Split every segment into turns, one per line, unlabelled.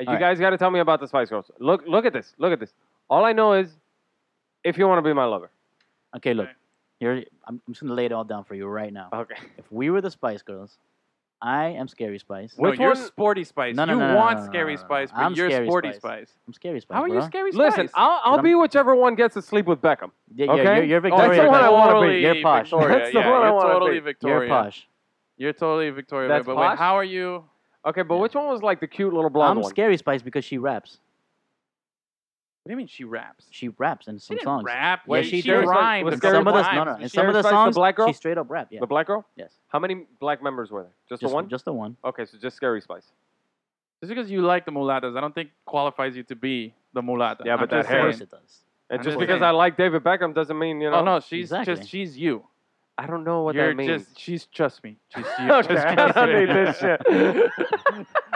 You
All right.
guys got to tell me about the Spice Girls. Look, look at this. Look at this. All I know is, if you want to be my lover,
Okay, look.
Right. Uh-huh.
Here, I'm, I'm just gonna lay it all down for you right now.
okay.
If we were the Spice Girls, I am Scary Spice.
What?
No,
Which
you're
one-
Sporty Spice.
No, no,
you
no, no,
want
no, no,
Scary
no, no.
Spice, but
I'm
you're
Scary
Sporty
Spice.
Spice.
I'm Scary Spice.
How are you
bro.
Scary Spice?
Listen, I'll, I'll
I'm-
be whichever one gets to sleep with Beckham.
Yeah, you're,
Okay.
you're, you're
Oh,
Victoria.
that's the one I
Beckham.
wanna
Totally
be.
You're posh.
Victoria.
That's the
yeah,
one I
you're
wanna
totally
be.
Victoria.
You're posh.
You're totally Victoria.
That's
but
posh?
wait, how are you?
Okay, but
Yeah.
which one was like the cute little blonde
I'm
one?
Scary Spice because she raps.
What do you mean she raps?
She raps in
She
some
didn't
songs.
rap.
Yeah,
Wait,
she
she
does.
rhymed.
Was
In
a couple
some of the, no,
times,
no.
but
In
she
some of
Scary
the
Spice, the
songs,
black girl?
she straight up rap. Yeah,
The black girl.
Yes.
How many black members were there? Just,
just
the one.
Just the one.
okay, so just Scary Spice.
Just because you like the mulattas, I don't think qualifies you to be the mulatta.
Yeah,
I'm
but
just
that hair-
Of
saying.
course it does.
And
I'm
just
just
because
saying.
I like David Beckham doesn't mean you know.
Oh no, she's
Exactly.
just she's you.
I don't know what
You're
that means.
just she's trust me. She's you.
Okay,
Just
I don't
kidding.
need this shit.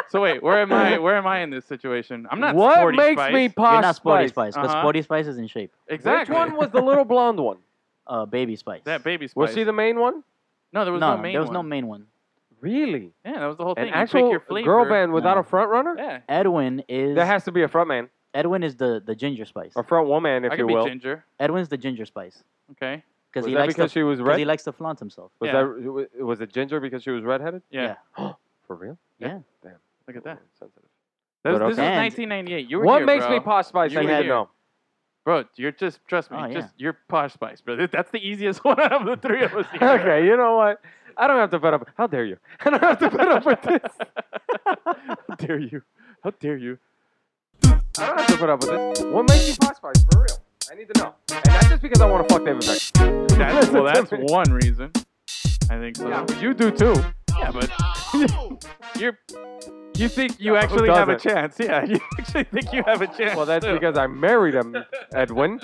so wait, where am I? Where am I in this situation? I'm not.
what
Sporty
makes
Spice.
me posh?
You're not Sporty
Spice?
Spice, but
Uh-huh.
Sporty Spice is in shape.
Exactly.
Which one was the little blonde one?
Uh, Baby Spice.
that baby spice?
Was she the main one?
no, there was no,
no,
main
there was
one.
no main one.
Really?
yeah, that was the whole
An
thing. You pick
actual
your flavor.
girl band without
No.
a front runner?
Yeah,
Edwin is
There has to be a front man,
Edwin is the, the ginger spice.
a front woman, if
I
you
could be
will.
ginger.
Edwin's the ginger spice
Okay.
because
Was
he
that
likes
because
to
she was
because
red?
he likes to flaunt himself.
was
Yeah.
that w- was it ginger because she was redheaded?
Yeah.
Yeah.
For real?
Look at that.
Sensitive.
That was-
But
This is
okay.
1998. You were
What
here,
makes
bro.
me posh spice?
You
I
were
had
here.
no.
Bro, you're just trust me.
Oh, yeah.
Just you're posh spice, brother. That's the easiest one out of the three of us. Here.
okay, you know what? I don't have to put up. How dare you? I don't have to put up with this.
How dare you? How dare you?
I don't have to put up with this. What makes me posh spice? For real? I need to know. And that's just because I want to fuck David Beckham.
That's, well, that's
Listen to me.
one reason. I think so.
Yeah, but you do too.
Yeah, but you're you think you
Yeah, but who
actually have a
doesn't?
chance. Yeah, you actually think you have a chance.
Well, that's
too.
because I married him, Edwin.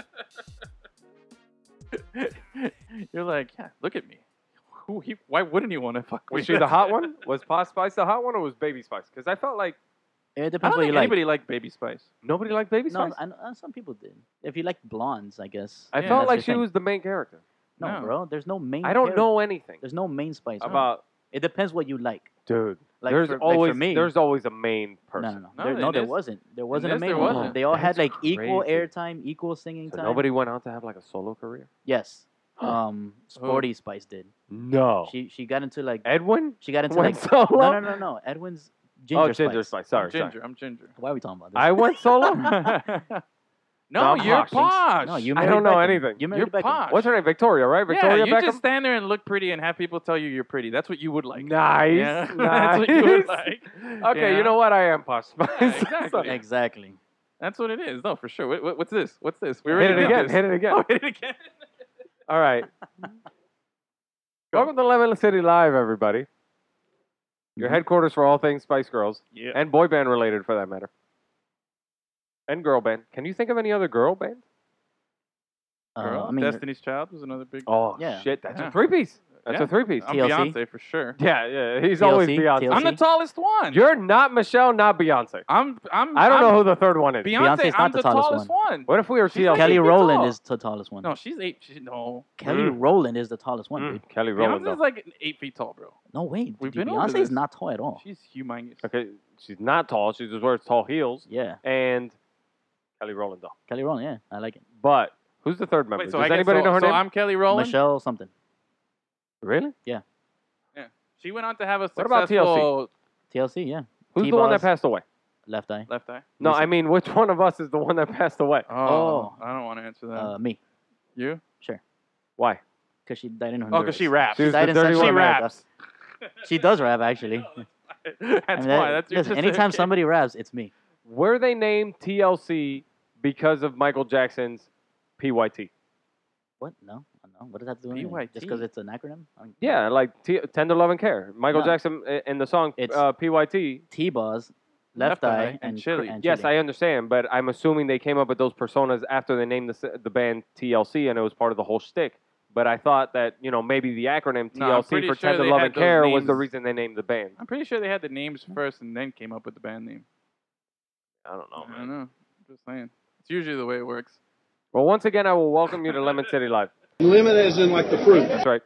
you're like, yeah, look at me. Who he, why wouldn't he want to fuck me?
Was she the hot one? Was Posh Spice the hot one, or was Baby Spice? Because I felt like
It
I
depends
don't
what you
think
like.
anybody liked Baby Spice.
nobody liked Baby
No,
Spice.
I, know- uh, some people did. If you like blondes, I guess.
I
Yeah,
felt
that's
like
your
she
thing.
was the main character.
No,
No.
bro. There's no main.
I don't
character.
know anything
There's no main spice. bro.
about
It depends what you like.
dude.
Like
there's
for, like, for
always
me.
there's always a main
no, no,
person.
no.
No,
there,
in
no, there
this-
wasn't. There wasn't
this
a
there
main one.
wasn't.
They all had like
That's
equal
crazy.
airtime, equal singing
So
time.
nobody went on to have like a solo career.
Yes. Um, Sporty Spice did.
No.
She she got into like
Edwin
she got into
went
like
solo.
no no no no Edwin's ginger,
oh, Ginger Spice.
spice.
Sorry,
ginger.
sorry.
I'm ginger.
Why are we talking about this?
I went solo.
no,
I'm
you're
posh.
posh.
no, you
I
married
don't know
Beckham.
anything.
You married Beckham.
You're posh.
What's her name? Victoria, right? Victoria
yeah, you
Beckham.
just stand there and look pretty and have people tell you you're pretty. That's what you would like.
nice.
Yeah,
nice.
that's what you would like.
Okay,
Yeah.
you know what? I am Posh Spice.
exactly.
Exactly.
That's what it is. No, for sure. What, what, what's this? What's this? We
Hit
already
it
did
again.
this.
Hit it again.
Oh, hit it again.
All right.
Go.
Welcome to Lemon City Live, everybody. Your
Mhm.
headquarters for all things Spice Girls
Yeah.
and boy band related, for that matter, and girl band. Can you think of any other girl band?
Uh,
Girl,
I mean,
Destiny's Child was another big.
Oh
Yeah.
shit, that's
Yeah.
a three piece. That's
Yeah.
a three piece.
I'm
TLC.
Beyonce for sure.
Yeah, yeah. He's
TLC,
always Beyonce.
TLC.
I'm the tallest one.
You're not Michelle, not Beyonce.
I'm. I'm.
I don't
I'm
know who the third one is.
Beyonce.
Beyonce's
I'm
not
the,
the
tallest,
tallest
one.
What if we were
She's
TLC?
Kelly
She's
Rowland
tall.
is the tallest one.
No, she's eight. She, no,
Kelly
Mm.
Rowland is the tallest one.
Mm,
Dude.
Kelly Rowland.
Beyonce's
though.
like eight feet tall, bro.
No wait,
We've
dude,
been over
Beyonce
this.
is not tall at all.
She's humongous.
Okay, she's not tall. She just wears tall heels.
Yeah,
And Kelly Rowland, though.
Kelly Rowland. Yeah, I like it.
But who's the third member?
Wait, so I
Does
guess,
anybody
so,
know her
so
name?
I'm Kelly Rowland.
Michelle something.
Really?
She went on to have a
What
successful
about TLC?
TLC. Yeah,
Who's the one that
T-Boz.
passed away?
left eye.
left eye.
No,
Lisa.
I mean, which one of us is the one that passed away?
Oh.
I don't want to answer that.
Uh, me,
you?
Why?
because she died in
Oh,
Honduras.
because she raps.
She was
died
the
in
dirty
Central
one.
She
America.
raps.
She does rap actually.
that's
I mean,
why.
that-
That's
listen,
just
anytime somebody raps, it's me.
Were they named TLC because of Michael Jackson's PYT?
What? No, no. What does that have to do with anything? Just
BYT.
because it's an acronym? I don't-
Yeah, like t- Tender Love and Care. Michael
No.
Jackson uh, in the song
It's-
uh, PYT.
T-Boz, left,
Left Eye,
eye,
and
and
Chili.
Yes, I understand, but I'm assuming they came up with those personas after they named the, s- the band TLC and it was part of the whole shtick. But I thought that, you know, maybe the acronym TLC
No, I'm
for
pretty sure
Tender
they
Love
had
and Care
those
was the
names.
reason they named the band.
I'm pretty sure they had the names
Mm-hmm.
first and then came up with the band name.
I don't know,
I
Oh, man.
don't know. Just saying. It's usually the way it works.
Well, once again, I will welcome you to Lemon City Live.
Lemon as in like the fruit.
That's right.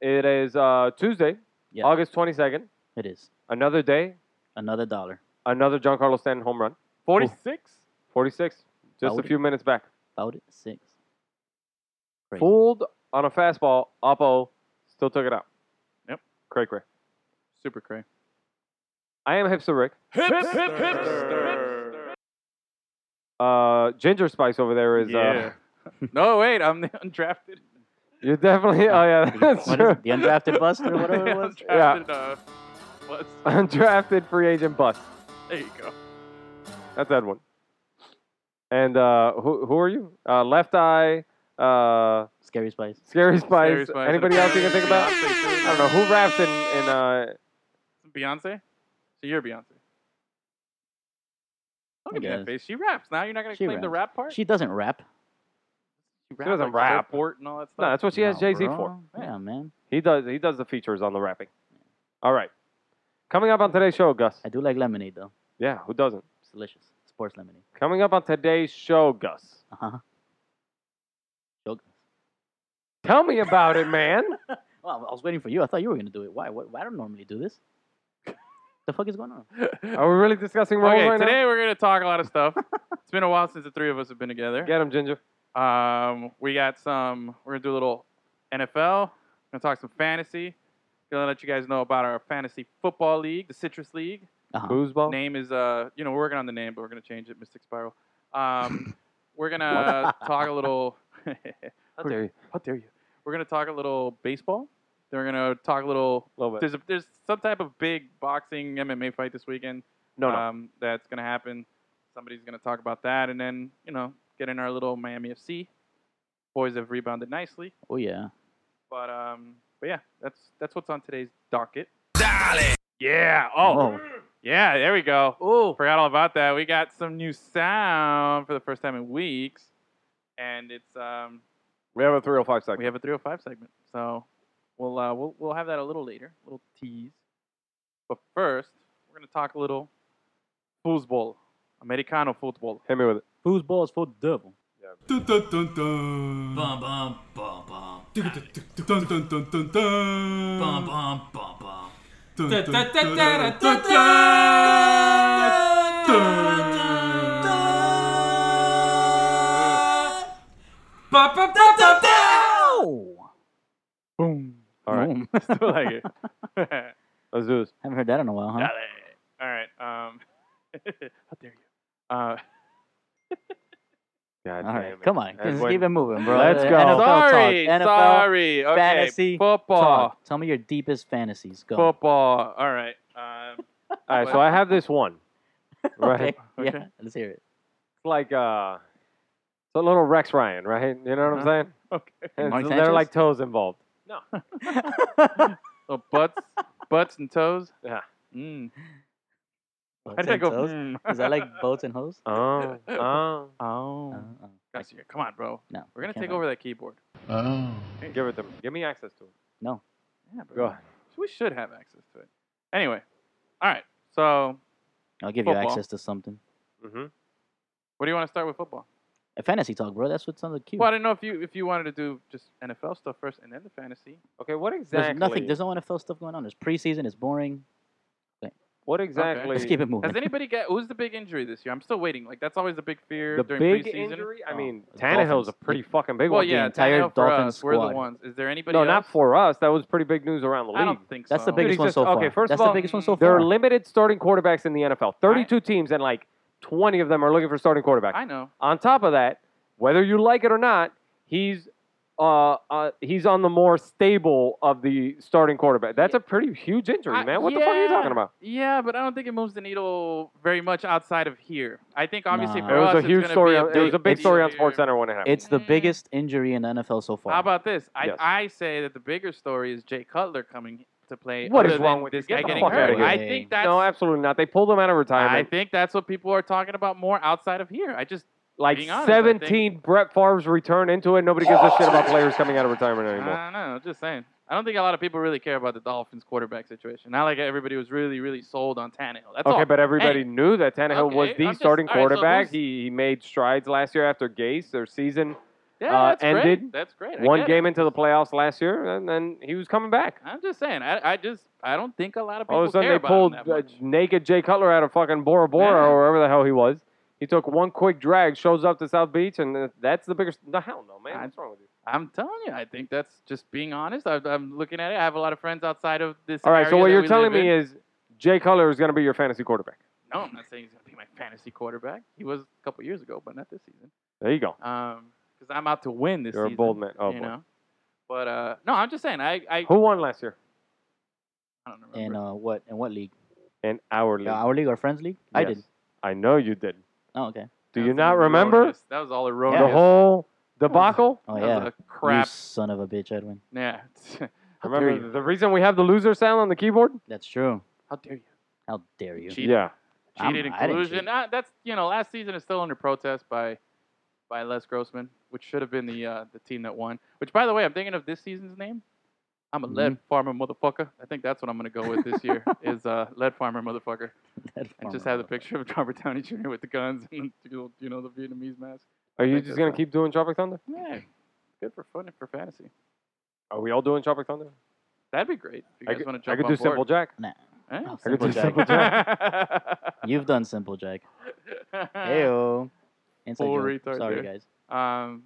It is uh, Tuesday,
Yeah.
August 22nd.
It is
Another day,
another dollar.
Another Giancarlo Stanton home run.
46?
46, just a
Howdy.
few minutes back.
About it, six. Crazy.
Fooled on a fastball. Oppo still took it out.
Yep.
Cray cray.
Super cray.
I am hipster Rick.
Hip, hip,
Uh, Ginger Spice over there is. Uh,
Yeah. no, wait, I'm the undrafted.
you're definitely. Oh yeah, that's
What
true.
is it, the undrafted bust or whatever it was?
Undrafted, uh, plus.
Undrafted free agent bust.
There you go.
That's that one. And uh, who who are you? Uh, left eye. Uh,
Scary Spice.
Scary Spice.
Scary Spice.
Anybody else you can think about? I don't know who raps in in. Uh,
Beyonce? So you're Beyonce.
I
Don't give me that
guess.
face. She raps. Now you're not going to
She
claim the rap part?
She doesn't rap.
rap,
doesn't
like
rap.
Surfport and all that
no,
stuff.
that's what she has
Nah,
Jay Z
bro.
for.
Oh,
Yeah, man.
He does he does the features on the rapping. All right. Coming up on today's show, Gus.
I do like lemonade though.
Yeah, who doesn't?
It's delicious. Sports lemonade.
Coming up on today's show, Gus.
Uh huh.
Tell me about it, man.
Well, Oh, I was waiting for you. I thought you were gonna do it. Why? Why, why I don't normally do this. the fuck is going on?
Are we really discussing roles
okay,
right
today we're going to talk a lot of stuff. it's been a while since the three of us have been together.
now? Get him, Ginger.
Um, we got some. We're gonna do a little NFL. Gonna talk some fantasy. Gonna let you guys know about our fantasy football league, the Citrus League.
Uh-huh.
Foosball.
Name is uh, you know, we're working on the name, but we're gonna change it, Mystic Spiral. Um, we're gonna talk a little.
How dare you?
How dare you? We're gonna talk a little baseball. Then we're gonna talk a little.
Little bit.
There's a, there's some type of big boxing MMA fight this weekend.
No, no.
Um, that's gonna happen. Somebody's gonna talk about that, and then you know, get in our little Miami FC. Boys have rebounded nicely,
Oh yeah.
but um, but yeah, that's that's what's on today's docket.
Dale.
Yeah. Oh. Yeah. There we go.
Oh.
Forgot all about that. We got some new sound for the first time in weeks, and it's um,
We have a 305 second.
we have a 305 segment, so we'll uh, we'll we'll have that a little later, a little tease. But first, we're gonna talk a little foosball, Americano football.
Hit me with it.
Whose balls for devil?
Dun dun dun dun.
Bum bum bum bum.
Dun dun dun dun dun dun.
Bum bum bum bum.
Dun
Da
dun
da
dun
da
dun
da da
dun
da
dun.
da
dun.
da. Bum bum da da da.
Oh.
Boom.
All right.
Boom.
Still like it. Dale.
Let's do this.
Haven't heard that in a while, huh?
All right. Um, how dare you? Uh,
God
All
damn
right,
it.
come on,
That's
just
when-
keep it moving, bro.
Let's
Uh,
go.
NFL talk,
sorry.
NFL
sorry. Okay.
fantasy
Football.
talk. Tell me your deepest fantasies. Go.
Football. All right. Um,
All right, so I have this one. Right.
Okay. Yeah.
Okay.
Let's hear it.
It's like uh, it's a little Rex Ryan, right? You know
Uh-huh.
what I'm saying?
okay.
And
Mark
so
Sanchez?
they're like toes involved.
So Oh, butts, butts and toes.
Yeah.
Mm. How
Boats
did I
and
go?
toes?
mm?
Is that like boats and hoes?
Oh, oh.
Oh.
Uh, uh,
Guys, yeah, come on, bro.
no.
We're gonna
can't
take
have
over that keyboard.
Give it to me. Give me access to it.
Yeah, bro.
Go ahead.
We should have access to it. Anyway. All right. So,
it. I'll give you
football.
access to something.
Mm-hmm.
what do you want to start with football?
A fantasy talk, bro. That's what sounded cute.
Well, I didn't know if you if you wanted to do just NFL stuff first and then the fantasy.
Okay, what exactly?
There's nothing. There's no NFL stuff going on. There's preseason. It's boring.
what exactly?
Let's keep it moving.
Has anybody got who's the big injury this year? I'm still waiting. Like that's always the big fear
The
during
big
preseason.
injury? I
Oh,
mean,
the
Tannehill's a
Dolphins.
pretty fucking big
Well,
one.
yeah,
entire
Tannehill for
Dolphins
us, we're the
squad.
ones. Is there anybody?
No,
else?
not for us. That was pretty big news around the
I
league.
don't think so.
That's the biggest
it's
one
just-
so far.
okay, first
That's
of all,
the biggest one so
There
far.
are limited starting quarterbacks in the NFL. 32 teams and like 20 of them are looking for starting quarterbacks.
I know.
On top of that, whether you like it or not, he's uh, uh, he's on the more stable of the starting quarterback. That's a pretty huge injury,
I-
man. What the fuck are you
yeah.
talking about?
Yeah, but I don't think it moves the needle very much outside of here. I think obviously
Nah.
for
it was
us,
a huge
it's gonna
story.
Be a
on,
big
it was a big
deal
story on
here.
Sports Center when it happened.
It's the
Mm.
biggest injury in the NFL so far.
How about this? I,
Yes.
I say that the bigger story is Jay Cutler coming to play.
What is
other
wrong
than
with
this
you?
guy
Get the
getting
fuck outta
hurt?
here.
I think that's
no, absolutely not. They pulled him out of
I
retirement.
think that's what people are talking about more outside of here. I just
like
being honest, I think-
17 Brett Favre's return into it. Nobody gives a shit about players coming out of retirement anymore.
I don't know. Just saying. I don't think a lot of people really care about the Dolphins quarterback situation. Not like everybody was really, really sold on Tannehill. That's
okay,
all.
but everybody
Hey.
knew that Tannehill was
Okay,
the
I'm just-
starting
all right, so
quarterback.
who's-
he, he made strides last year after Gase. Their season
Yeah,
uh,
that's
ended
great. That's great. I
one
get
game
It.
into the playoffs last year, and then he was coming back.
I'm just saying. I, I just I don't think a lot of people
All of a sudden,
care
they
about
pulled
him that
uh,
much.
naked Jay Cutler out of fucking Bora Bora
Yeah.
or wherever the hell he was. He took one quick drag, shows up to South Beach, and uh, that's the biggest. The hell no, man.
I-
What's wrong with you?
I'm telling you, I think that's just being honest. I, I'm looking at it. I have a lot of friends outside of this.
All right, so
area
what
that
you're
we
telling
live in.
me is Jay Cutler is going to be your fantasy quarterback.
no, I'm not saying he's going to be my fantasy quarterback. He was a couple years ago, but not this season.
There you go.
Because I'm out to win this
You're
season.
a bold man. Oh,
you
boy.
know. But uh, no, I'm just saying. I I,
Who won last year?
I don't remember.
And uh, what? And what league?
In our league.
Uh, our league or friends league? I
Yes.
did.
I know you did.
Oh, okay.
Do
That
you
was
not
all
remember
erroneous. That was all
the
erroneous.
whole debacle?
Oh
That was
yeah.
a crap.
You son of a bitch, Edwin.
Yeah. How dare
Remember
you?
the reason we have the loser sound on the keyboard?
That's true.
How dare you?
How dare you?
Cheated.
Yeah.
I'm-
Cheated in
I didn't
collusion.
cheat.
Uh, that's you know last season is still under protest by by Les Grossman, which should have been the uh, the team that won. Which by the way, I'm thinking of this season's name. I'm a
Mm-hmm.
lead farmer motherfucker. I think that's what I'm gonna go with this year is uh, lead farmer motherfucker.
That
And just
farmer
have the picture of Robert Downey Jr. with the guns and the, little- you know the Vietnamese mask.
Are you
Like
just
this
gonna
one.
keep doing Tropic Thunder?
Yeah, good for fun and for fantasy.
Are we all doing Tropic Thunder?
That'd be great. If you
I
guys
could,
want to
I
jump
could
on
do Simple
board.
Jack.
Nah.
Eh?
Oh,
I could
Simple
do
Jack.
Simple Jack.
You've done simple, Jack. Heyo. Inside
Ah. Full
joke.
retard
Sorry,
there.
guys.
Um,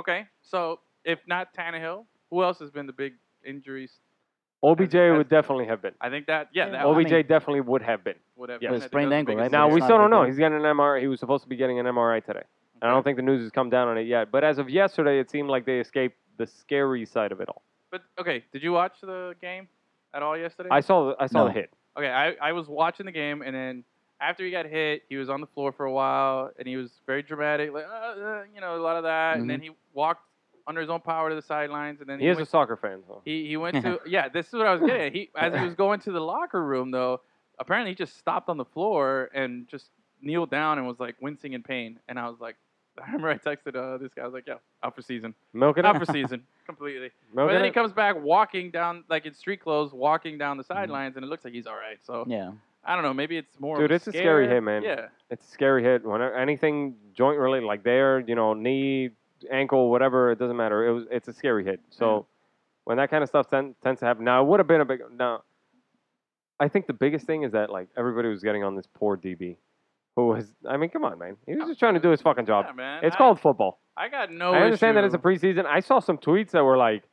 okay, so if not Tannehill, who else has been the big injuries?
OBJ
That's-
would definitely have been.
I think that yeah, that
Well, we-
OBJ definitely would have been.
would have
yeah.
been,
With
I think
sprained
that's the
ankle,
biggest
right?
Now
it's
we
not
still
a
don't
big
know.
deal.
He's getting an MRI. He was supposed to be getting an MRI today, and I don't think the news has come down on it yet. But as of yesterday, it seemed like they escaped the scary side of it all.
But okay, did you watch the game at all yesterday?
I saw I saw
No.
the hit.
okay, I, I was watching the game, and then after he got hit, he was on the floor for a while, and he was very dramatic, like, uh, uh, you know, a lot of that. And then he walked under his own power to the sidelines, and then
Mm-hmm. He
he
is a
went,
soccer fan. So.
he, he went to, yeah, this is what I was getting at. He, as he was going to the locker room, though, apparently he just stopped on the floor and just kneeled down and was like wincing in pain. And I was like, I remember I texted uh, this guy, I was like, yeah, out for season.
Milking
Out
it.
for season, completely. But
Milking
then he
it. Mm-hmm.
comes back walking down, like in street clothes, walking down the sidelines, and it looks like he's all right. So
Yeah.
I don't know. Maybe it's more. of
Dude,
a
it's a scary
scare.
hit, man.
Yeah,
It's a scary hit. When anything joint related, like there, you know, knee, ankle, whatever, it doesn't matter. It was it's a scary hit. So when that kind of stuff ten, tends to happen, now it would have been a big. Now, I think the biggest thing is that like everybody was getting on this poor DB, who was. I mean, come on, man. He was just trying to do his fucking job.
yeah, man.
Uh, It's
I-
called football.
I got no.
I understand that
issue.
it's a preseason. I saw some tweets that were like,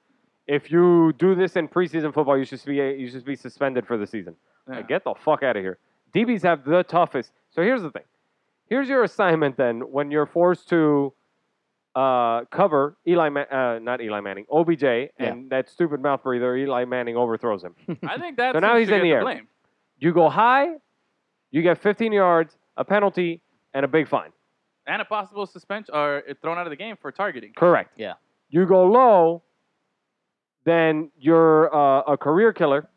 "If you do this in preseason football, you should be you should be suspended for the season."
Yeah.
Like, get the fuck out of here. DBs have the toughest. So here's the thing. Here's your assignment then when you're forced to uh, cover Eli, Ma- uh, not Eli Manning, OBJ, and that stupid mouth breather, Eli Manning overthrows him.
I think that's.
So now
who
he's
should
in
get
the air.
Blame.
You go high, you get 15 yards, a penalty, and a big fine.
And a possible suspension or thrown out of the game for targeting.
Correct.
Yeah.
You go low, then you're uh, a career killer.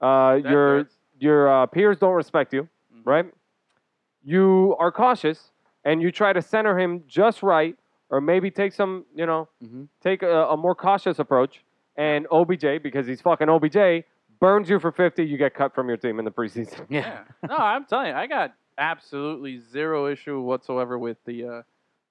Uh,
That
you're
hurts.
your uh, peers don't respect you,
Mhm.
right? You are cautious and you try to center him just right, or maybe take some, you know,
Mm-hmm.
Mhm.
take a, a more cautious approach. And OBJ, because he's fucking OBJ, burns you for 50, you get cut from your team in the preseason.
Yeah. no, I'm telling you, I got absolutely zero issue whatsoever with the uh,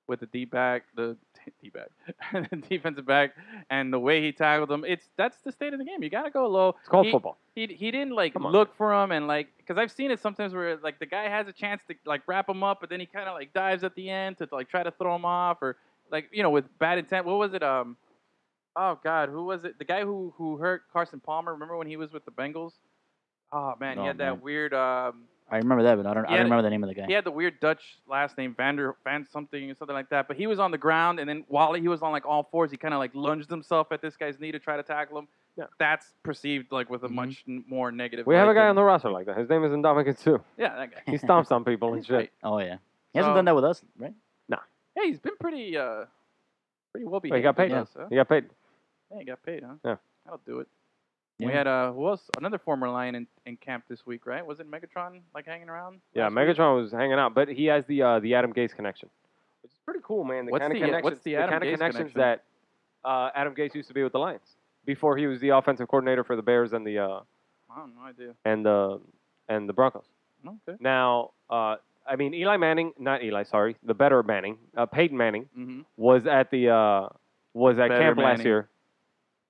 with the D back, the D back, the defensive back, and the way he tackled them. It's that's the state of the game. You gotta go low.
It's called
He-
football.
He, he didn't like
Come on.
look for him and like because I've seen it sometimes where like the guy has a chance to like wrap him up, but then he kind of like dives at the end to like try to throw him off or like you know with bad intent. What was it? Um, oh God, who was it? The guy who who hurt Carson Palmer. Remember when he was with the Bengals? Oh man,
Oh,
he had
man.
that weird. Um,
I remember that, but I don't. I
Yeah,
don't remember the name of the guy.
he had the weird Dutch last name Vander Van something or something like that. But he was on the ground, and then while he was on like all fours, he kind of like lunged himself at this guy's knee to try to tackle him.
Yeah.
That's perceived like with a
Mhm.
much n- more negative.
Mm-hmm. We have a
light
guy
than-
on the roster like that. His name is Indomitian too.
yeah that guy.
He stomps on people and
He's
shit.
right.
Oh yeah. He hasn't
So-
done that with us, right?
Yeah, he's been pretty uh pretty well
Well,
behaved.
Oh, he got paid.
with us, huh?
He got paid.
Yeah, he got paid, huh?
Yeah.
That'll do it.
Yeah.
We had uh who else? Another former lion in, in camp this week, right? Was it Megatron like hanging around?
Yeah,
last week?
Megatron was hanging out, but he has the uh, the Adam Gase connection, which is pretty cool, man. The
What's
kind
the- uh,
of connections,
what's the Adam
kind
Gase
of connections
connection?
that uh, Adam Gase used to be with the Lions before he was the offensive coordinator for the Bears and the uh,
I don't know, I do.
and the and the Broncos.
Okay.
Now, uh, I mean, Eli Manning, not Eli, sorry, the better Manning, uh, Peyton Manning
hmm
was at the uh, was at
Better
camp last
Manning.
year.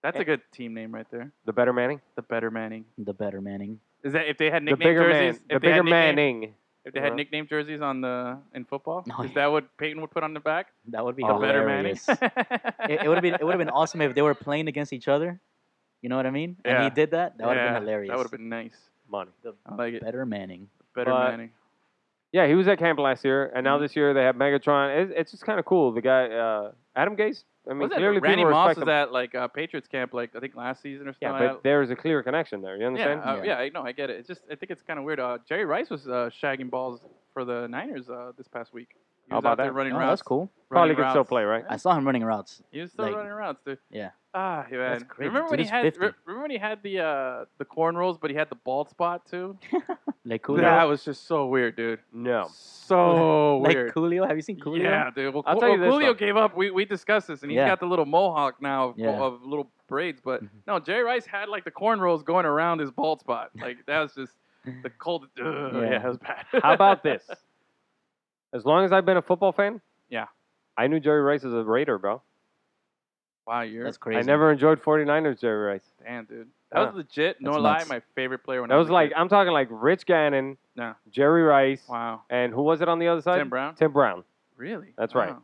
That's a good team name right there.
The better Manning,
The better Manning.
The better Manning.
Is that if they had
the
nickname
bigger man,
jerseys?
the
if they had
bigger
nickname-
Manning.
If they had
Huh?
nickname jerseys on the in football,
No.
is that what Peyton would put on the back?
That would be
The better Manning.
hilarious. it, would have been it would have been awesome if they were playing against each other. You know what I mean? And
Yeah.
he did that. That would have
Yeah,
been hilarious. Oh,
That would have been nice.
Money.
I like it.
better Manning.
Better
But-
Manning.
Yeah, he was at camp last year, and
Mm-hmm.
now this year they have Megatron. It's, it's just kind of cool. The guy, uh, Adam Gase. I mean,
Wasn't it
clearly
Randy
people
Moss
respect
was
him.
at like uh, Patriots camp, like I think last season or something.
Yeah,
like
but there is a clear connection there. You
that. yeah,
understand?
uh,
Yeah.
yeah, I know, I get it. It's just I think it's kind of weird. Uh, Jerry Rice was uh, shagging balls for the Niners uh, this past week. He
How
was
about
out there
that?
running
Oh,
routes.
that's cool.
Probably
running
could still
routes.
play, right?
I saw him running routes.
He was still
Like-
running routes, dude.
Yeah.
Ah, man.
That's crazy.
Remember
Dude,
when he
he's
had?
50.
Re- remember when he had the uh, the corn rolls, but he had the bald spot too.
Like Coolio.
That was just so weird, dude.
No.
So
like
weird.
Coolio. Have you seen Coolio?
Yeah, dude. Well,
I'll
Cool-
tell you
well,
this,
Coolio
though.
gave up. We, we discussed this, and he's
Yeah.
got the little mohawk now of,
Yeah.
of little braids. But
Mhm.
no, Jerry Rice had like the cornrows going around his bald spot. Like that was just the cold. Ugh, yeah.
Yeah.
that was bad.
How about this? As long as I've been a football fan,
Yeah.
I knew Jerry Rice is a Raider, bro.
wow, you're
That's crazy.
I never enjoyed 49ers Jerry Rice.
damn, dude. That was legit. No
That's
lie,
nuts.
my favorite player when
That
I
was
was a
like
kid.
I'm talking like Rich Gannon,
No.
Jerry Rice,
wow,
and who was it on the other side?
Tim Brown.
Tim Brown.
Really?
That's right.
Wow.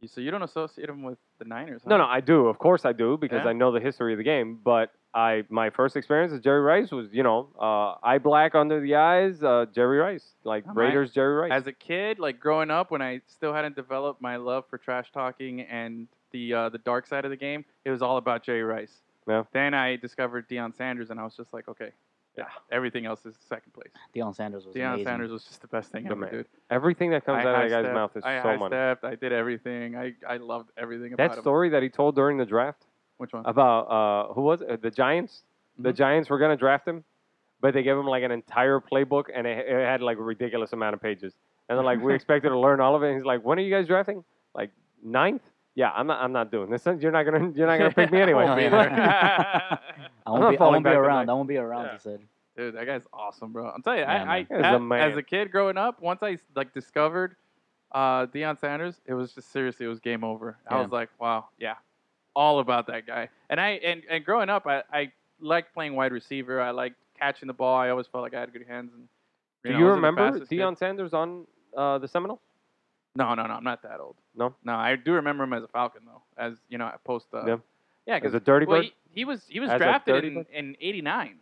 You so you don't associate him with the Niners?
No,
huh?
no, I do. Of course, I do because
Yeah?
I know the history of the game. But I, my first experience with Jerry Rice was, you know, uh, eye black under the eyes, uh, Jerry Rice, like
Am I-
Raiders Jerry Rice.
Oh, As a kid, like growing up, when I still hadn't developed my love for trash talking and the uh, the dark side of the game, it was all about Jerry Rice.
Yeah.
Then I discovered Deion Sanders, and I was just like, okay,
Yeah.
everything else is second place.
Deion Sanders was
Deion
amazing.
Sanders was just the best thing
The
ever,
man.
dude.
Everything that comes out
I
of that guy's
high-stepped,
mouth is
I
so money.
high-stepped, I did everything. I, I loved everything about
That
him.
story that he told during the draft
Which one?
about uh, who was it? Uh, the Giants. The
Mhm.
Giants were gonna draft him, but they gave him like an entire playbook, and it, it had like a ridiculous amount of pages. And they're like, we expected to learn all of it. And he's like, when are you guys drafting? Like ninth? Yeah, I'm not. I'm not doing this. You're not gonna. You're not gonna pick me
I
anyway.
won't be there.
I
I'm not
won't, be, I
falling
won't be
back to
around.
that.
I won't be around.
Yeah.
He said.
Dude, that guy's awesome, bro. I'm telling you,
Yeah,
I,
man.
I
He was a
as,
man.
as a kid growing up, once I like discovered uh, Deion Sanders, it was just seriously, it was game over. I
Yeah.
was like, wow, yeah, all about that guy. And I and, and growing up, I, I liked playing wide receiver. I liked catching the ball. I always felt like I had good hands. And,
Do
know,
you
I wasn't the
remember
fastest kid.
Deion Sanders on uh, the Seminole?
No, no, no. I'm not that old.
No?
no. I do remember him as a Falcon though, as you know, post. Uh,
Yeah.
yeah,
As
because
a dirty
well,
bird?
he, he was he was
As a
drafted
dirty
in,
bird?
in '89.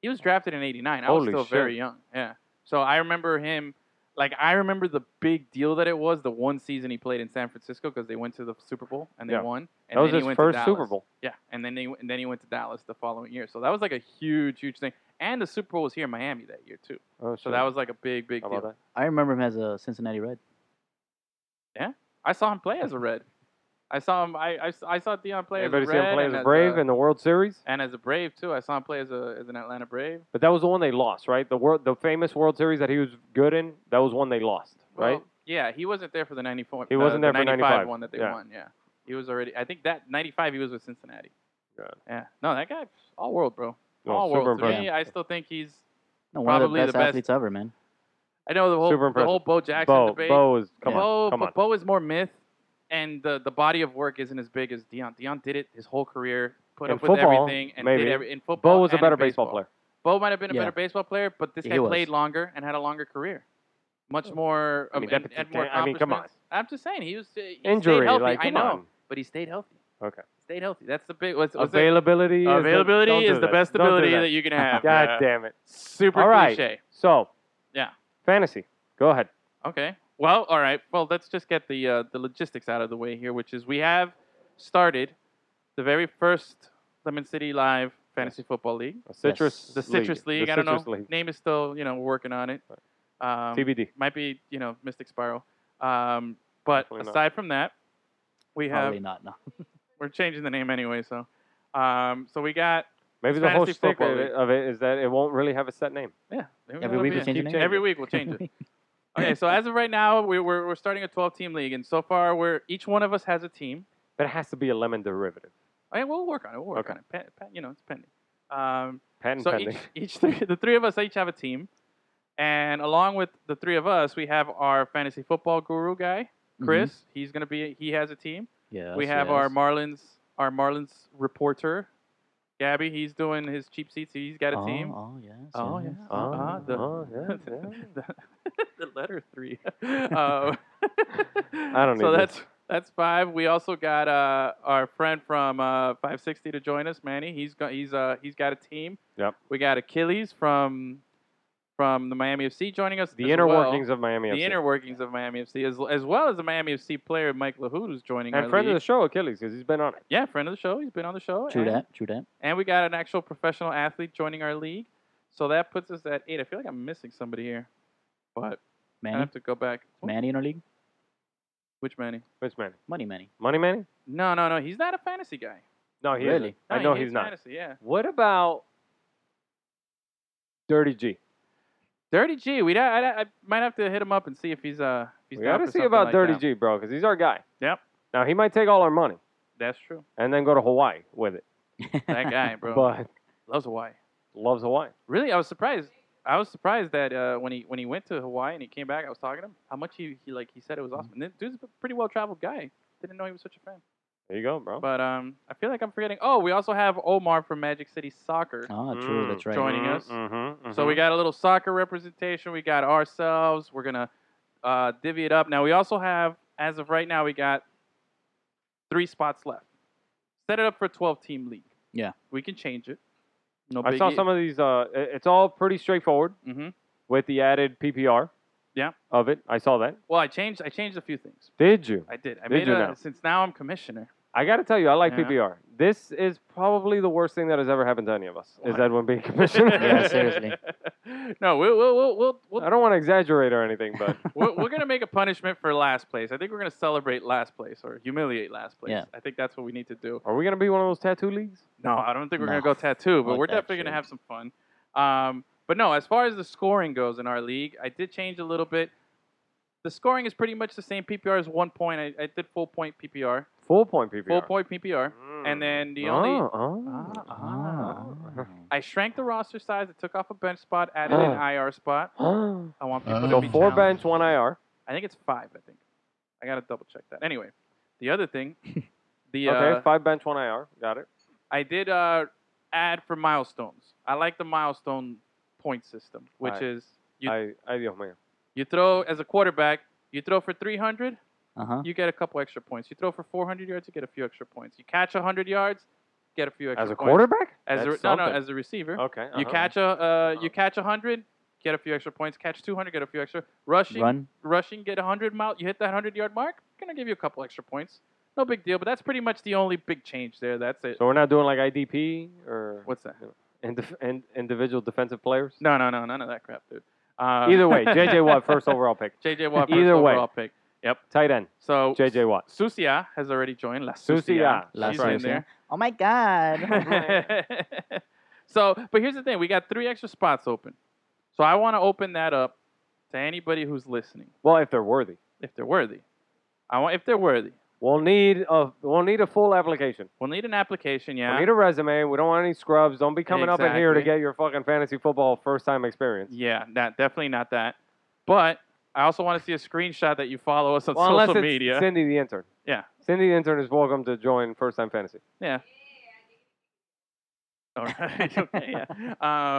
He was drafted in '89. I was
Holy
still
shit.
very young. Yeah. So I remember him. Like I remember the big deal that it was the one season he played in San Francisco because they went to the Super Bowl and they
Yeah.
won. And
that was
then
his
he went to
first
Dallas.
Super Bowl.
Yeah, and then they and then he went to Dallas the following year. So that was like a huge, huge thing. And the Super Bowl was here in Miami that year too.
Oh,
So that was like a big, big
How
deal.
about that?
I remember him as a Cincinnati Red.
I saw him play as a Red. I saw him. I, I, I saw Dion play
Everybody
as uh, a
see
Red.
him play as
and
a Brave
a-
in the World Series,
and as a Brave too. I saw him play as a as an Atlanta Brave.
but that was the one they lost, right? The world, the famous World Series that he was good in, that was one they lost, right?
Well, Yeah, he wasn't there for the '94.
He wasn't there
the
for 95.
one that they
Yeah.
won. Yeah, he was already. I think that '95 he was with Cincinnati.
Got it.
Yeah. No, that guy, all world, bro.
No,
all
super
world. To
impressive.
me, I still think he's.
No, one
Probably
of
the
the best
best-
athletes ever, man.
I know the whole
Super
the whole Bo Jackson
Bo,
debate.
Bo is come
Yeah.
on,
Bo,
come
but
on.
Bo is more myth, and the the body of work isn't as big as Dion. Dion did it his whole career, put
In
up with
football,
everything, and
maybe.
did every, in
Bo
football.
was a
and in
better baseball, player.
Bo might have been a
Yeah.
better baseball player, but this
He
guy
was.
played longer and had a longer career. Much more.
I mean,
um, and-
that
and more
particular- I mean, come on.
accomplishments. I'm just saying he was uh, he stayed
Injury,
healthy.
like
I
come
know,
on.
but he stayed healthy.
Okay.
Stayed healthy. That's the big. What's, what's it?
Availability. is the-
Availability
don't do
is the
that.
best
Don't do
ability
that.
that. you can have.
God
Yeah.
damn it!
Super
All right.
cliche.
So,
Yeah.
fantasy. Go ahead.
Okay. Well, all right. Well, let's just get the uh, the logistics out of the way here, which is we have started the very first Lemon City Live Fantasy Football League,
A citrus.
the Citrus League.
The
I don't
citrus
know.
League.
Name is still you know we're working on it. Um,
TBD.
might be you know Mystic Spiral. Um, but
Probably not.
aside from that, we have
Probably not. No.
we're changing the name anyway. So, um, so we got
Maybe
It's
the whole
fantasy
shtick of
football
it, of it is that it won't really have a set name.
yeah. maybe
Every
that'll
week
be
we
it.
change the
Keep
name.
Every week we'll change it.
Mm-hmm.
okay, so as of right now, we, we're we're starting a 12 team league, and so far we're each one of us has a team.
But it has to be a lemon derivative.
Okay, we'll work on it. We'll work
Okay.
on it. Pen, pen, you know, it's pending. Um,
Patent
so
pending.
each, each three, the three of us each have a team, And along with the three of us, we have our fantasy football guru guy,
Mm-hmm.
Chris. He's gonna be. He has a team.
Yes,
we have
yes.
our Marlins. Our Marlins reporter, Gabby. He's doing his cheap seats. He's got a
oh,
team.
Oh yes.
Oh,
yes.
yeah.
Oh,
Uh, the-
oh, yeah, yeah.
the, the letter three. um,
I don't
So
need
that's that's five. We also got uh, our friend from uh, 560 to join us, Manny. He's got he's uh he's got a team.
Yep.
We got Achilles from from the Miami FC joining us.
The
as
inner
well.
workings of Miami
the
FC.
inner workings of Miami FC, as, as well as the Miami FC player Mike LaHood, who's joining
and
our
friend of
league.
the show, Achilles, because he's been on it.
yeah, friend of the show. He's been on the show.
True
and,
that. True that.
and we got an actual professional athlete joining our league. So that puts us at eight. I feel like I'm missing somebody here, but I
Manny.
have to go back. Who-
Manny in our league.
Which Manny?
Which Manny?
Money, Manny.
Money Manny?
No, no, no. He's not a fantasy guy.
No, he
Really?
isn't. I
No,
know
he
he's
hates
not.
Fantasy, yeah.
What about Dirty G?
Dirty G. We I, I, I might have to hit him up and see if he's uh if he's
we
down
gotta
for
see
something
about
like
Dirty
that.
G, bro, because he's our guy.
Yep.
Now he might take all our money
That's true.
and then go to Hawaii with it,
That guy, bro,
but
loves Hawaii.
loves Hawaii.
Really, I was surprised. I was surprised that uh, when he when he went to Hawaii and he came back, I was talking to him how much he, he like he said it was
Mm.
awesome. And this dude's a pretty well traveled guy. Didn't know he was such a fan.
There you go, bro.
But um, I feel like I'm forgetting. Oh, we also have Omar from Magic City Soccer.
Ah, true.
Mm,
That's right.
joining us.
Mm-hmm,
So we got a little soccer representation. We got ourselves. We're gonna uh, divvy it up. Now we also have, as of right now, we got three spots left. Set it up for a 12-team league.
Yeah.
we can change it. No
mm-hmm. I saw some of these. Uh, it- it's all pretty straightforward
hmm
with the added PPR.
Yeah.
Of it, I saw that.
Well, I changed. I changed a few things.
Did you?
I did. I
Did
made
you
a,
now?
since now I'm commissioner.
I got to tell you, I like
Yeah.
PPR. This is probably the worst thing that has ever happened to any of us. Is Edwin being commissioner?
Yeah, seriously.
no, we'll we'll we'll we'll, we'll
I don't want to exaggerate or anything, but
we're, we're gonna make a punishment for last place. I think we're gonna celebrate last place or humiliate last place.
Yeah.
I think that's what we need to do.
are we gonna be one of those tattoo leagues?
No, I don't think we're
No.
gonna go tattoo, but
Fuck
we're
that
definitely
shit.
gonna have some fun. Um, but no, as far as the scoring goes in our league, I did change a little bit. The scoring is pretty much the same. PPR is one point. I, I did full point PPR,
Full point PPR.
full point PPR,
Mm.
and then the
Oh,
only
oh.
Ah, ah.
Ah.
I shrank the roster size. I took off a bench spot, added an
Ah.
IR spot.
so
I want people to
So
be
four
challenged.
bench, one IR.
I think it's five. I think I gotta double check that. Anyway, the other thing, the uh,
Okay, five bench, one IR. Got it.
I did uh, add for milestones. I like the milestone point system, which
Alright.
is you
I, I, oh man.
You throw as a quarterback, you throw for 300,
Uh-huh.
Uh huh.
you get a couple extra points. You throw for 400 yards, you get a few extra points. You catch 100 yards, get a few extra
As a
points.
quarterback?
As
That's
a, no, no,
something.
as a receiver.
Okay.
You
uh-huh.
catch a uh, you catch 100, get a few extra points. Catch 200, get a few extra. Rushing,
Run.
rushing, get 100 mile. You hit that 100 yard mark, gonna give you a couple extra points. No big deal, but that's pretty much the only big change there. That's it.
So we're not doing like IDP or
What's that?
indi- in- individual defensive players.
No, no, no, none of that crap, dude. Uh,
Either way, JJ Watt first overall pick,
JJ Watt, first
Either way.
overall pick.
tight end.
So
JJ Watt.
Susia has already joined. La
Susia.
Susia.
La
She's
Susia.
in there.
Oh my God.
so, but here's the thing: we got three extra spots open. So I want to open that up to anybody who's listening,
Well, if they're worthy,
if they're worthy. I want if they're worthy.
we'll need a we'll need a full application.
We'll need an application.
We
Yeah.
need a resume. We don't want any scrubs. Don't be coming up in here to
Exactly.
get your fucking fantasy football first time experience.
yeah. Not definitely not that. But I also want to see a screenshot that you follow us on
Well, unless
social
it's
media.
Cindy the intern.
Yeah.
Cindy the intern is welcome to join first time fantasy.
Yeah. All right. okay. Yeah.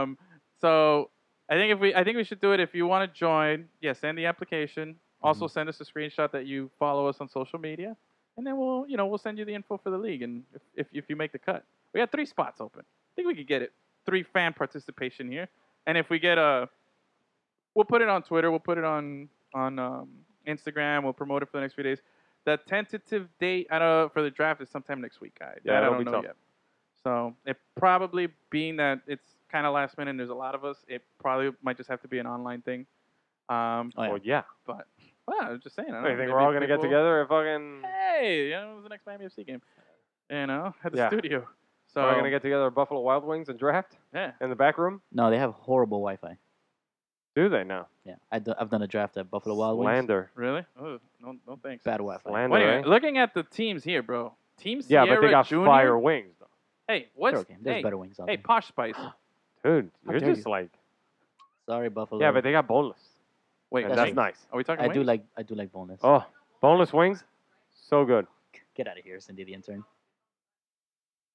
Um, so I think if we, I think we should do it. If you want to join, yeah, send the application. Also,
Mm-hmm.
send us a screenshot that you follow us on social media, and then we'll, you know, we'll send you the info for the league. And if if, if you make the cut, we got three spots open. I think we could get it. Three fan participation here, and if we get a, we'll put it on Twitter. We'll put it on on um, Instagram. We'll promote it for the next few days. The tentative date I don't know, for the draft is sometime next week. I,
Yeah,
that I
it'll
don't
be
know
tough.
yet. So it probably being that it's kind of last minute and there's a lot of us, it probably might just have to be an online thing. Um,
Oh, yeah.
Well, yeah.
but well, I'm just saying. I don't
I
know,
think
maybe
we're all gonna get
people-
together and fucking.
Hey, you know, it was the next Miami FC game. You know, at the
Yeah.
studio. So
We're all gonna get together at Buffalo Wild Wings and draft
yeah.
in the back room.
No, they have horrible Wi-Fi.
Do they now?
Yeah, I do, I've done a draft at Buffalo Wild Wings.
Slander.
Really? Oh, no, no thanks.
Bad Wi-Fi.
Slander.
Well, anyway,
eh?
looking at the teams here, bro. Team
Yeah,
Sierra
but they got
Junior.
fire wings though.
Hey,
It's
what's
okay. There's
hey,
better wings out
hey,
there.
Posh Spice.
Dude,
How
you're
dare
just like
Sorry, Buffalo.
Yeah, but they got boneless.
Wait,
And
That's
that's
right.
nice.
Are we talking?
I do
wings?
like I do like boneless.
Oh, boneless wings, so good.
Get out of here, Cindy the intern.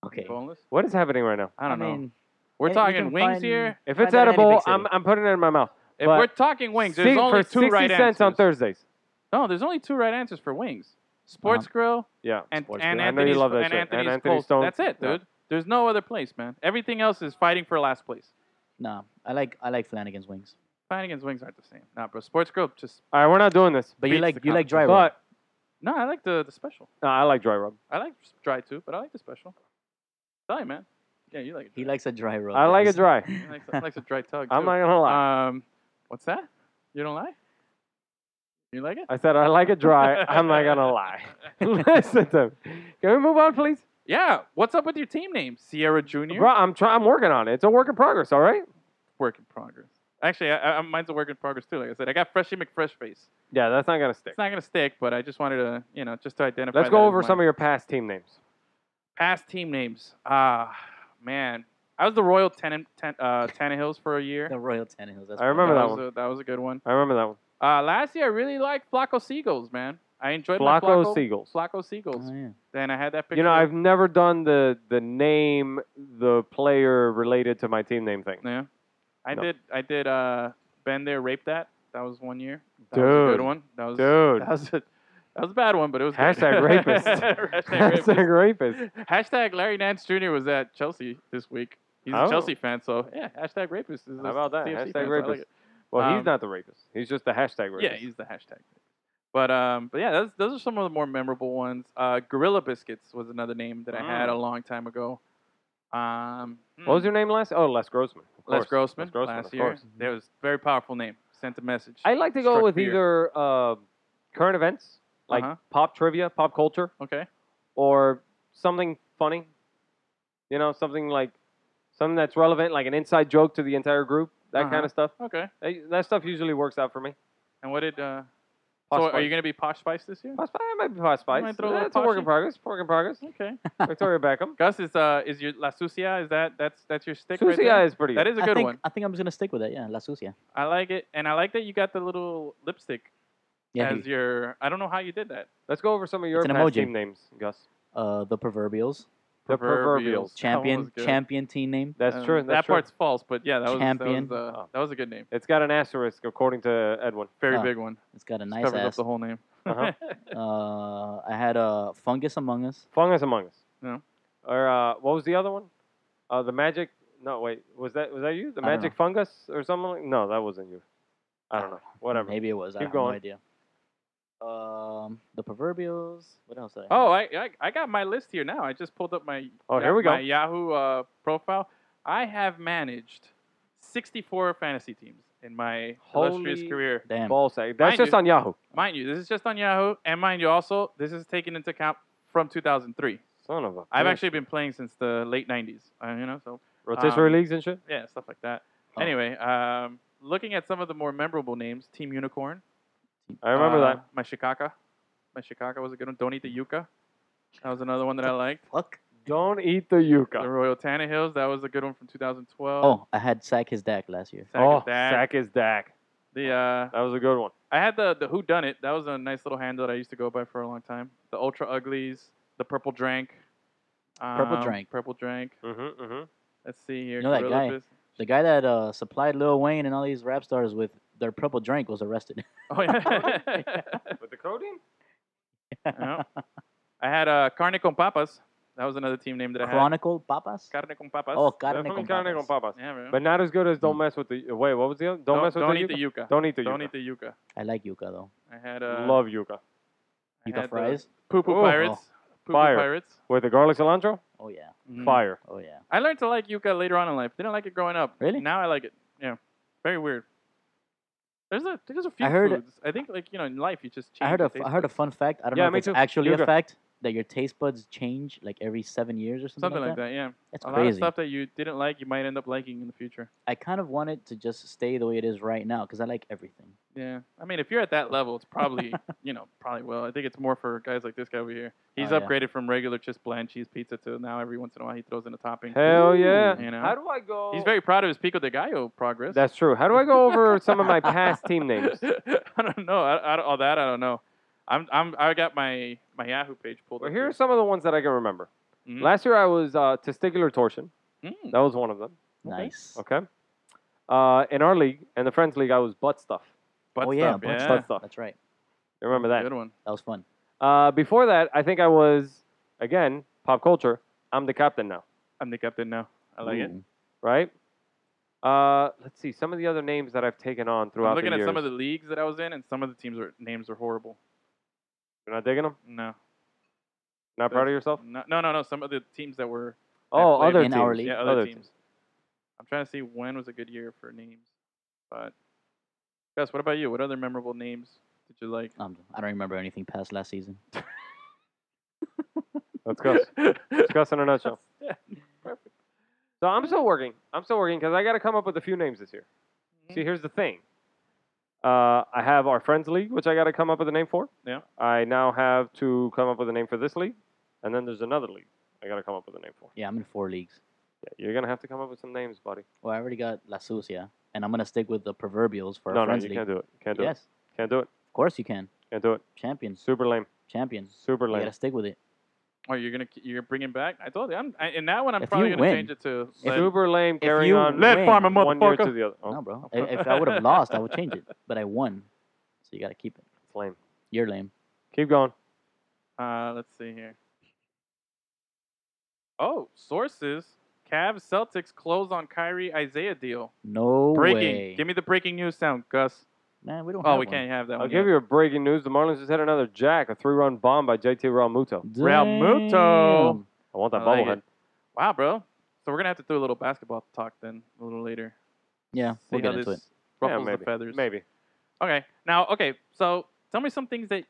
Okay.
boneless.
What is happening right now?
I don't know.
mean,
we're
eh, you
talking
can
wings
find-
here.
If
Find
it's
out in any
edible,
big city.
I'm, I'm putting it in my mouth.
If
But
we're talking wings, there's
six-
only
for
two right
cents
answers.
on Thursdays.
No, there's only two right answers for wings. Sports Grill
Yeah.
and
Sports
and
Grill.
I know you
Anthony's,
love that
and
shit.
Anthony's,
And Anthony's
Coast.
Stone.
That's it,
Yeah.
dude. There's no other place, man. Everything else is fighting for last place.
Nah, I like I like Flanagan's wings.
Flanagan's wings aren't the same. Nah, bro. Sports Grill just
All right, we're not doing this.
But you
Beats
like
the
you like dry
but
rub.
no. I like the the special.
no, I like dry rub.
I like dry too, but I like the special. Tell you, man. Yeah, you like it.
He likes a dry rub.
I like it
guys.
dry.
He likes, he likes a dry tug.
I'm
too.
not gonna lie.
Um, what's that? You don't lie. You like it?
I said I like it dry. I'm not gonna lie. Listen to me. Can we move on, please?
Yeah. What's up with your team name, Sierra Junior?
Bro, I'm trying. I'm working on it. It's a work in progress. All right.
work in progress. Actually, I, I, mine's a work in progress too. Like I said, I got Freshie McFreshface.
Yeah, that's not gonna stick.
It's not gonna stick, but I just wanted to, you know, just to identify.
Let's
that
go
as
over
mine.
some of your past team names.
past team names. Ah, man, I was the Royal Ten, ten uh, Tannehills for a year.
The Royal Tannehills. That's
I remember
fine.
that
was
one.
A, that was a good one.
I remember that one.
Uh, last year, I really liked Flacco Seagulls, man. I enjoyed my
Flacco
Flacco
Seagulls.
Flacco Seagulls.
Oh, yeah.
Then I had that picture.
You know, I've never done the the name, the player related to my team name thing.
yeah, I
No.
did. I did. Uh, been there, rape that. That was one year. That was a
Dude.
good one. That was
Dude.
That was a, that was a bad one, but it was good.
Hashtag rapist.
Hashtag rapist.
Hashtag rapist.
Hashtag Larry Nance Jr. was at Chelsea this week. He's
Oh.
a Chelsea fan, so yeah. Hashtag rapist is
How about that?
CFC fan, so
Hashtag
I like
rapist.
it.
Well, he's
Um,
not the rapist. He's just the hashtag rapist.
yeah, he's the hashtag. But um, but yeah, those, those are some of the more memorable ones. Uh, Gorilla Biscuits was another name that I had
Mm.
a long time ago. Um,
What was your name last? Oh, Les Grossman. of
Les
course.
Grossman,
Les Grossman,
last
of
year.
course.
That was a very powerful name. Sent a message.
I like to go
Struck
with
fear.
either uh, current events, like
Uh-huh.
pop trivia, pop culture,
okay.
or something funny. You know, something like something that's relevant, like an inside joke to the entire group, that
Uh-huh.
kind of stuff.
Okay.
That that stuff usually works out for me.
And what did uh?
Posh
so are
Spice.
you gonna be Posh Spice this year?
Posh Spice, I might be Posh Spice.
might throw a little
it's a work in
poshy.
progress. Work in progress.
Okay.
Victoria Beckham.
Gus is uh is your La Sucia? Is that that's that's your stick? right
Susie
there?
is pretty
That
good.
is a
I
good
think,
one.
I think I'm just gonna stick with it. Yeah, La Sucia.
I like it, and I like that you got the little lipstick
Yeah.
as your. I don't know how you did that.
Let's go over some of your
It's an
past
emoji.
team names, Gus.
uh, the proverbials
The
Proverbials.
proverbials.
That one
champion
was good.
champion team name.
That's
Um,
true. That's
that
true.
part's false, but yeah, that was
Champion.
That was, uh,
Oh.
that was a good name.
It's got an asterisk according to Edwin.
Very
Oh,
big one.
It's got a
Just
nice
covers up
ass.
the whole name.
Uh-huh.
Uh, I had a fungus among us.
Fungus Among Us.
No.
Or uh, what was the other one? Uh, the magic. No, wait. Was that was that you? The
I don't
magic fungus or something? Like, no, that wasn't you. I don't know. Whatever.
Maybe it was. I
Keep
have
going.
no idea. Um, the proverbials. What else? Did I have?
Oh, I, I I got my list here now. I just pulled up my
Oh, here we go.
my Yahoo uh, profile. I have managed 64 fantasy teams in my illustrious
Holy
career.
damn.
Ball sack. That's
Mind
just
you-
on Yahoo.
Mind you, this is just on Yahoo, and mind you, also this is taken into account from 2003.
Son of a.
I've
bitch.
actually been playing since the late 90s. Uh, you know, so
rotisserie
um,
leagues and shit.
yeah, stuff like that.
Oh.
Anyway, um, looking at some of the more memorable names, Team Unicorn.
I remember
uh,
that.
My Shikaka. My Shikaka was a good one. Don't eat the yucca. That was another one that I liked.
Fuck.
Don't eat the
The
yucca.
Royal Tannehills. That was a good one from 2012.
Oh, I had sack his Dak last year.
Sack
oh,
is Dak.
sack is Dak.
The uh,
That was a good one.
I had the the Who Done It. That was a nice little handle that I used to go by for a long time. The Ultra Uglies. The Purple Drank.
Purple
um,
Drank.
Purple Drank.
Mm-hmm, mm-hmm.
Let's see here.
You know that
Gorilla
guy?
Fist.
The guy that uh, supplied Lil Wayne and all these rap stars with their purple drink was arrested.
Oh yeah.
With the codeine.
Yeah. I had uh, Carne con Papas. That was another team name that I had.
Chronicle Papas.
Carne con papas.
Oh, carne
Definitely
con
carne
papas.
con papas.
yeah, man.
But not as good as don't mess with the. Wait, what was the other? Don't, mess with
don't
the
eat
yucca.
the yuca.
Don't eat the
Don't
yucca.
eat the yuca.
I like yuca though.
I had uh,
Love yucca
I
Yuca
had
fries.
the poo poo
Oh.
pirates. Poo poo
Fire.
pirates.
with the garlic cilantro.
Oh yeah.
Mm.
Fire.
Oh yeah.
I learned to like yuca later on in life. Didn't like it growing up.
Really?
Now I like it. Yeah. Very weird. There's a there's a few
heard-
foods. I think like you know in life you just change.
I heard
the
a
taste
I heard a
buds.
fun fact. I don't
Yeah,
know
me
if it's
too.
actually
Yuca.
a fact, that your taste buds change like every seven years or something,
Something like that, yeah.
That's
a lot of
crazy.
stuff that you didn't like, you might end up liking in the future.
I kind of want it to just stay the way it is right now because I like everything.
Yeah, I mean, if you're at that level, it's probably you know probably well. I think it's more for guys like this guy over here. He's
Oh, yeah.
upgraded from regular just bland cheese pizza to now every once in a while he throws in a topping.
Hell yeah.
You know?
How do I go?
Mm. He's very proud of his Pico de Gallo progress.
That's true. How do I go over some of my past team names?
I don't know. I, I, all that I don't know. I'm I'm I got my my Yahoo page pulled.
Well,
up
here are some of the ones that I can remember.
Mhm.
Last year I was uh, testicular torsion.
Mm.
That was one of them.
Nice.
Oh,
Okay. Uh, in our league, in the friends league, I was butt stuff.
Butt
oh yeah,
stuff,
butt
Butt
stuff.
stuff.
That's right.
You remember that?
Good one.
That was fun.
Uh, before that, I think I was again pop culture. I'm the captain now,
I'm the captain now. I like it.
Ooh.
right? Uh, let's see some of the other names that I've taken on throughout
I'm looking
the
at
years.
some of the leagues that I was in, and some of the teams are names are horrible.
You're not digging them?
No,
Not proud of yourself?
no, no, no, no. Some of the teams that were
Oh,
played
other
in
teams.
our league.
yeah other,
Other
teams. I'm trying to see when was a good year for names, but Gus, what about you? What other memorable names did you like?
Um, I don't remember anything past last season.
Let's go. Let's go in a nutshell.
Yeah, perfect.
So I'm still working. I'm still working because I got to come up with a few names this year.
Mm-hmm.
See, here's the thing. Uh, I have our friends league, which I got to come up with a name for.
Yeah.
I now have to come up with a name for this league, and then there's another league I got to come up with a name for.
Yeah, I'm in four leagues.
Yeah, you're gonna have to come up with some names, buddy.
Well, I already got La Sucia, and I'm gonna stick with the proverbials for
no,
our
no,
friends
you
league.
can't do it. Can't do
yes,
it. Can't do it.
of course you can.
Can't do it.
Champions,
Super lame.
champions.
Super
You
lame.
gotta stick with it.
Oh, you're gonna you're bringing back? I told you. I'm I, in that one. I'm
If
probably
you
gonna
win-
change it to
if
let-
Super lame. Carrying
you
on.
Let
one
farm a
year to the other. Oh,
No, bro. I- if I would have lost, I would change it. But I won, so you gotta keep it.
it's lame.
You're lame.
Keep going.
Uh, let's see here. Oh, sources: Cavs Celtics close on Kyrie Isaiah deal.
No
Breaking.
way.
Give me the breaking news sound, Gus.
Man, we don't.
Oh,
have
we
one.
can't have that.
I'll
one
give
yet.
you a breaking news. The Marlins just had another jack, a three-run bomb by JT Realmuto.
Real Muto.
Damn.
I want that
I like
bobblehead.
it. Wow, bro. So we're gonna have to do a little basketball talk then a little later.
Yeah,
See
we'll
how
get into it.
this ruffles
yeah, maybe.
the feathers.
Maybe.
Okay. Now, okay. So tell me some things that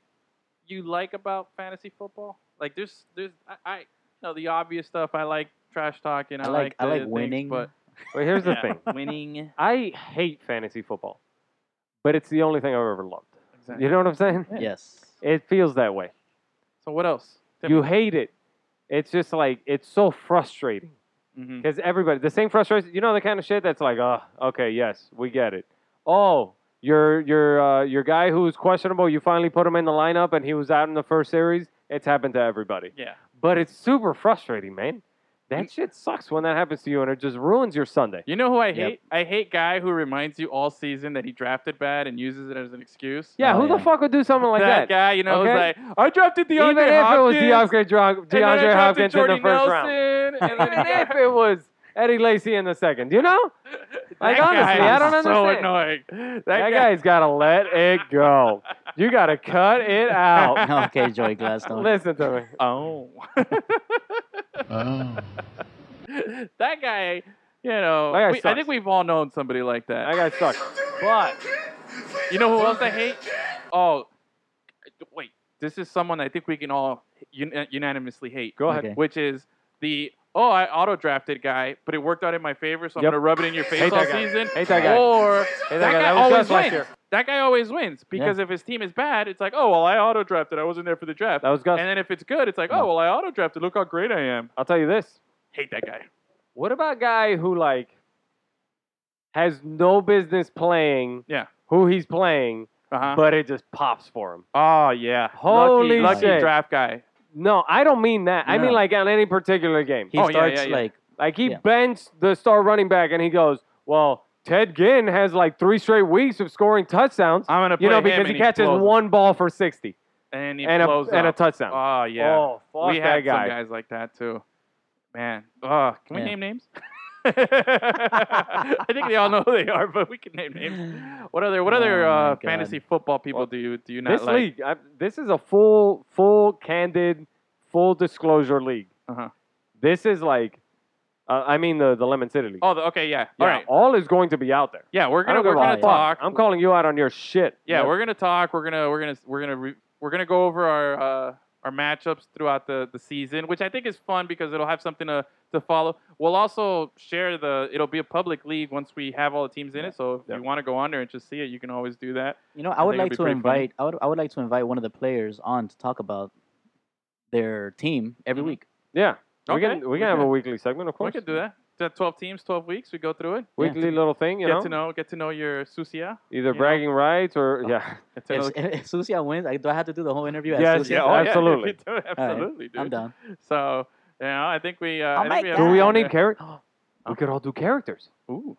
you like about fantasy football. Like there's there's I, I you know the obvious stuff. I like trash talking. I,
I like I
the
like
things,
winning.
but
But here's the
Yeah.
thing.
winning.
I hate fantasy football, but it's the only thing I've ever loved.
Exactly.
You know what I'm saying?
Yes.
It feels that way.
So what else?
You hate it. It's just like it's so frustrating
hmm
because everybody the same frustration. You know the kind of shit that's like, oh, okay, yes, we get it. Oh, your your uh, your guy who was questionable, you finally put him in the lineup and he was out in the first series. It's happened to everybody,
Yeah.
but it's super frustrating, man.
Mm.
That shit sucks when that happens to you and it just ruins your Sunday.
You know who I
Yep.
hate? I hate guy who reminds you all season that he drafted bad and uses it as an excuse.
Yeah,
Oh,
who the
yeah.
fuck would do something like that?
guy, you know,
Okay.
who's like, I drafted DeAndre
Even if it was
Hopkins.
DeAndre, Dra-
and then I
DeAndre
drafted
Hopkins in the
Jordy
first round.
Nelson, and
Even
then I
if it was Eddie Lacy in the second, you know? Like,
That
honestly,
guy
I don't
is so
understand.
annoying. That,
That
guy,
guy's got to let it go. You got to cut it out.
Oh, No, okay, Joey Gladstone.
Listen to me.
Oh. that guy, you
Oh.
know,
That guy
we, I
sucks.
think we've all known somebody like that.
That guy sucks. But
you know who else I hate? Oh, wait. This is someone I think we can all un- uh, unanimously hate.
go ahead.
Okay.
Which is the, oh, I auto drafted guy, but it worked out in my favor, so I'm
Yep.
going to rub it in your face
Hate
all
that guy.
season.
Hate that guy.
Or
Hey,
that, guy,
that was
always
Gus last
wins.
year.
That guy always wins because if his team is bad, it's like, oh well, I auto drafted. I wasn't there for the draft.
That was Gus.
And then if it's good, it's like, oh well, I auto drafted. Look how great I am.
I'll tell you this.
Hate that guy.
What about a guy who, like, has no business playing
Yeah.
who he's playing,
Uh huh.
but it just pops for him?
oh yeah.
Holy
lucky,
shit.
lucky draft guy.
No, I don't mean that. I mean,
No.
like, on any particular game.
He
Oh, yeah,
starts
yeah, yeah.
like
Like he
Yeah.
bends the star running back and he goes, Well, Ted Ginn has like three straight weeks of scoring touchdowns.
I'm gonna play
you know,
him
because
and
he catches
blows
one ball for 60
and he
and a,
blows
and a
up.
touchdown.
Oh yeah.
Oh, fuck
we
that
had
guy.
some guys like that too. Man. Oh, can we
Yeah.
name names? I think they all know who they are, but we can name names. What other what other
Oh, my
uh,
God.
fantasy football people do you do you not
this
like?
league, I, this is a full, full, candid, full disclosure league.
Uh-huh.
This is like, uh, I mean, the, the Lemon City League.
Oh, the, okay, yeah.
Yeah,
All right.
All is going to be out there.
Yeah, we're
I
gonna
don't
we're
give a
gonna
fuck.
talk.
I'm calling you out on your shit.
Yeah, we're gonna talk. We're gonna we're gonna we're gonna re- we're gonna go over our uh, our matchups throughout the, the season, which I think is fun because it'll have something to, to follow. We'll also share the it'll be a public league once we have all the teams in it. So if you want to go on there and just see it, you can always do that.
You know,
I
I would like
think it'd be
to
pretty funny.
invite I would I would like to invite one of the players on to talk about their team every
Mhm.
week.
Yeah. We
Okay,
can we
we
can have a
can.
weekly segment, of
We
course.
could do that. Got 12 teams, 12 weeks. We go through it.
Weekly little thing, you
get
know?
to know get to know your Susia.
Either
know?
bragging rights or yeah.
Get to
If,
know-
if Susia wins, I, do I have to do the whole interview? at
Yes,
Susia?
yeah, oh, yeah. absolutely.
we do, absolutely, dude.
I'm down.
So, you know, I think we. Uh,
Oh
I think
my
we have-
Do we all
yeah.
need characters? we could all do characters.
Ooh.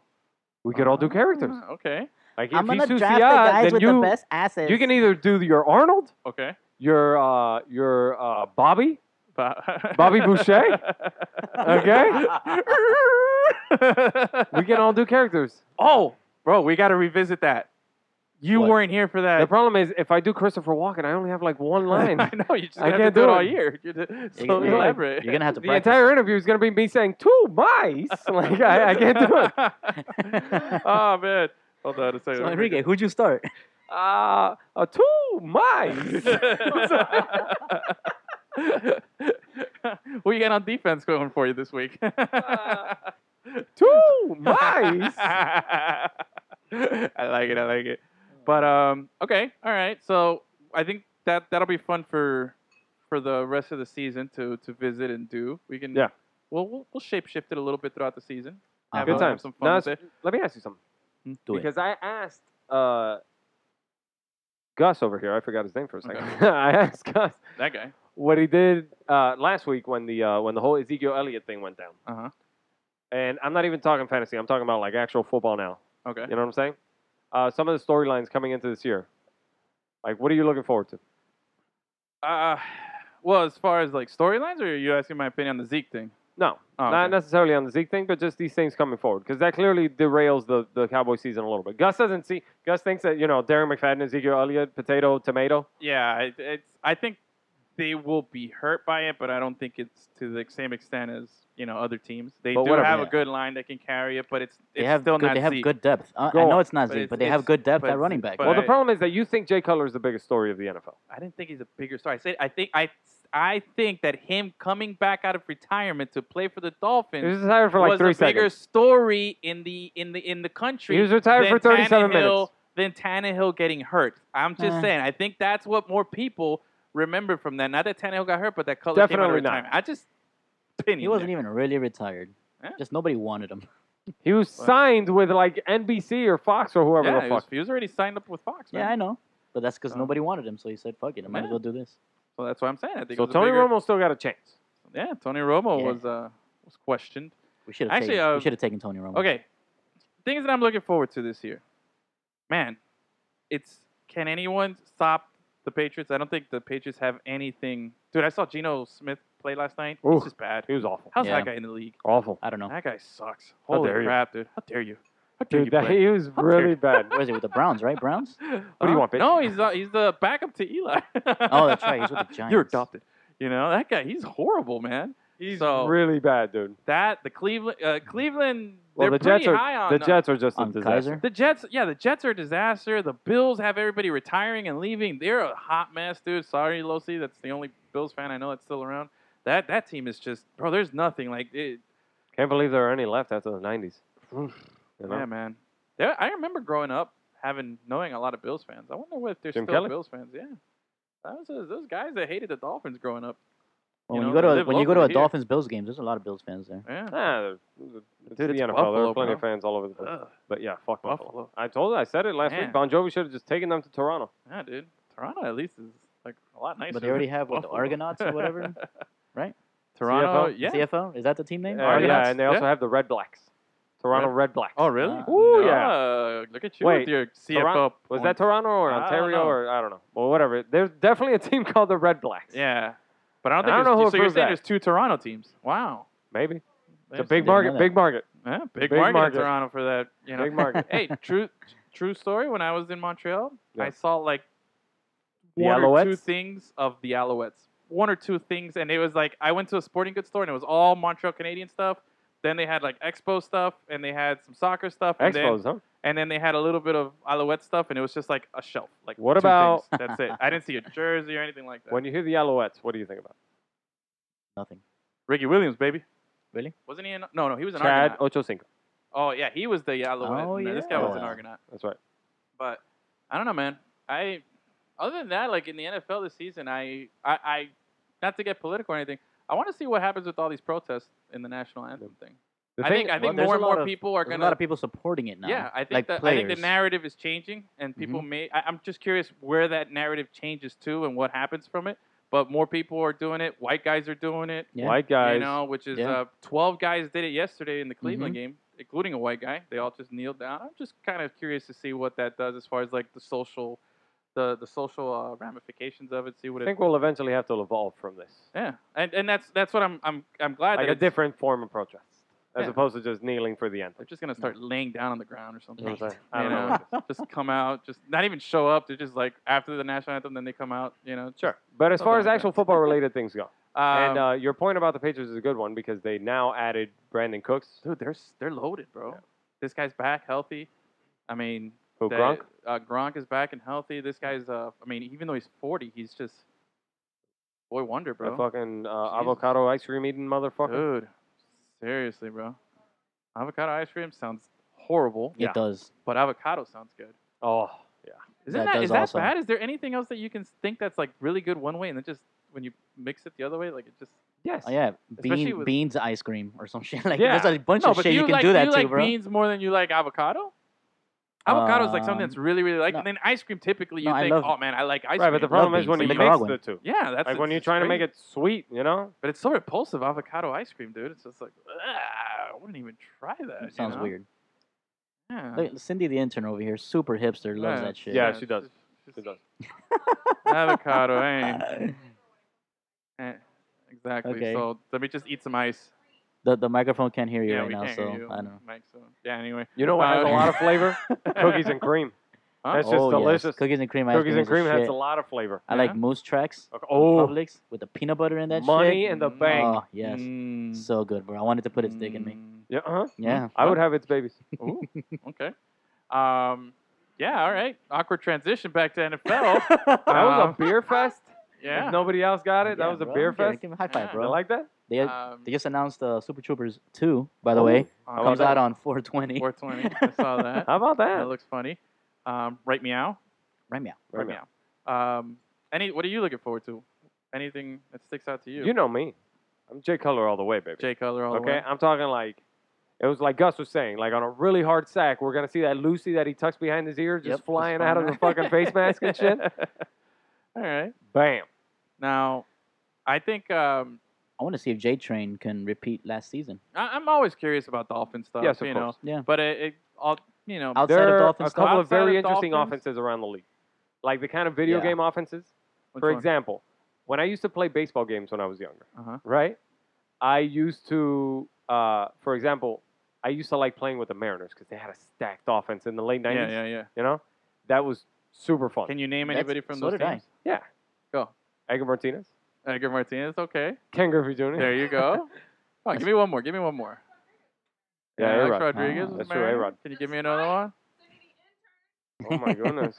We could all do characters.
Ah, Okay.
Like
I'm
if
gonna
he's
draft the
Sucia,
guys
then
with
you,
the best assets.
You can either do your Arnold,
Okay.
your uh, your uh, Bobby,
Bo-
Bobby Boucher? okay? we can all do characters.
oh, bro, we got to revisit that. You
What?
weren't here for
The
that.
problem is if I do Christopher Walken, I only have like one line.
I know you just
I
have to
can't
do, it
do
all
it.
year. You're just
You're
so
gonna- you're gonna-
elaborate.
You're gonna have to
the
practice.
entire interview is gonna be me saying two mice. like I, I can't do it.
oh man, hold on a second.
So Enrique, who'd you start?
Uh, uh two mice.
Who you got on defense going for you this week?
two mice.
I like it. I like it. But um, okay, all right. So I think that that'll be fun for for the rest of the season to to visit and do. We can
Yeah.
Well, we'll, we'll shape shift it a little bit throughout the season.
Uh-huh.
Have
Good
a-
time.
Have some
Now
fun with
it's-
it.
Let me ask you something.
Do it.
because I asked uh, Gus over here. I forgot his name for a second. I asked Gus
That guy.
what he did uh, last week when the uh, when the whole Ezekiel Elliott thing went down.
Uh huh.
And I'm not even talking fantasy. I'm talking about like actual football now.
Okay.
You know what I'm saying? Uh, some of the storylines coming into this year. Like, what are you looking forward to?
Uh, well, as far as like storylines, or are you asking my opinion on the Zeke thing?
No,
Oh,
not
okay.
necessarily on the Zeke thing, but just these things coming forward because that clearly derails the the Cowboy season a little bit. Gus doesn't see. Gus thinks that you know Darren McFadden, Ezekiel Elliott, potato, tomato.
Yeah, it, it's. I think they will be hurt by it, but I don't think it's to the same extent as you know other teams. They
But
do
whatever.
have a
Yeah.
good line that can carry it, but it's,
They
it's
have
still
good,
not
they have
Zeke.
good depth. Uh, I,
Go
I know
on.
it's not
But
Zeke,
it's-
but they have
it's-
good depth
but
at running
it's-
back.
but
Well, the
I-
problem is that you think Jay Cutler is the biggest story of the NFL.
I didn't think he's a bigger star. I said I think I I think that him coming back out of retirement to play for the
He
Dolphins
was retired for like
was
three
a bigger
seconds.
story in the in the in the country.
He was retired
than
for 37
Tannehill- Than Tannehill getting hurt. I'm just
Uh.
Eh.
saying. I think that's what more people remember from that. Not that Tannehill got hurt, but that Cutler came out of
Definitely not.
retirement. I just opinion
he wasn't
there.
even really retired.
Yeah.
Just nobody wanted him.
He was
What?
signed with like NBC or Fox or whoever
Yeah,
the
he was,
fuck.
he was already signed up with Fox. Man.
Yeah, I know. But that's because
Oh.
nobody wanted him, so he said, "Fuck it, I might as
Yeah.
well do this."
So that's what I'm saying. I think it
So
was a
Tony
bigger-
Romo still got a chance.
Yeah, Tony Romo
Yeah.
was uh, was questioned.
We should have
Actually,
taken,
uh,
we should have taken Tony Romo.
Okay, things that I'm looking forward to this year. Man, it's can anyone stop the Patriots? I don't think the Patriots have anything. Dude, I saw Geno Smith play last night.
Ooh.
This is bad.
He was awful.
How's
Yeah.
that guy in the league?
Awful.
I don't know.
That guy sucks.
How
Holy
dare you.
crap, dude! How dare you? How dare you
Dude, that,
play?
he was really bad.
Where is he with the Browns? Right, Browns.
What do you want, bitch?
No, he's uh, he's the backup to Eli.
Oh, that's right. He's with the Giants.
You're adopted. You know that guy. He's horrible, man.
He's
So-
really bad, dude.
That the Cleveland, uh, Cleveland.
Well,
they're
the Jets
pretty high
are
on
the
uh,
Jets are just a
On
disaster.
Kaiser.
The Jets, yeah, the Jets are a disaster. The Bills have everybody retiring and leaving. They're a hot mess, dude. Sorry, Losi. That's the only Bills fan I know that's still around. That that team is just, bro. There's nothing like it.
Can't believe there are any left after the '90s. You know?
Yeah, man. There, I remember growing up having knowing a lot of Bills fans. I wonder if they're
Jim
still
Kelly?
Bills fans. Yeah, that was a, those guys that hated the Dolphins growing up.
Well, when
You
you go
know, they
to a,
live
when you go to a
locally here.
Dolphins Bills game, there's a lot of Bills fans there.
Yeah.
Nah, there- it's, Ah, the
it's
NFL. there
Buffalo,
are plenty of
bro.
fans all over the place.
Ugh.
But yeah, fuck Buffalo.
Buffalo.
I told I said it last
Man.
week. Bon Jovi should have just taken them to Toronto.
Yeah, dude. Toronto at least is like a lot nicer.
but they
than
already have what, the
Buffalo.
Argonauts or whatever.
Toronto,
CFL?
yeah.
CFL is that the team name?
Uh,
Argonauts?
yeah, and they also
Yeah.
have the Red Blacks. Toronto
Red-
Red Blacks.
Oh, really?
Ah.
Ooh, yeah.
Uh, look at you
Wait,
with your CFL.
Toron- was that
points.
Toronto or
I don't
Ontario
know.
or I don't know. Well, whatever. There's definitely a team called the Red Blacks.
Yeah, but I don't think
I don't
there's-
know who
so. You're
approved
saying
that.
there's two Toronto teams. Wow,
maybe it's a big
There's-
didn't know
market.
that.
Big market.
yeah, big,
big
market, in
market.
Toronto for that. You know,
Big market.
hey, true, true story. When I was in Montreal,
Yeah.
I saw like
The
one or two
Alouettes?
things of the Alouettes. One or two things, and it was like I went to a sporting goods store and it was all Montreal Canadian stuff. Then they had like expo stuff, and they had some soccer stuff. And then-
Expos, huh?
and then they had a little bit of Alouette stuff, and it was just like a shelf. Like
What
two
about-
things. That's it. I didn't see a jersey or anything like that.
When you hear the Alouettes, what do you think about?
Nothing.
Ricky Williams, baby.
Really?
Wasn't he? An, no, no, he was an
Chad
Argonaut.
Ochocinco.
Oh yeah, he was the Alouette.
Oh,
and then This guy was an
yeah.
Argonaut.
That's right.
But I don't know, man. I other than that, like in the NFL this season, I I, I not to get political or anything. I want to see what happens with all these protests in the national anthem thing.
The
I
thing-
think I think
Well, there's
more and
a lot
more
of-
people are
There's
gonna.
a lot of people supporting it now.
yeah, I think
like
that, I
players. Mm-hmm.
think the narrative is changing, and people may. I, I'm just curious where that narrative changes to and what happens from it. But more people are doing it. White guys are doing it.
Yeah.
White guys.
You know, which is
Yeah.
uh, 12 guys did it yesterday in the Cleveland
Mm-hmm.
game, including a white guy. They all just kneeled down. I'm just kind of curious to see what that does as far as like the social, the the social uh, ramifications of it. See what
I
it.
think we'll eventually have to evolve from this.
yeah, and and that's that's what I'm I'm I'm glad
Like
that
a
it's-
different form of protest, as
Yeah.
opposed to just kneeling for the anthem.
They're just gonna start laying down on the ground or something.
You know what I'm saying? I
You
don't know.
know, just come out, just not even show up. They're just like after the national anthem, then they come out. You know,
Sure. But as
Something
far as
like
actual
that.
football related things go,
Um,
and uh, your point about the Patriots is a good one because they now added Brandon Cooks,
dude, they're s- they're loaded, bro. This guy's back healthy. I mean,
who
that,
Gronk.
Uh, Gronk is back and healthy. This guy's, uh, I mean, even though he's 40, he's just boy wonder,
A
bro.
fucking
Jesus.
uh, avocado ice cream eating motherfucker.
Dude, seriously, bro. Avocado ice cream sounds horrible,
It does.
but avocado sounds good.
Oh, yeah.
Isn't
That
that,
does
is that
also.
bad? Is there anything else that you can think that's like really good one way and then just when you mix it the other way, like it just
Yes.
Oh, yeah,
Especially
bean,
with-
beans ice cream or some shit. Like
Yeah.
there's a bunch
no,
of
but
shit you, can
like,
do that
you
to,
like
bro.
beans more than you like avocado. Avocado is like something that's
Um,
really really like,
no.
and then ice cream typically you
no, I
think,
love-
oh man, I like ice
Right,
cream.
but the problem
love
is when you
beans,
mix
like Nicaraguan.
the two.
yeah, that's
Like when
it's
you're
just
trying to make
crazy.
it sweet, you know?
But it's so repulsive, avocado ice cream, dude. It's just like, "Ugh, I wouldn't even try that. you
That sounds
know?
weird.
Yeah.
Look, Cindy the intern over here, super hipster, loves that shit.
Yeah, she does.
It's
It
just
does.
avocado, eh?
Uh,
Eh, Exactly.
Okay.
So let me just eat some ice.
the the microphone can't hear you
yeah,
right
we
now,
can't
so
hear you,
I don't know.
Mike, so- Yeah. Anyway.
You know what has a
Uh,
lot of flavor? Cookies and cream.
Huh?
That's just
oh, yes.
delicious.
Cookies and cream ice
Cookies
cream
and
is the
cream has
shit.
a lot of flavor.
I
Yeah.
like Moose Tracks.
Okay.
from
Oh.
Publix with the peanut butter in that
Money
shit.
in the bank.
Oh, yes.
Mm,
So good, bro. I wanted to put its dick in me.
mm,
Yeah, uh-huh.
Yeah.
I would have its babies.
Ooh, mm, okay. Um, yeah, all right. Awkward transition back to NFL.
That was
Um,
a beer fest.
yeah.
If nobody else got it,
Yeah,
that was a
bro.
beer
Give it-
fest.
Give him a high five,
Yeah.
You
bro.
like that?
They,
um, oh,
they just announced uh, Super Troopers 2, by
Oh,
the way.
on
Comes out on 420.
420. I saw that.
How about that?
That looks funny. Um, right meow.
Right meow.
Right
Right
now.
meow. Um, any? What are you looking forward to? Anything that sticks out to you?
You know me. I'm Jay Cutler all the way, baby.
Jay Cutler all
okay,
the way.
I'm talking like it was like Gus was saying, like on a really hard sack, we're gonna see that Lucy that he tucks behind his ear just
Yep, just
flying out of the fucking face mask and shit.
All right.
Bam.
Now, I think um,
I want to see if J Train can repeat last season.
I, I'm always curious about Dolphin stuff.
Yes, of
you
course.
know.
Yeah.
But it, it all you know.
Outside
there
of
are
Dolphins
a couple
stuff?
of very
Outside of
interesting
Dolphins?
offenses around the league, like the kind of video
Yeah.
game offenses.
which
For
one?
example, when I used to play baseball games when I was younger,
Uh-huh.
right? I used to, uh, for example, I used to like playing with the Mariners because they had a stacked offense in the late 90s.
Yeah, yeah, yeah.
You know, that was super fun.
Can you name
That's-
anybody from
so
those
did I.
teams?
Edgar Martinez,
Edgar Martinez. Okay.
Ken Griffey Jr.
There you go. Oh, give me one more. Give me one more.
Yeah,
Alex
A-Rod.
Rodriguez.
Ah,
was
that's true,
married.
A-Rod.
Can you give me another one?
Oh my goodness.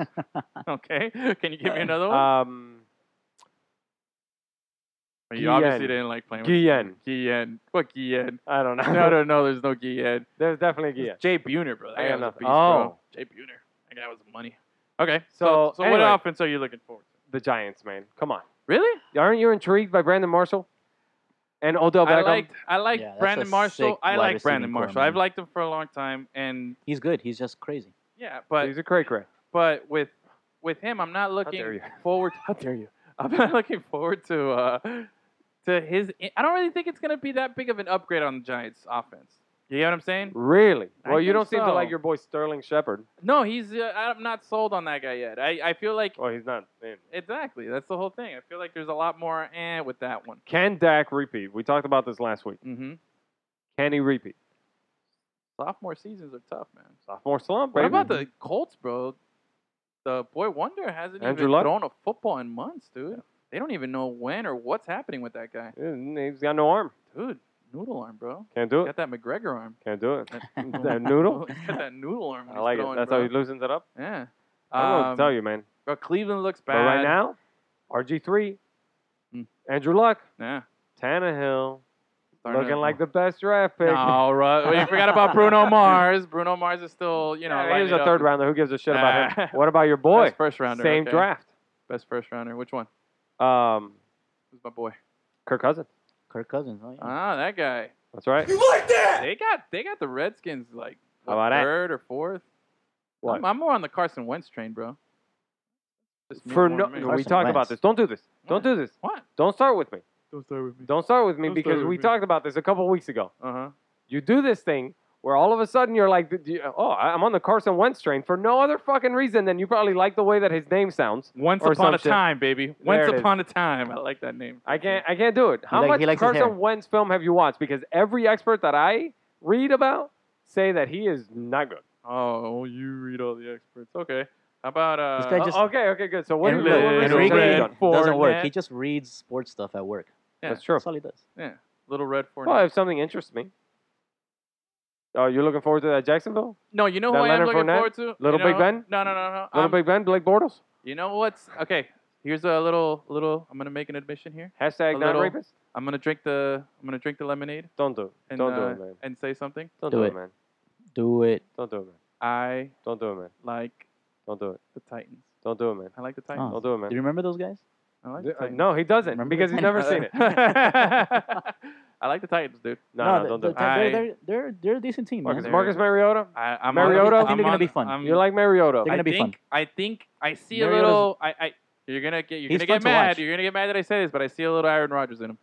Okay. Can you give me another one?
um,
you obviously
Guillen.
didn't like playing with
Guillen.
Guillen. What Guillen?
I don't know.
No, no, no. There's no Guillen.
There's definitely Guillen.
It's Jay Buhner, bro. That
I
guy
got
was a
nothing.
beast, bro.
Oh.
Jay Buhner. That guy was money. Okay. So,
So,
so
anyway.
what offense are you looking forward to?
The Giants, man. Come on.
Really?
Aren't you intrigued by Brandon Marshall and Odell
I
Beckham?
like I like
Yeah, that's
Brandon
a
Marshall.
sick
I
wide
like
receiving
Brandon
core,
Marshall.
man.
I've liked him for a long time, and
He's good. He's just crazy.
yeah, but
He's a cray cray.
but with with him, I'm not
dare
looking
you.
forward. How dare you? I'm not looking forward to uh, to his. I don't really think it's gonna be that big of an upgrade on the Giants' offense. You get what I'm saying?
Really?
I
Well, you
think
don't seem to
so.
like your boy Sterling Shepard.
No, he's. Uh, I'm not sold on that guy yet. I, I feel like
Well, he's not. in.
exactly. That's the whole thing. I feel like there's a lot more eh with that one.
Can Dak repeat? We talked about this last week.
Mm-hmm.
Can he repeat?
Sophomore seasons are tough, man.
Sophomore slump.
What
baby.
about the Colts, bro? The boy Wonder hasn't
Andrew
even
Luck?
thrown a football in months, dude. They don't even know when or what's happening with that guy,
He's got no arm.
dude. noodle arm, bro.
Can't do it.
Got that McGregor arm.
Can't do it. that noodle.
He's got that noodle arm. when
I
he's
like it.
throwing,
That's
bro.
how he loosens it up.
Yeah.
I don't know what
Um,
to tell you, man.
Bro, Cleveland looks bad.
But right now, RG3,
Mm.
Andrew Luck,
yeah.
Tannehill,
starting
looking
to-
like the best draft pick.
No, right. Well, you forgot about Bruno Mars. Bruno Mars is still, you know,
Yeah, he
lighting
was
it
a
up.
third rounder. Who gives a shit about him?
Ah.
What about your boy?
Best first rounder.
Same
okay.
draft.
Best first rounder. Which one?
Um,
Who's my boy?
Kirk Cousins.
Kirk Cousins. Oh, yeah.
Ah, that guy.
That's right.
They got they got the Redskins like
How about that?
third or fourth.
What?
I'm, I'm more on the Carson Wentz train, bro. Just me
For
more
no,
than me.
we
Carson
talked
Wentz.
about this. Don't do this. Don't do this.
What?
Don't start with me.
Don't start with me.
Don't start with me
Don't start
because
with
we
me.
talked about this a couple weeks ago.
Uh huh.
You do this thing where all of a sudden you're like, "Did you- oh, I- I'm on the Carson Wentz train for no other fucking reason than you probably like the way that his name sounds.
Once
Or
upon
some
a
shit.
time, baby. Once
it is.
upon a time. I like that name.
I can't, I can't do it. How
like- he
much
likes his hair.
Carson Wentz film have you watched? Because every expert that I read about say that he is not good.
Oh, you read all the experts. Okay. How about uh?
This guy just-
Oh, okay, okay, good. So what?
Enri-
do you- what
Enrique-
research have you
Enrique-
done?
doesn't work.
Fournette.
He just reads sports stuff at work.
That's true.
That's all he does.
Little Red Fournette.
Well, if something interests me. Oh, you're looking forward to that Jacksonville?
no, you know
that
who I am
Leonard
looking
Fournette?
forward to?
Little
You know-
Big Ben?
No, no, no, no.
Little
I'm-
Big Ben, Blake Bortles.
You know what's okay? Here's a little, little. I'm gonna make an admission here.
Hashtag
A
not
little-
rapist.
I'm gonna drink the, I'm gonna drink the lemonade
Don't do it.
and
Don't do
uh,
it, man.
and say something.
Don't do,
Do
it.
it.
man.
Do it.
Don't do it, man.
I
Don't do it, man.
like
Don't do it.
the Titans.
Don't do it, man.
I like the
Oh.
Titans.
Don't do it,
Do you
man.
remember those guys?
I like
D-
the
uh,
Titans.
no, he doesn't
Remember
because
the
he's never
Uh,
seen it.
I like the Titans, dude.
No, no, don't
the,
do it.
the- they're,
I-
they're, they're, they're a decent team.
Marcus,
Man.
they're-
Marcus Mariota.
I, I'm
Mariota?
on,
I think
they're gonna
on-
be fun.
I'm-
You like Mariota?
They're
I
gonna be
Um, think,
fun.
I think I see a
Mariota's-
little. I, I you're gonna get you're
He's
gonna
fun
get
to
mad.
watch.
You're gonna get mad that I say this, but I see a little Aaron Rodgers in him.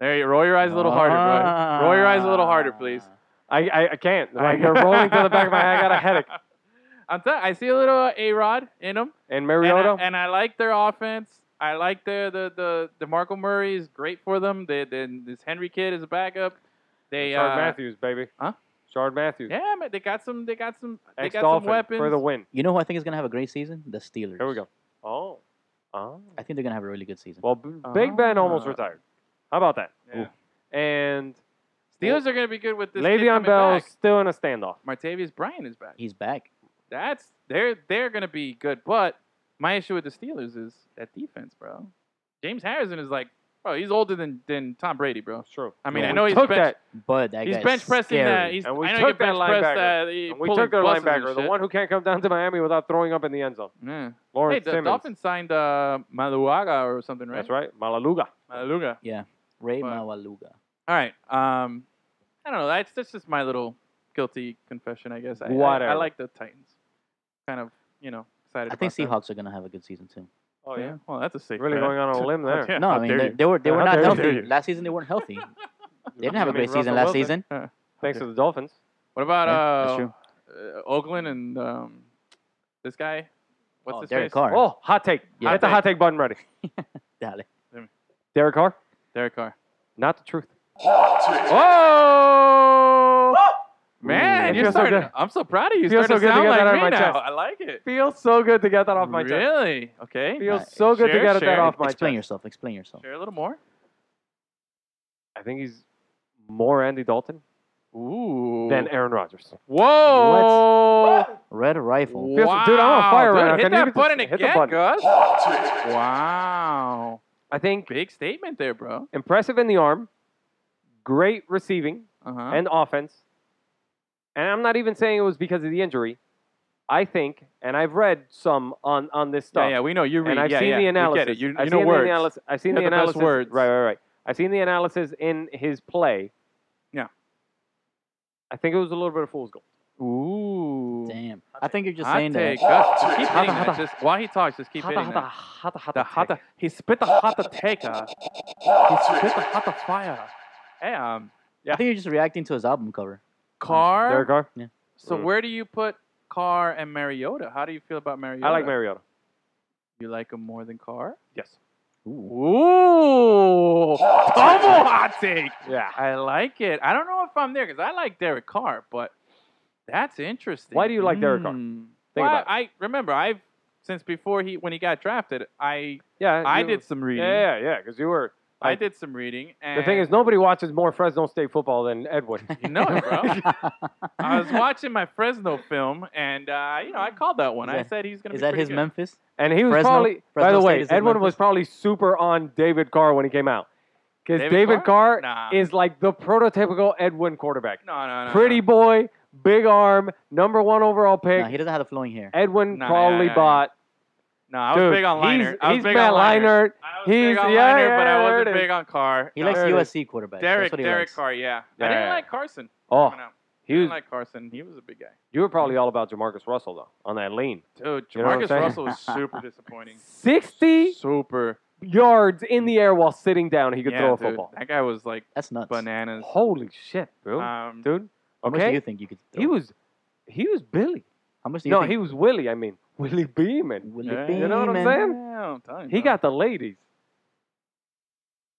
There, you roll your eyes a little harder,
Ah.
bro. Roll your eyes a little harder, please.
I, I, I can't. Like they're rolling to the back of my head. I got a
uh,
headache.
I'm telling. I see a little A Rod in him.
And
And I,
Mariota.
and uh, I like their offense. I like their the the the Marco Murray is great for them. They, then this Henry kid is a backup. They
Shard
uh,
Matthews, baby.
Huh?
Shard Matthews.
yeah, man, they got some they got some they got some
Ex-Dolphin
weapons.
for the win.
You know who I think is going to have a great season? The Steelers.
Here we go. Oh. Oh.
I think they're going to have a really good season.
Well, B- Big Ben almost
Ah.
retired. How about that?
Yeah.
And
Steelers are gonna be good with this. kid
Le'Veon
coming
Bell
back.
is still in a standoff.
Martavius Bryant is back.
He's back.
That's they're they're gonna be good. But my issue with the Steelers is that defense, bro. James Harrison is like, bro, he's older than than Tom Brady, bro.
That's true.
I mean,
Yeah,
I
we
know he's
took
bench,
that.
But that
he's
guy's
bench pressing
scary.
that. He's
And we
I know he
took
can bench
that
press
linebacker.
that. he
And we
pulling
took their
buses and
linebacker, the
shit.
one who can't come down to Miami without throwing up in the end zone.
Yeah. Hey,
Lawrence
the
Simmons.
Dolphins signed uh, Maluaga or something, right?
That's right. Malaluga.
Maluaga.
Ray
But-
Mawaluga.
All right. Um, I don't know. That's that's just my little guilty confession, I guess. I, I-
Whatever.
I, like the Titans. Kind of, you know, excited.
I think
about
Seahawks are going to have a good season too.
Oh,
That.
yeah.
Yeah. Well, that's a safe.
Really
bet.
going on a limb there.
Yeah,
no,
how
I mean
dare
they,
you.
they were they
How
were not
dare you.
healthy last season. They weren't healthy. They didn't have
You mean
a great
Russell
season last
Wilson?
season.
Thanks to the Dolphins.
What about
Yeah, that's
uh,
true.
uh, Oakland and um, this guy? What's
Oh,
his
Derek
face?
Carr.
Oh, hot take.
Yeah.
Get the hot take button ready.
Dale.
Derek Carr,
Derek Carr.
not the truth.
Oh.
It
Man, you're
feels so
starting,
good.
I'm so proud of you.
It feels
You're starting
so good to
to sound
get
like
that out
me
of my
now.
chest.
I like it.
Feels so good to get that off my chest.
really? Okay.
Feels
Nice.
so good to
Share,
get that
share.
off my
Explain
chest.
yourself. Explain yourself.
Share a little more.
I think he's more Andy Dalton
Ooh.
than Aaron Rodgers.
Whoa.
Red rifle.
Feels- dude, I'm on fire
Dude,
right now.
Hit
Can you
that
just-
button
hit the
again,
button.
Gus. Wow.
I think
Big statement there, bro.
impressive in the arm, great receiving
Uh-huh.
and offense. And I'm not even saying it was because of the injury. I think, and I've read some on, on this stuff.
yeah, yeah, we know you read.
and I've
yeah,
seen
yeah.
the
We
analysis.
get it. You, you
I've
know
seen
words.
The analysis. I've seen
You
the
got the best
analysis.
words.
Right, right, right. I've seen the analysis in his play.
Yeah.
I think it was a little bit of fool's gold.
Ooh.
Damn. I think you're just
Hot
saying
take,
that.
Gus. Just keep
Hot,
hitting
hot,
that.
hot.
Just, while he talks, just keep hitting that. The
Hata,
hotter, he spit the hotter taker. He spit the hotter fire. Hey, um,
I think you're just reacting to his album cover.
Carr.
Derek Carr.
So
Mm.
where do you put Carr and Mariota? How do you feel about Mariota?
I like Mariota.
You like him more than Carr?
Yes.
Ooh, double hot take.
Yeah.
I like it. I don't know if I'm there because I like Derek Carr, but that's interesting.
Why do you like Derek Carr?
Hmm.
Think
Well,
about it.
I remember I've since before he when he got drafted, I
Yeah.
I
you-
did some reading.
Yeah, yeah, yeah. Because you were
I did some reading. And
The thing is, nobody watches more Fresno State football than Edwin.
no, bro. I was watching my Fresno film, and uh, you know, I called that one.
Is
I
that-
said he's gonna.
Is
be
that
pretty
his
good.
Memphis?
And he was
Fresno-
probably, by
Fresno
the
State
way,
is in
Edwin
Memphis.
was probably super on David Carr when he came out. Because
David
David, Carr,
Carr? Nah.
is like the prototypical Edwin quarterback.
No, no, no.
Pretty
no.
boy, big arm, number one overall pick.
No, he doesn't have the flowing hair.
Edwin
Nah,
probably
nah, nah,
bought.
No, I was
Dude,
big on Liner.
He's,
I was
he's
big
Matt
on Liner.
Liner.
I was
He's-
big on
yeah,
Liner, but I
yeah,
wasn't
there it
big on Carr.
He
No,
likes
there it
USC quarterbacks.
Derek.
That's what he
Derek
likes.
Carr. Yeah. I
Yeah,
didn't
yeah.
like Carson.
Oh,
coming out.
he
I
was,
didn't like Carson. He was a big guy.
you were probably all about Jamarcus Russell, though, on that lean.
Dude,
You know what I'm
Jamarcus
saying?
Russell was super disappointing.
60
Super.
yards in the air while sitting down, he could
yeah,
throw a
dude.
football.
That guy was like
That's nuts.
bananas.
Holy shit, bro.
Um,
Dude,
How much do you
okay.
think you could? Throw?
He was, he was Billy.
How much do you
No,
think?
he was Willie. I mean, Willie Beeman.
Will
Yeah.
it be,
You know what I'm
man?
saying?
Yeah, I'm telling you,
He
bro.
got the ladies.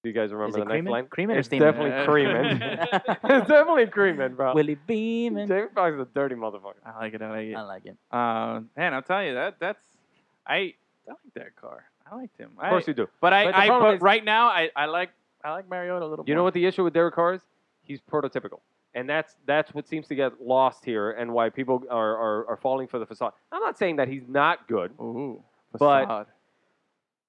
Do you guys
Is
remember
it
the next
Creeman?
line?
Creeman or Uh,
It's
Steeman?
definitely
Yeah.
Creeman. it's definitely Creeman, bro.
Will it be, man?
Jamie Foxx is a dirty motherfucker.
I like it. I like it.
I like it.
Uh, man, I'll tell you that. That's I. I like that car. I liked him.
Of course
I,
you do.
but I.
but the
I
problem
but
is-
right now, I, I like. I like Mariota a little.
You
more.
know what the issue with Derek Carr is? He's prototypical. And that's that's what seems to get lost here and why people are, are, are falling for the facade. I'm not saying that he's not good.
Ooh,
But-
facade.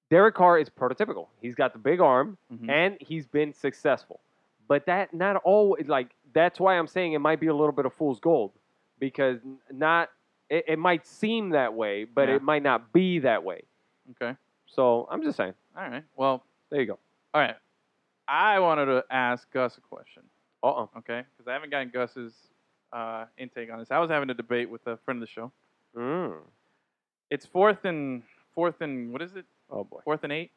Derek Carr is prototypical. He's got the big arm
Mhm.
and he's been successful. But that not always like that's why I'm saying it might be a little bit of fool's gold because n- not it, it might seem that way, but
Yeah.
it might not be that way.
okay.
So I'm just saying.
All right. Well,
There you go.
all right. I wanted to ask Gus a question.
Uh oh.
Okay, because I haven't gotten Gus's uh, intake on this. I was having a debate with a friend of the show.
Mm.
It's fourth and fourth and what is it?
Oh boy.
Fourth and eight.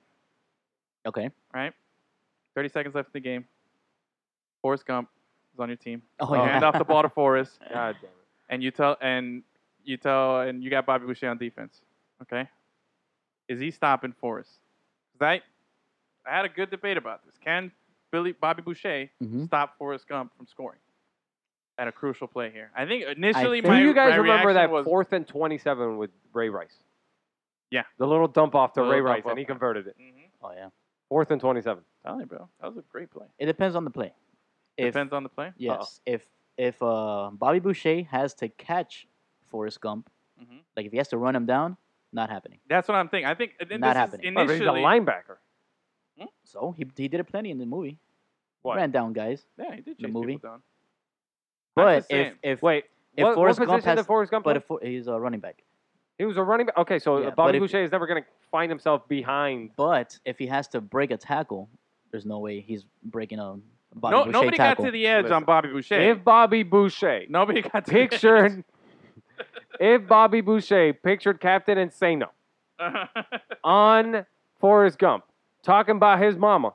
Okay.
right? 30 seconds left in the game. Forrest Gump is on your team.
Oh,
You
yeah.
hand off the ball to Forrest,
God damn it.
and you tell and you tell and you got Bobby Boucher on defense. Okay, is he stopping Forrest? 'Cause I I had a good debate about this. Can Billy Bobby Boucher
Mhm.
stop Forrest Gump from scoring at a crucial play here? I think initially
think-
Do
my
you guys
my
remember
reaction
that
was,
fourth and twenty-seven with Ray Rice?
Yeah.
the little dump off to
The
Ray
little dump
Rice,
off.
and he converted it.
Mhm.
Oh yeah.
Fourth and twenty-seven. Oh,
Tell me, bro, that was a great play.
It depends on the play. If,
Depends on the play.
Yes. If if uh, Bobby Boucher has to catch Forrest Gump,
Mhm.
like if he has to run him down, not happening.
That's what I'm thinking. I think
Not
and this is
happening.
Oh, but he's a
initially.
linebacker.
So he he did it plenty in the movie.
What?
Ran down guys.
Yeah, he did
The
chase
movie.
people down. I'm
But
just
if
saying.
if
Wait,
If
what,
Forrest
what
Gump
position
has-
did Forrest Gump
but
play?
if he's a running back,
He was a running back. Okay, so
Yeah, but
Bobby
if-
Boucher is never going to find himself behind.
but if he has to break a tackle, there's no way he's breaking a Bobby
no,
Boucher
nobody
tackle.
got to the edge
Listen.
on Bobby Boucher.
If Bobby Boucher
nobody got to
pictured, if Bobby Boucher pictured Captain Insano
The edge.
on Forrest Gump talking about his mama,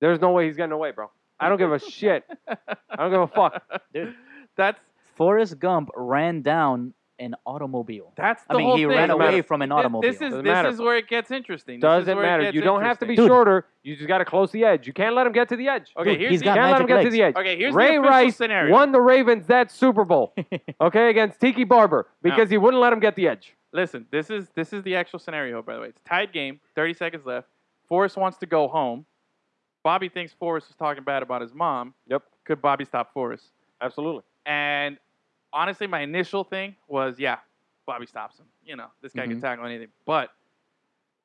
there's no way he's getting away, bro. I don't give a shit. I don't give a fuck.
Dude.
that's
Forrest Gump ran down an automobile.
that's the
I mean,
whole
he
thing.
ran
Doesn't
away
matter.
from an
This-
automobile.
This, is
Doesn't
this
matter.
is where it gets interesting. This is
Doesn't
where it
matter.
gets
You don't have to be
interesting.
shorter. You just got to close the edge. You can't let him get to the edge.
Okay,
Dude,
here's
he's
the,
got
can't let him
magic
get to
legs.
the edge.
okay, here's the
Ray
official
Rice
scenario.
won the Ravens that Super Bowl, okay, against Tiki Barber because he wouldn't let him get the edge.
Listen, this is this is the actual scenario. By the way, it's tied game. Thirty seconds left. Forrest wants to go home. Bobby thinks Forrest was talking bad about his mom.
Yep,
Could Bobby stop Forrest?
absolutely.
And honestly, my initial thing was, yeah, Bobby stops him. You know, this guy can
Mhm.
tackle anything. But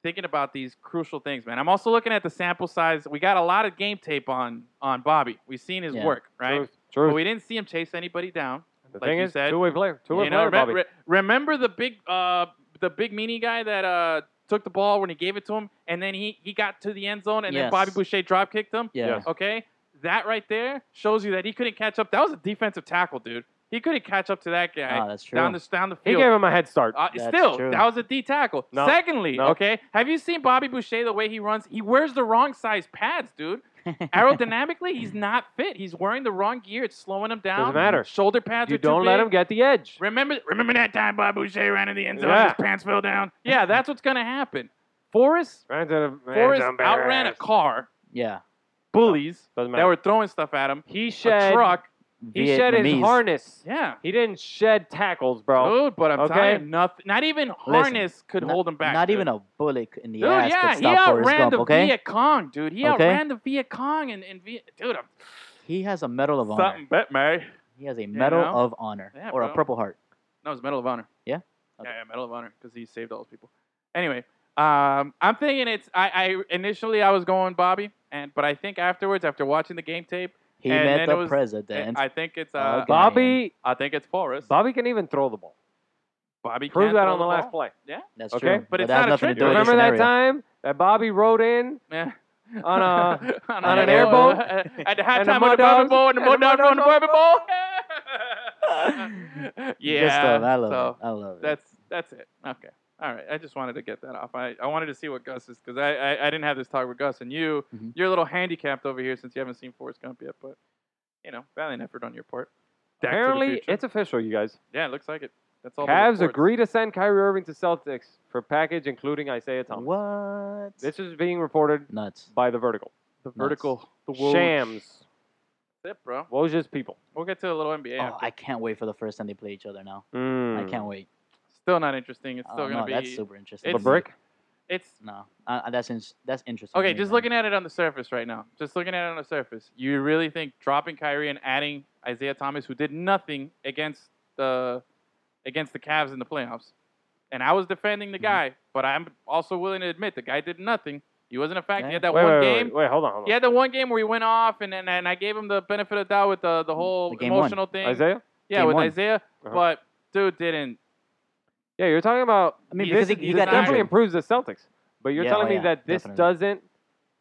thinking about these crucial things, man, I'm also looking at the sample size. We got a lot of game tape on on Bobby. We've seen his
Yeah.
work, right?
Truth.
But
Truth.
we didn't see him chase anybody down.
the
like
thing
you
is,
said,
two-way player, two-way
You
player,
know, re-
Bobby.
re- remember the big uh, the big meanie guy that uh, took the ball when he gave it to him, and then he he got to the end zone, and then
Yes.
Bobby Boucher drop kicked him.
yeah.
Yes.
Okay, that right there shows you that he couldn't catch up. That was a defensive tackle, dude. He couldn't catch up to that guy
Ah, that's true.
down the down the
he
field.
gave him a head start.
Uh,
That's
still,
true.
that was a D tackle.
No,
Secondly,
no.
okay, have you seen Bobby Boucher the way he runs? He wears the wrong size pads, dude. Aerodynamically, he's not fit. He's wearing the wrong gear. It's slowing him down.
Doesn't matter.
Shoulder pads
you
are too
don't let
big.
him get the edge.
Remember, remember that time Bob Boucher ran in the end zone,
Yeah.
his pants fell down. Yeah, that's what's gonna happen. Forrest, Forrest
Forrest
outran a car,
yeah.
bullies
Doesn't
that
matter.
were throwing stuff at him,
He
a
shed
truck,
He shed his
Vietnamese.
harness.
Yeah.
He didn't shed tackles,
Oh,
bro.
Dude, but I'm
Okay.
telling you, nothing. Not even harness could
Not-
hold him back.
Not
dude.
even a bullet in the
Dude,
ass
yeah,
could
he
stop Forrest
outran
Gump.
the
Okay,
Viet Cong, dude. He
Okay.
outran the Viet Cong and, and Viet. Dude, I'm
he has a Medal of Honor.
something bet, Mary.
He has a Medal
know?
of Honor
Yeah,
or a
bro.
Purple Heart.
No, it's Medal of Honor.
Yeah?
Yeah,
Okay.
yeah, Medal of Honor because he saved all those people. Anyway, um, I'm thinking it's. I, I initially I was going Bobby, and but I think afterwards, after watching the game tape,
He
And
met
then it
the
was-
president.
I think it's. Uh,
Okay.
Bobby
I think it's Forrest.
Bobby can even throw the ball.
Bobby
Prove
can't
that
throw
on the last
ball.
play.
That's
okay,
true,
but it's
that has
not a
nothing to
trick.
do with this
Remember that
scenario.
time that Bobby rode in
Yeah.
on uh, a
on,
on
an
airboat?
at the
And the
halftime
Mud
on the Bourbon
Dogs?
Bowl and the
And the
Mud
Mud
Dogs on the
Dogs?
Bourbon Bowl.
Good
yeah,
stuff. I love
so
it. I love it.
that's that's it. Okay, all right. I just wanted to get that off. I, I wanted to see what Gus is because I, I I didn't have this talk with Gus and you.
Mhm.
You're a little handicapped over here since you haven't seen Forrest Gump yet, but you know, valiant effort on your part. Back to the
Apparently,
future.
it's official, you guys.
yeah, it looks like it. That's all. the
Cavs
reports.
agree to send Kyrie Irving to Celtics for package including Isaiah Thomas.
what?
This is being reported
Nuts.
by the Vertical.
The vertical, the world.
Shams,
That's it, bro.
Woj's people.
We'll get to a little NBA.
Oh,
after.
I can't wait for the first time they play each other now. I
Mm.
can't wait.
Still not interesting. It's Hmm. still
oh,
gonna
no,
be.
that's super interesting.
it's-
LeBrick.
It's
No, uh, that's in, that's interesting.
Okay, just looking at it on the surface right now. Just looking at it on the surface. You really think dropping Kyrie and adding Isaiah Thomas, who did nothing against the against the Cavs in the playoffs, and I was defending the
Mm-hmm.
Mhm.
guy, but I'm also willing to admit the guy did nothing. He wasn't a fact. He
Yeah.
had that
wait,
one
wait, wait,
game.
Wait, wait, hold on, hold on.
He had the one game where he went off, and, and and I gave him the benefit of the doubt with
Mm,
the the whole
The game one.
emotional thing.
Isaiah?
yeah,
Game
with
one.
Isaiah,
Uh-huh.
but dude didn't.
Yeah, you're talking about.
I mean,
this,
because he- he
this
got
definitely
injured.
improves the Celtics, but you're
Yeah,
telling
oh,
me
yeah,
that this
definitely.
doesn't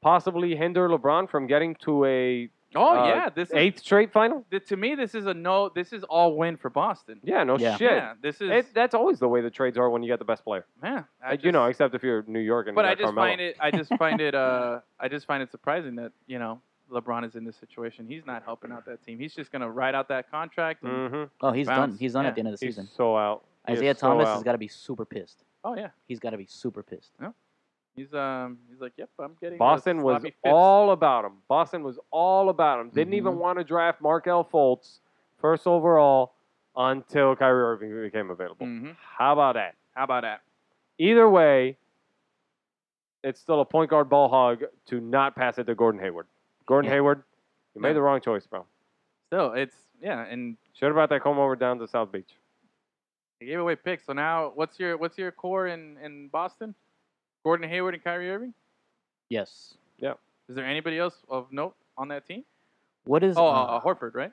possibly hinder LeBron from getting to a
Oh
uh,
yeah, this is,
eighth straight final?
th- to me this is a no. This is all win for Boston.
Yeah, no
Yeah.
shit.
Yeah, this is
It, that's always the way the trades are when you get the best player.
yeah. I
Uh, you
just-
know, except if you're New York and
But
you
I
got
just
Carmelo.
find it. I just find it. Uh, I just find it surprising that you know LeBron is in this situation. He's not helping out that team. He's just gonna ride out that contract. And,
Mhm.
Oh, he's
Bounce.
done. He's done
Yeah.
at the end of the
He's
season.
so out. He is
Isaiah
so
Thomas
out.
has got to be super pissed.
Oh yeah,
He's got to be super pissed.
he's um, he's like, yep, I'm getting.
Boston
those
was
sloppy fits."
all about him. Boston was all about him. Didn't even want to draft Markel Fultz first overall until Kyrie Irving became available.
Mhm.
How about that?
How about that?
Either way, it's still a point guard ball hog to not pass it to Gordon Hayward. Gordon
Yeah.
Hayward, you made
Yeah.
the wrong choice, bro.
Still, it's yeah, and
Should have brought that comb over down to South Beach.
they gave away picks. So now, what's your what's your core in in Boston? Gordon Hayward and Kyrie Irving.
Yes.
Is there anybody else of note on that team?
What is?
Oh,
uh,
uh, Horford, right?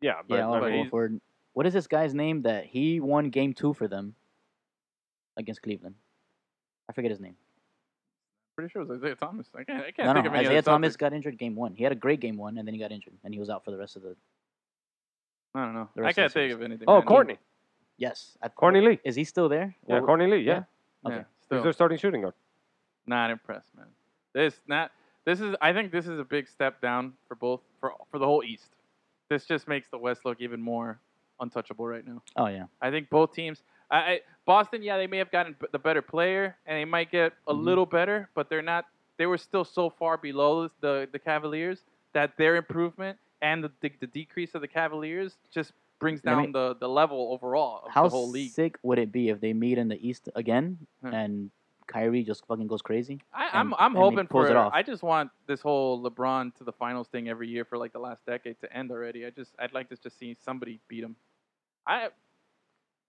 Yeah, but
yeah,
I
Al
but
mean,
he's-
Horford. What is this guy's name that he won Game Two for them against Cleveland? I forget his name.
Pretty sure it was Isaiah Thomas. I can't. I can't
No,
think
no.
of any other
Isaiah Thomas
Celtics.
got injured Game One. He had a great Game One, and then he got injured, and he was out for the rest of the.
I don't know.
the
I
rest of
can't
the
think
series.
of anything.
oh,
man.
Courtney.
Yes. I-
Courtney Lee.
Is he still there?
Yeah,
Well,
Courtney Lee. Yeah,
Yeah,
Okay.
he's
still.
their starting shooting guard.
not impressed, man. This not this is I think this is a big step down for both for for the whole East. This just makes the West look even more untouchable right now.
Oh yeah.
I think both teams. I, I Boston, yeah, they may have gotten b- the better player and they might get a
Mhm.
little better, but they're not. They were still so far below the the Cavaliers that their improvement and the, the, the decrease of the Cavaliers just brings
Let
down
me-
the, the level overall of
How
the whole league. Hmm.
sick would it be if they meet in the East again
Huh.
and Kyrie just fucking goes crazy?
I, I'm
and-
I'm
and he
hoping
pulls
for.
it off.
I just want this whole LeBron to the finals thing every year for like the last decade to end already. I just I'd like to just see somebody beat him. I,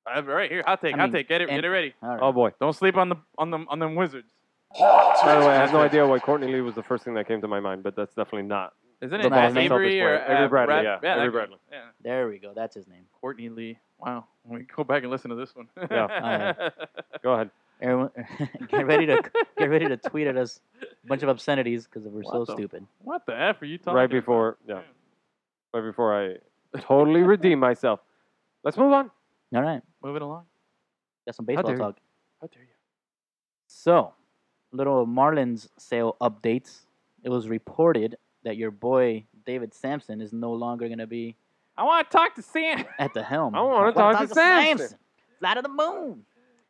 I right here. I'll take.
I
I will
mean,
take. Get it. Get
and-
it ready.
All right.
Oh boy.
Don't sleep on the on them on them Wizards.
By the way, I have no idea why Courtney Lee was the first thing that came to my mind, but that's definitely not.
Isn't
The
it
Boston
Avery
Celtics
or
player. Avery
uh,
Bradley,
Brad-
yeah,
that
Avery
guy.
Bradley.
Yeah.
There we go. That's his name.
Courtney Lee. Wow. We can go back and listen to this one.
Yeah.
Go ahead.
Everyone, get ready to get ready to tweet at us a bunch of obscenities because we're so
What the-
stupid.
what the f are you talking?
right
about?
before, yeah, right before I totally redeem myself. Let's move on.
All right,
Moving along.
got some
dare
baseball
you.
talk.
How dare you?
So, little Marlins sale updates. It was reported that your boy David Sampson is no longer gonna be
I want to talk to Sam.
at the helm.
I wanna talk to Sampson.
Fly to the moon.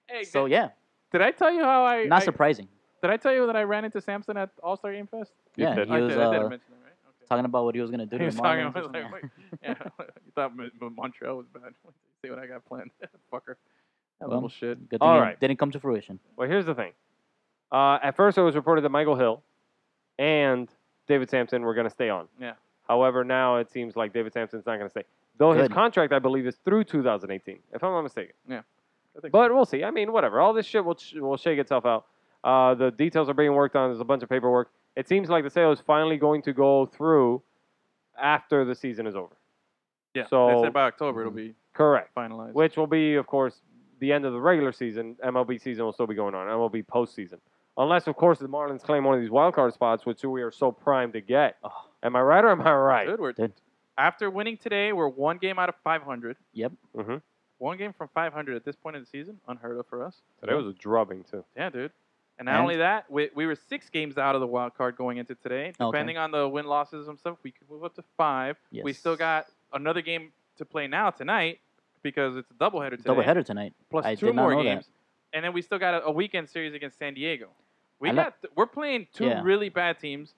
Hey,
So
did,
yeah,
did I tell you how I?
not
I-
surprising.
Did I tell you that I ran into Samson at All Star Game Fest?
You
Yeah,
did.
he
I
was.
did. I did
Uh,
mention that, right?
talking about what he was gonna do
He
to
was
the
talking. I
Marlins.
was like, wait, yeah, you thought Mon- Mon- Montreal was bad. See what I got planned, fucker. That
Well,
little shit.
Good thing
All
it
right.
didn't come to fruition.
Well, here's the thing. Uh, at first, it was reported that Michael Hill and David Sampson were going to stay on.
Yeah.
However, now it seems like David Sampson's not going to stay. Though his
Good.
contract, I believe, is through 2018, if I'm not mistaken.
I think-
But we'll see. I mean, whatever. All this shit will, sh- will shake itself out. Uh, the details are being worked on. There's a bunch of paperwork. It seems like the sale is finally going to go through after the season is over.
yeah,
so-
they said by October it'll be
Correct.
finalized.
Which will be, of course, the end of the regular season. MLB season will still be going on. MLB postseason, unless, of course, the Marlins claim one of these wild card spots, which we are so primed to get.
Oh.
Am I right or am I right?
Dude, we're,
Good.
after winning today, we're one game out of 500.
Yep. mm-hmm.
Mhm.
One game from 500 at this point in the season, unheard of for us.
Today was a drubbing too.
Yeah, dude. And not
And-
only that, we, we were six games out of the wild card going into today.
Okay.
Depending on the win losses and stuff, we could move up to five. We
Yes.
still got another game to play now tonight because it's a doubleheader today.
Doubleheader tonight.
plus
I
two
did not
more
know that.
games, and then we still got a, a weekend series against San Diego. We
I lo-
got we're playing two
Yeah.
really bad teams.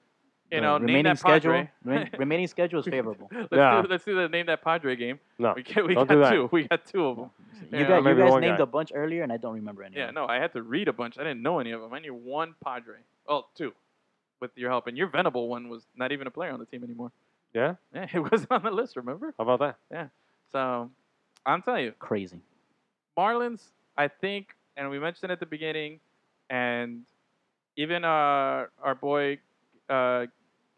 You
The
know, name
remaining
that
schedule.
Padre.
re- remaining schedule is favorable.
let's,
Yeah.
do, let's do the name that Padre game.
No,
we, get, we
don't
got
do that.
two. We got two of them.
You,
Yeah,
got, you
maybe
guys
one
named
guy.
a bunch earlier, and I don't remember any.
Yeah,
of them.
no, I had to read a bunch. I didn't know any of them. I knew one Padre. Oh, two, with your help. And your Venable one was not even a player on the team anymore.
Yeah?
Yeah, it was on the list, remember?
How about that?
So I'm telling you,
Crazy.
Marlins, I think, and we mentioned at the beginning, and even uh, our boy uh,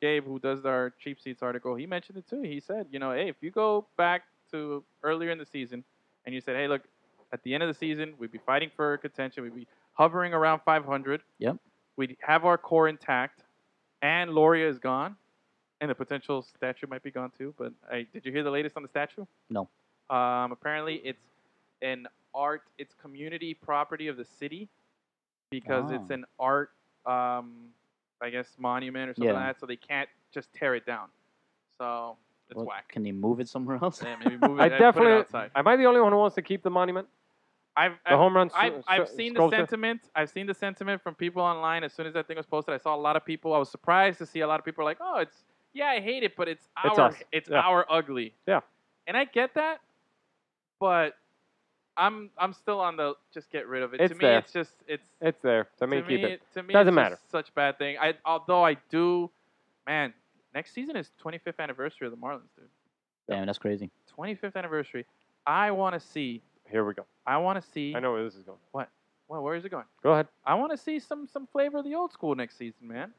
Gabe, who does our cheap seats article, he mentioned it too. He said, you know, hey, if you go back to earlier in the season and you said, hey, look, at the end of the season, we'd be fighting for contention, we'd be hovering around 500.
Yep.
We'd have our core intact, and Loria is gone, and the potential statue might be gone too. But I, did you hear the latest on the statue?
No.
Um, apparently, it's an art. It's community property of the city because
Ah.
it's an art, um, I guess, monument or something
Yeah.
like that. So they can't just tear it down. So it's
Well,
whack.
Can they move it somewhere else?
Yeah, maybe move it.
I
and put
definitely-
it outside.
Am I the only one who wants to keep the monument?
I've,
The
I've,
home run.
I've,
s-
I've
s-
seen the
sculpture?
sentiment. I've seen the sentiment from people online. As soon as that thing was posted, I saw a lot of people. I was surprised to see a lot of people like, "Oh, it's yeah, I hate it, but it's our
It's
it's,
us. Yeah.
our ugly."
Yeah.
and I get that, but I'm I'm still on the just get rid of it.
It's
to me,
there.
it's just it's
It's there. Let me
to
keep
me,
it.
To me,
Doesn't
it's
matter.
Just such bad thing. I although I do, man. Next season is 25th anniversary of the Marlins, dude.
Damn, that's crazy.
25th anniversary. I want to see.
Here we go.
I want to see.
I know where this is going.
Well, where is it going?
Go ahead.
I want to see some some flavor of the old school next season, man.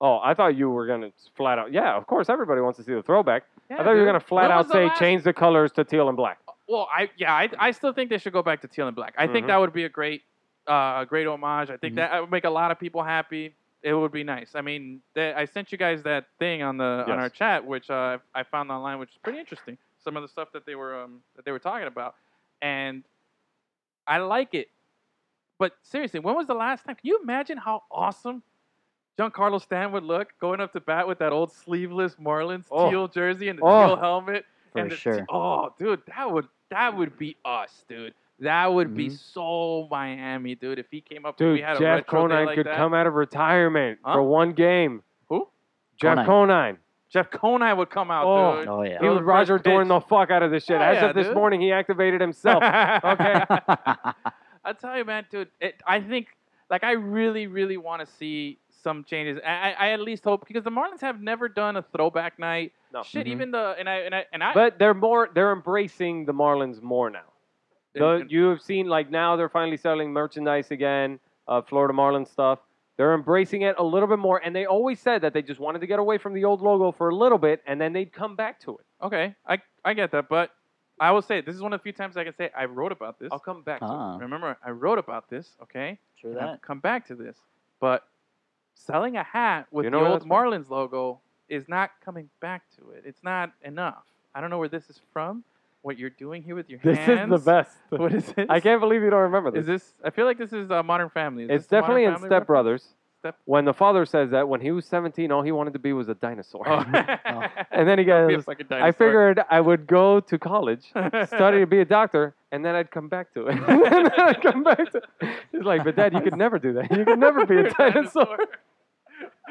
Oh, I thought you were gonna flat out. Yeah, of course, everybody wants to see the throwback.
Yeah,
I thought you were
dude.
gonna flat
When
out
was the
say
last-
change the colors to teal and black.
Well, I yeah, I, I still think they should go back to teal and black. I think
Mhm.
that would be a great uh, a great homage. I think
Mhm.
Mm-hmm.
that would make a lot of people happy. It would be nice. I mean, that I sent you guys that thing on the on
Yes.
our chat, which uh, I found online, which is pretty interesting. Some of the stuff that they were um, that they were talking about, and I like it. But seriously, when was the last time? Can you imagine how awesome Giancarlo Stan would look going up to bat with that old sleeveless Marlins
Oh.
teal jersey and the
Oh.
teal helmet?
For
and the te-
sure.
oh, dude, that would that would be us, dude. That would be so Miami, dude. If he came up, and
Mm-hmm. Dude,
we had a
Jeff
retro day
Conine
like
could
that.
come out of retirement
Huh?
for one game.
Who?
Jeff
Conine.
Conine.
Jeff Conine would come out,
Oh.
dude.
Oh yeah.
He
Throw
would
the
Roger
first pitch.
Dorn the fuck out of this shit.
Oh, Yeah,
As of this
dude.
morning, he activated himself. Okay.
I tell you, man, dude. It, I think, like, I really, really want to see some changes. I, I, I at least hope because the Marlins have never done a throwback night.
No. Mm-hmm.
Shit,
Mhm.
even the and I and I and I.
But they're more they're embracing the Marlins more now.
and-
The-
and-
you have seen like now they're finally selling merchandise again, uh, Florida Marlins stuff. They're embracing it a little bit more, and they always said that they just wanted to get away from the old logo for a little bit, and then they'd come back to it.
okay, I I get that, but I will say this is one of the few times I can say I wrote about this.
I'll come back. to
Ah,
Remember, I wrote about this. Okay.
true
and I've
that.
come back to this, but selling a hat with
You know
the
where
old
that's from?
Marlins logo is not coming back to it. It's not enough. I don't know where this is from. What you're doing here with your
This
hands?
is the best.
What is this?
I can't believe you don't remember this.
Is this? I feel like this is uh, Modern Family. Is
it's
this Modern
definitely in
Family
Step
reference?
Brothers.
Step-
When the father says that when he was 17, all he wanted to be was a dinosaur.
Oh.
and then he
Be a
goes,
fucking
I
dinosaur.
figured I would go to college, study to be a doctor, and then I'd come back to it. and then I'd come back to He's like, but dad, you could never do that. You could never be
You're
a dinosaur.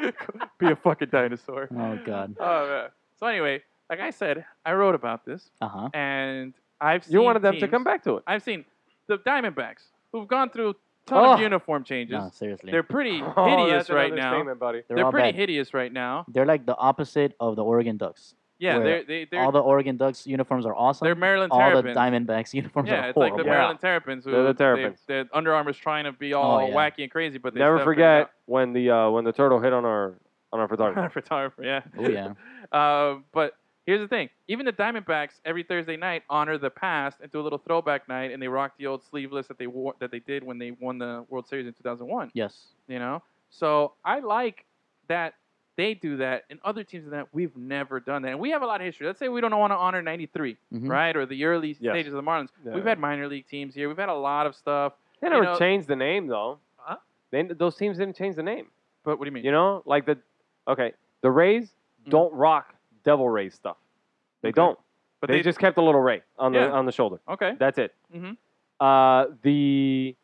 dinosaur. be a fucking dinosaur.
Oh God.
Oh, man. So anyway, like I said, I wrote about this,
Uh huh.
and I've seen
You wanted them to
teams-
come back to it.
I've seen the Diamondbacks who've gone through a ton
Oh.
of uniform changes.
No, seriously.
They're
They're,
pretty
Oh,
hideous
that's
right
another
now.
statement, buddy.
They're,
all
pretty
bad.
hideous right now.
They're like the opposite of the Oregon Ducks.
Yeah,
Where
they're they, they're
all the Oregon Ducks uniforms are awesome.
they're Maryland
all the
Terrapins.
Diamondbacks uniforms
yeah,
are
it's like
horrible.
the
Yeah.
Maryland Terrapins. Who
They're the Terrapins.
They, they're Under Armour's trying to be all
Oh, yeah.
wacky and crazy, but they
Never
still
forget when the uh, when the turtle hit on our on our
figure it
photographer.
out. photographer. Yeah.
oh yeah.
Uh, but here's the thing: even the Diamondbacks every Thursday night honor the past and do a little throwback night, and they rock the old sleeveless that they wore, that they did when they won the World Series in 2001.
Yes.
You know, so I like that they do that, and other teams do that we've never done that, and we have a lot of history. Let's say we don't want to honor '93,
Mhm.
right, or the early
Mm-hmm. Yes.
stages of the Marlins.
Yeah.
We've had minor league teams here. We've had a lot of stuff.
They
You
never
know-
changed the name though.
Huh?
They, those teams didn't change the name.
But what do you mean?
You know, like the okay, the Rays
Mhm.
don't rock Devil Rays stuff. They
Okay.
don't.
but
they, just kept a little Ray on the
Yeah.
on the shoulder.
okay.
That's it.
Mhm.
Uh, the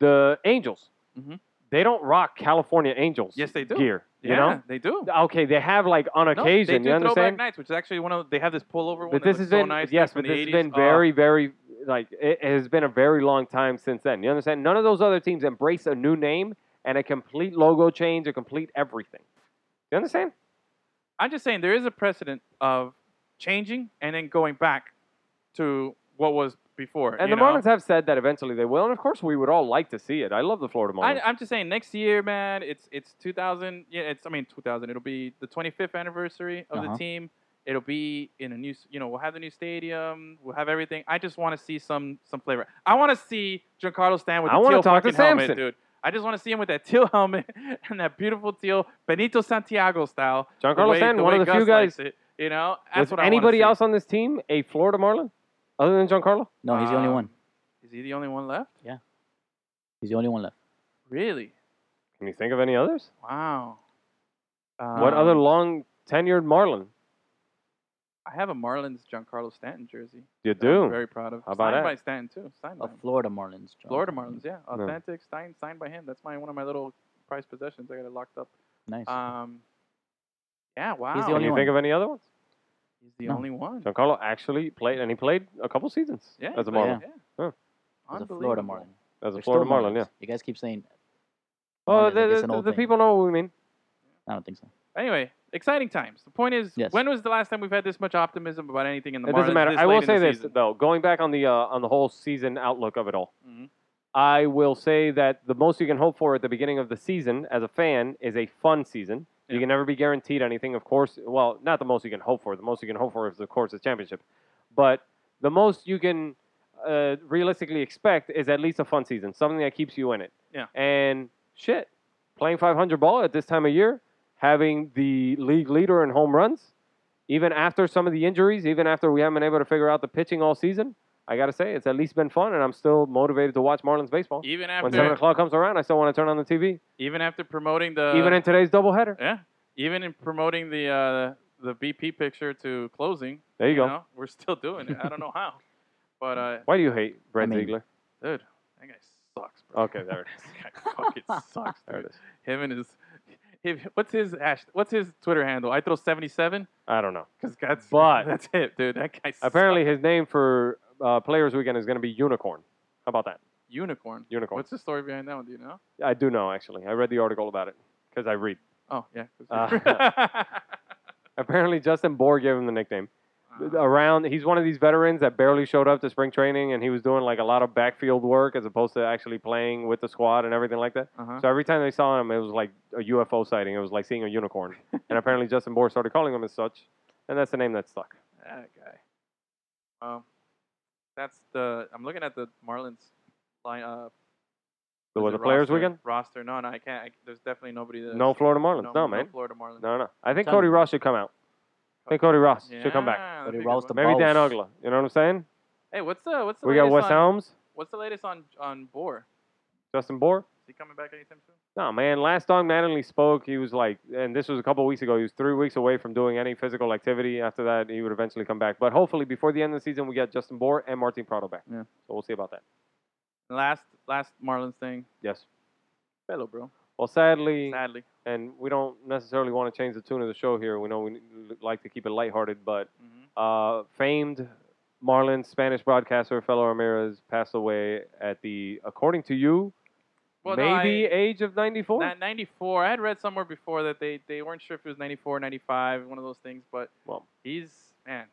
the Angels.
Mhm.
They don't rock California Angels.
Yes, they do.
Gear.
Yeah,
You know.
they do.
Okay, they have like on
No,
occasion.
they do
you
throwback
understand?
nights, which is actually one of they have this pullover one.
But
that
this
was
has
so
been
nice,
yes,
like,
but
from
this
the
has been
80s. Oh,
very, very like it has been a very long time since then. You understand? None of those other teams embrace a new name and a complete logo change, a complete everything. You understand?
Uh, I'm just saying there is a precedent of changing and then going back to what was before.
And
you
the
know?
Marlins have said that eventually they will, and of course we would all like to see it. I love the Florida
I,
Marlins.
I'm just saying, next year, man, it's it's 2000. Yeah, it's I mean 2000. It'll be the 25th anniversary of
Uh-huh.
the team. It'll be in a new, s- you know, we'll have the new stadium. We'll have everything. I just want to see some some flavor. I want to see Giancarlo Stan with
I
the
wanna
teal
talk to
fucking helmet,
Samson.
dude. I just want to see him with that teal helmet and that beautiful teal Benito Santiago style. The
Giancarlo
way-
Stanton,
the
one
way
of the few
Gus likes
guys-
it, you know, that's
Was
what I wanna
anybody
see.
else on this team a Florida Marlin other than Giancarlo?
No, he's the only
Uh,
one.
Is he the only one left?
He's the only one left.
Really?
Can you think of any others?
Wow.
what
Um,
other long tenured Marlin?
I have a Marlins Giancarlo Stanton jersey.
You
that I'm
do.
very proud of.
How about
signed
that?
by Stanton too. Signed by
A
him.
Oh, Florida Marlins. John.
Florida Marlins, yeah,
No.
authentic, signed signed by him. That's my one of my little prized possessions. I got it locked up.
Nice.
Uh,
Um, yeah, wow.
the
Can
only
you
one.
think of any other ones?
He's the
No.
only one.
Giancarlo actually played, and he played a couple seasons
Yeah,
as a
he played-
Marlin,
Yeah.
Huh.
He's a
Unbelievable.
Florida Marlin.
as a
They're
Florida
still
Marlin. Yeah.
Marlins. You guys keep saying.
Oh,
Marlins like it's
the,
an
the,
old
the
thing.
people know what we mean.
I don't think so.
Anyway, exciting times. The point is,
Yes.
when was the last time we've had this much optimism about anything in the
It
Marlins?
doesn't matter.
This
I
late
will
in the
say this
season?
though, going back on the uh, on the whole season outlook of it all,
Mhm.
I will say that the most you can hope for at the beginning of the season as a fan is a fun season. You
Yeah.
can never be guaranteed anything, of course. Well, not the most you can hope for. The most you can hope for is, of course, the championship. But the most you can uh, realistically expect is at least a fun season, something that keeps you in it.
Yeah.
And shit, playing 500 ball at this time of year, having the league leader in home runs, even after some of the injuries, even after we haven't been able to figure out the pitching all season, I got to say, it's at least been fun, and I'm still motivated to watch Marlins baseball.
Even
When 7
after,
o'clock comes around, I still want to turn on the TV,
even after promoting the
even in today's doubleheader.
Uh, Yeah. Even in promoting the uh, the BP picture to closing,
There you go.
know, we're still doing it. I don't know how, but uh,
Why do you hate Brad
I mean-
Ziegler?
dude, that guy sucks, bro.
Okay, there it is.
That guy fucking sucks,
There it
dude.
is.
Him and his, him, what's his hash? What's his Twitter handle? I throw seventy seven
I don't know.
because that's
But-
that's it, dude. That guy sucks.
Apparently, his name for uh, Players Weekend is going to be Unicorn. How about that?
unicorn.
Unicorn.
What's the story behind that one? Do you know?
I do know, actually. I read the article about it because I read.
Oh yeah. 'cause-
Uh, Apparently, Justin Bohr gave him the nickname. Around, he's one of these veterans that barely showed up to spring training, and he was doing like a lot of backfield work as opposed to actually playing with the squad and everything like that.
Uh-huh.
So every time they saw him, it was like a UFO sighting. It was like seeing a unicorn. and apparently, Justin Bohr started calling him as such, and that's the name that stuck.
That guy. Um, that's the. I'm looking at the Marlins line. Uh,
So
is
was
it
the Players
roster-
Weekend?
roster. No, no, I can't. I, there's definitely nobody that.
No Florida Marlins. No, man.
Florida Marlins.
No, no. I think
Tell
Cody
me.
Ross should come out. I think Cody Ross should come back.
Yeah,
But
that'd
he
be a good
roused
one.
the
Maybe Dan
Balls.
Ugla. You know what I'm saying?
Hey, what's the what's the
We got
latest
Wes
on,
Helms,
What's the latest on on Bohr? Is
Justin Bohr.
he coming back anytime soon?
No, man. Last time Mattingly spoke, he was like, and this was a couple weeks ago. He was three weeks away from doing any physical activity. After that, he would eventually come back. But hopefully, before the end of the season, we get Justin Bohr and Martin Prado back.
Yeah.
So we'll see about that.
Last last Marlins thing,
Yes.
fellow bro.
Well, sadly,
Sadly.
and we don't necessarily want to change the tune of the show here. We know we like to keep it lighthearted, but
Mm-hmm.
uh, famed Marlins Spanish broadcaster Fellow Ramirez passed away at the, according to you,
Well, no,
maybe
I-
age of 94.
Not 94. I had read somewhere before that they, they weren't sure if it was 94, 95, one of those things, but
Well.
he's, man,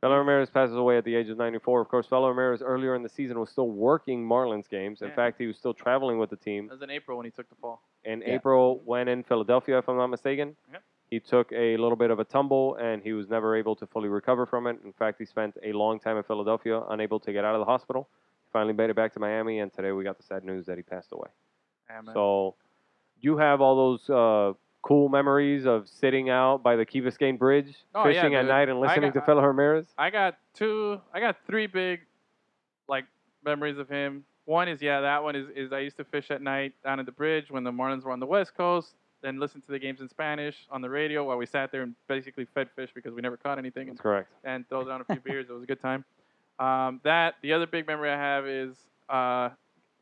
Fellow Ramirez passes away at the age of 94. Of course, Fellow Ramirez earlier in the season was still working Marlins games. In
Yeah.
fact, he was still traveling with the team.
that was in April when he took the fall.
in
Yeah.
April when in Philadelphia, if I'm not mistaken.
Yep.
He took a little bit of a tumble and he was never able to fully recover from it. In fact, he spent a long time in Philadelphia, unable to get out of the hospital. Finally made it back to Miami, and today we got the sad news that he passed away.
Yeah, man.
So, you have all those uh, cool memories of sitting out by the Key Biscayne Bridge,
Oh, yeah,
fishing at
dude.
night, and
I
listening
got-
to Fellow Ramirez.
I got two. I got three big, like memories of him. One is yeah, that one is is I used to fish at night down at the bridge when the Marlins were on the West Coast. Then listen to the games in Spanish on the radio while we sat there and basically fed fish because we never caught anything and,
That's correct.
and throw down a few beers. It was a good time. Um, that the other big memory I have is uh,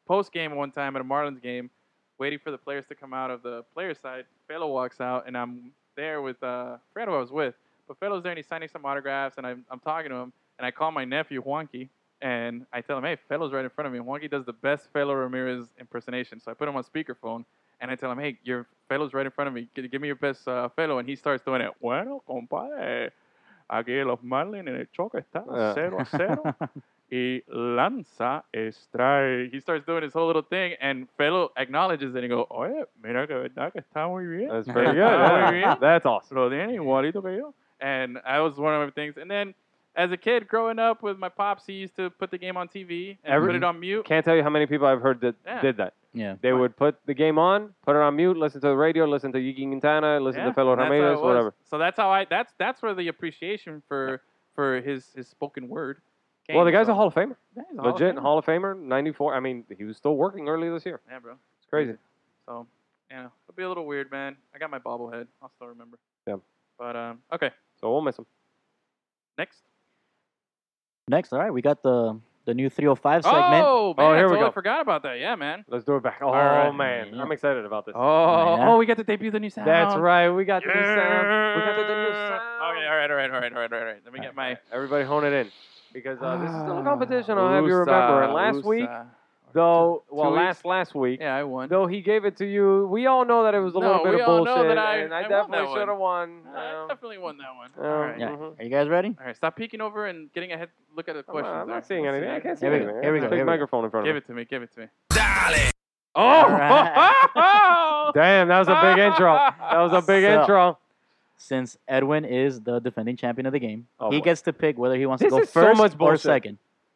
post game one time at a Marlins game, waiting for the players to come out of the player side. Felo walks out and I'm there with uh, I forgot who I was with, but Felo's there and he's signing some autographs and I'm, I'm talking to him and I call my nephew Juanqui and I tell him, hey, Felo's right in front of me. And Juanqui does the best Felo Ramirez impersonation, so I put him on speakerphone. And I tell him, hey, your fellow's right in front of me. G- Give me your best uh, fellow. And he starts doing it. Bueno, compadre, aquí los Marlins en el choque está
Yeah.
cero a cero. y lanza strike. He starts doing his whole little thing, and fellow acknowledges it and go, oye, mira que verdad que está muy bien.
That's pretty good. That's-
Está muy bien.
That's awesome.
Lo tiene igualito que yo. And I was one of my things. And then as a kid growing up with my pops, he used to put the game on TV and
Every-
put it on mute.
Can't tell you how many people I've heard that
Yeah.
did that.
Yeah.
They would put the game on, put it on mute, listen to the radio, listen to Yiki Quintana, listen
Yeah,
to Fellow
that's how it
Ramirez,
was.
whatever.
So that's how I. That's that's where the appreciation for for his his spoken word. Came
Well, the guy's a
from.
Hall of Famer.
Yeah, he's a Hall of
Legit
Famer.
Hall of Famer, 94. I mean, he was still working early this year.
Yeah, bro.
It's crazy.
So yeah, it'll be a little weird, man. I got my bobblehead. I'll still remember.
Yeah.
But um, okay.
So we'll miss him.
Next.
Next, all right, we got the the new 305 segment.
Oh man,
Oh,
I
here we
totally
go.
forgot about that. Yeah, man.
Let's do it back. Oh,
right.
man. I'm excited about this.
Oh, oh,
oh,
we got to debut the new sound.
That's right. We got the new sound. We
Yeah.
got the new sound.
Okay, all right, all right, all right, all right, all right. Let me get my.
Everybody hone it in. Because uh, this is still a competition, I'll
Oosa,
have you remember. And last week,
oosa.
though, well,
two
last last week,
Yeah, I won.
though he gave it to you, we all know that it was a
No,
little bit
we
of
all know
bullshit.
that I-
and I,
I won that
definitely
one. Uh,
should have won.
I
Um,
definitely won that right.
um,
All right. Mm-hmm.
Yeah.
mhm.
Are you guys ready?
All right, stop peeking over and getting ahead. Look at the
I'm not-
questions.
I'm
there.
not seeing
Let's
anything. I can't see
Here we go,
anything.
here we
There's a Big
go, here we go.
microphone in front
Give
of me.
it to me. Give it to me.
Dale.
Oh!
Oh!
Damn, that was a big intro. That was a big
So-
intro.
Since Edwin is the defending champion of the game,
Oh,
he
boy.
gets to pick whether he wants
This
to go
is so
first
much
or
bullshit.
second.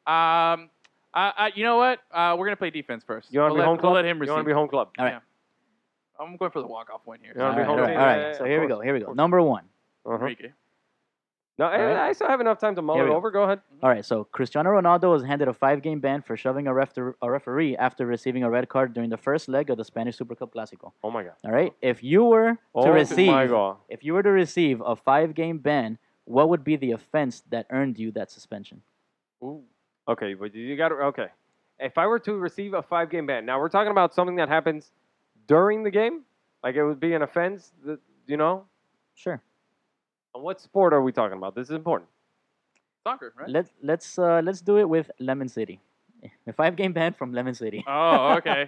um, I, I, you know what? Uh, we're gonna play defense first.
You want to
we'll
be
let,
home club?
We'll let him
you
receive.
want to be home club?
I'm going for the walk-off win here.
You wanna
all
be
right,
home
all
team?
right, all right.
Yeah, yeah,
so
of
here we
course,
go. Here we
of
go.
course.
Number one.
Uh-huh.
Enrique.
No, I-
right.
I still have enough time to mull
Here
it
we go.
over. Go ahead.
All right, so Cristiano Ronaldo was handed a five-game ban for shoving a, ref- a referee after receiving a red card during the first leg of the Spanish Super Cup Clásico.
Oh my god.
All right, if you were to
Oh
receive,
my god.
if you were to receive a five-game ban, what would be the offense that earned you that suspension?
Okay, but you got to okay. If I were to receive a five-game ban, now we're talking about something that happens during the game, like it would be an offense. That, you know,
Sure.
And what sport are we talking about? This is important.
Soccer, right?
Let let's uh, let's do it with Lemon City. A five-game ban from Lemon City.
Uh.
Oh, okay.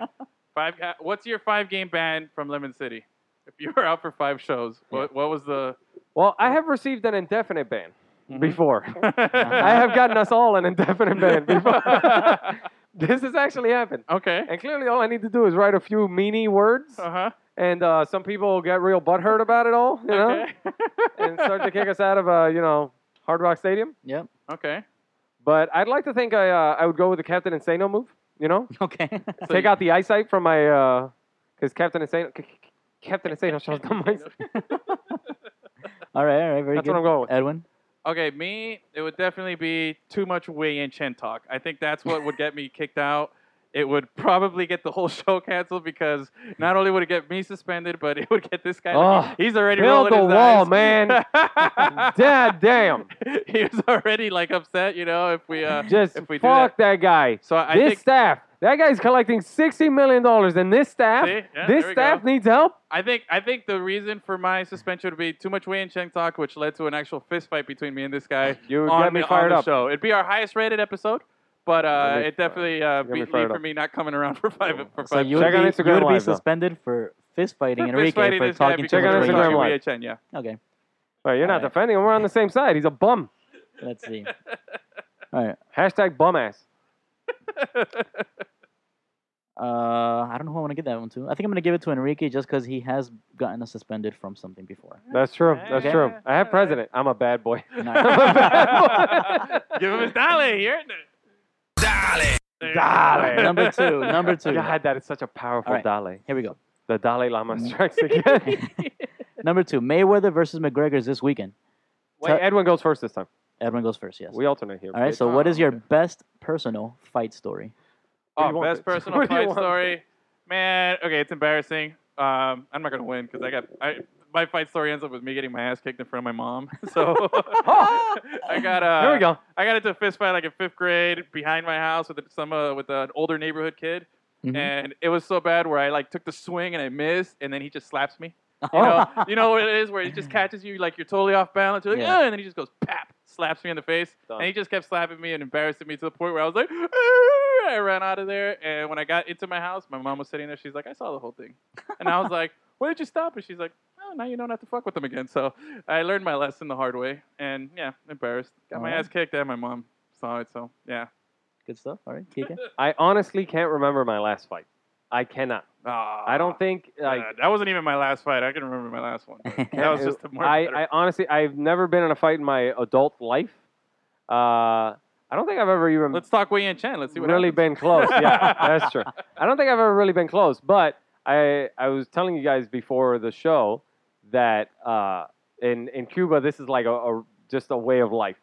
five. ga- What's your five-game ban from Lemon City? If you were out for five shows, what, what was the?
Well, I have received an indefinite ban
Mm-hmm.
before. I
I
have gotten us all an indefinite ban before. this has actually happened.
okay.
And clearly, all I need to do is write a few meanie words,
Uh huh.
and uh, some people get real butthurt about it all, you know, and start to kick us out of, uh, you know, Hard Rock Stadium.
Yep.
Okay.
But I'd like to think I, uh, I would go with the Captain Insano move, you know,
Okay.
take out the eyesight from my, because Captain Insano, C- C- Captain Insano shows them my,
all right. All right. Very
That's
good.
what I'm going with.
Edwin.
Okay, me, it would definitely be too much Wei and Chen talk. I think that's what would get me kicked out. it would probably get the whole show canceled because not only would it get me suspended, but it would get this guy. like,
Ugh.
he's already
Oh, Build
rolling
the
his
wall,
eyes.
man. Dad damn.
he was already like upset, you know, if we uh,
Just
if we do
fuck
that.
that guy.
So I
this
think
staff. That guy's collecting sixty million dollars, and this staff,
See? Yeah,
this
there we
staff
go.
needs help.
I think I think the reason for my suspension would be too much Wei and Cheng talk, which led to an actual fist fight between me and this guy
You
on,
got me
the, on
fired
the
up.
show. It'd be our highest rated episode, but uh,
me-
it definitely uh,
got me
beat
fired
lead for
up.
me not coming around for five for
So
five.
you
Check
would
on
be,
Instagram
you would be
Live, though.
suspended for fist fighting
for
Enrique
fist fighting
for
this guy
talking too
because
Check
much
on
of
Instagram
talking
Wei.
Live.
Wei and Cheng, yeah.
Okay,
All right, you're not
All right.
defending him. We're on the same side. He's a bum.
let's see. All right.
Hashtag bum ass.
Uh, I don't know who I want to give that one to. I think I'm going to give it to Enrique just because he has gotten us suspended from something before.
That's true. That's
Okay.
true. I have president. I'm a bad boy.
Nice.
Give him his dolly. You're in it.
Dale.
There you go.
Dale.
number two. Number two.
God, that is such a powerful
All right. Mm.
Dale.
Here we go.
The Dalai Lama strikes again.
Number two. Mayweather versus McGregor is this weekend.
Wait, Edwin goes first this time.
Edwin goes first. Yes.
We alternate here.
All right.
bitch.
So, what is your best personal fight story?
What do you
Oh,
want,
best
bitch?
personal
What do you
fight
want,
story. Man, okay, it's embarrassing. Um, I'm not gonna win because I got I, my fight story ends up with me getting my ass kicked in front of my mom. So I got uh,
There we go.
I got into a fist fight like in fifth grade behind my house with some uh, with an older neighborhood kid,
Mhm.
and it was so bad where I like took the swing and I missed, and then he just slaps me. You know, you know what it is where he just catches you like you're totally off balance. You're like,
Yeah.
"Ah," and then he just goes pap, slaps me in the face,
Done.
and he just kept slapping me and embarrassing me to the point where I was like, "Ah," I ran out of there. And when I got into my house, my mom was sitting there. She's like, I saw the whole thing, and I was like, Why did you stop? And she's like, Oh, now you know not to fuck with them again. So I learned my lesson the hard way, and yeah, embarrassed. Got my
Aw.
ass kicked, and my mom saw it. So yeah,
Good stuff. All right. Kike.
I honestly can't remember my last fight. I cannot. I don't think like
Ah, that wasn't even my last fight. I can remember my last one. but That was just a more.
I,
better-
I honestly I've never been in a fight in my adult life. Uh, I don't think I've ever even
Let's talk Wei and Chen. Let's see what
really
happens.
been close. Yeah, that's true. I don't think I've ever really been close, but I I was telling you guys before the show that uh, in in Cuba this is like a, a just a way of life.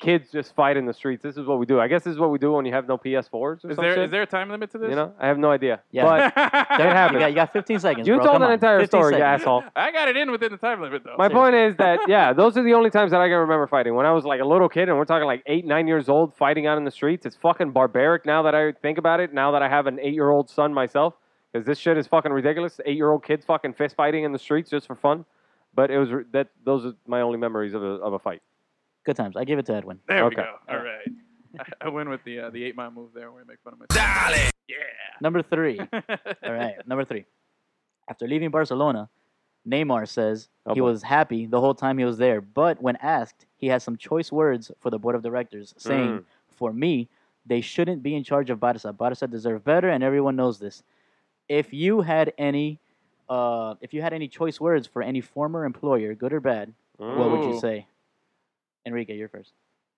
Kids just fight in the streets. This is what we do. I guess this is what we do when you have no PS4s or
Is
some
there
shit.
is there a time limit to this?
you know, I have no idea.
Yeah.
But
There-
it
You
happened.
got, you got 15 seconds.
You
bro.
told
Come
an
on.
entire
15
story, you
seconds.
asshole.
I got it in within the time limit though.
My point is that yeah, those are the only times that I can remember fighting. When I was like a little kid, and we're talking like eight, nine years old, fighting out in the streets. It's fucking barbaric. Now that I think about it, now that I have an eight-year-old son myself, because this shit is fucking ridiculous. Eight-year-old kids fucking fist fighting in the streets just for fun. But it was re- that. Those are my only memories of a, of a fight.
Good times. I give it to Edwin.
there
okay.
we go. All right. I, I went with the uh, the eight mile move there where I make fun of myself.
Dale.
Yeah.
Number three. All right. Number three. After leaving Barcelona, Neymar says
Oh,
he
boy.
was happy the whole time he was there, but when asked, he has some choice words for the board of directors, saying,
Mm.
For me, they shouldn't be in charge of Barca. Barca deserve better, and everyone knows this. If you had any. Uh, if you had any choice words for any former employer, good or bad, what would you
Ooh.
say? Enrique, you're first.
Mm.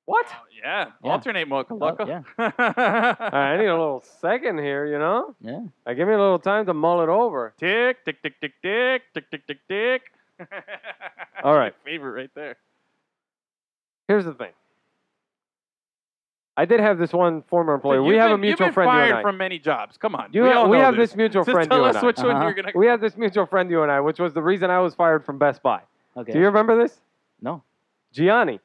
What?
Oh, yeah.
Yeah.
Alternate Mocha Loco.
yeah.
All right, I need a little second here. You know,
Yeah.
I give me a little time to mull it over.
Tick tick tick tick tick tick tick tick tick.
All right.
My favorite right there.
Here's the thing. I did have this one former employee.
Dude,
we
you've
have
been-
a mutual
you've been
friend.
Fired
you and I.
from many jobs. Come on.
You
we
ha-
all
we
know
have
this
this mutual
Just
friend,
Tell
you and
us
I.
which one
Uh-huh.
you're gonna.
We had this mutual friend, you and I, which was the reason I was fired from Best Buy.
Okay.
Do you remember this?
No.
Gianni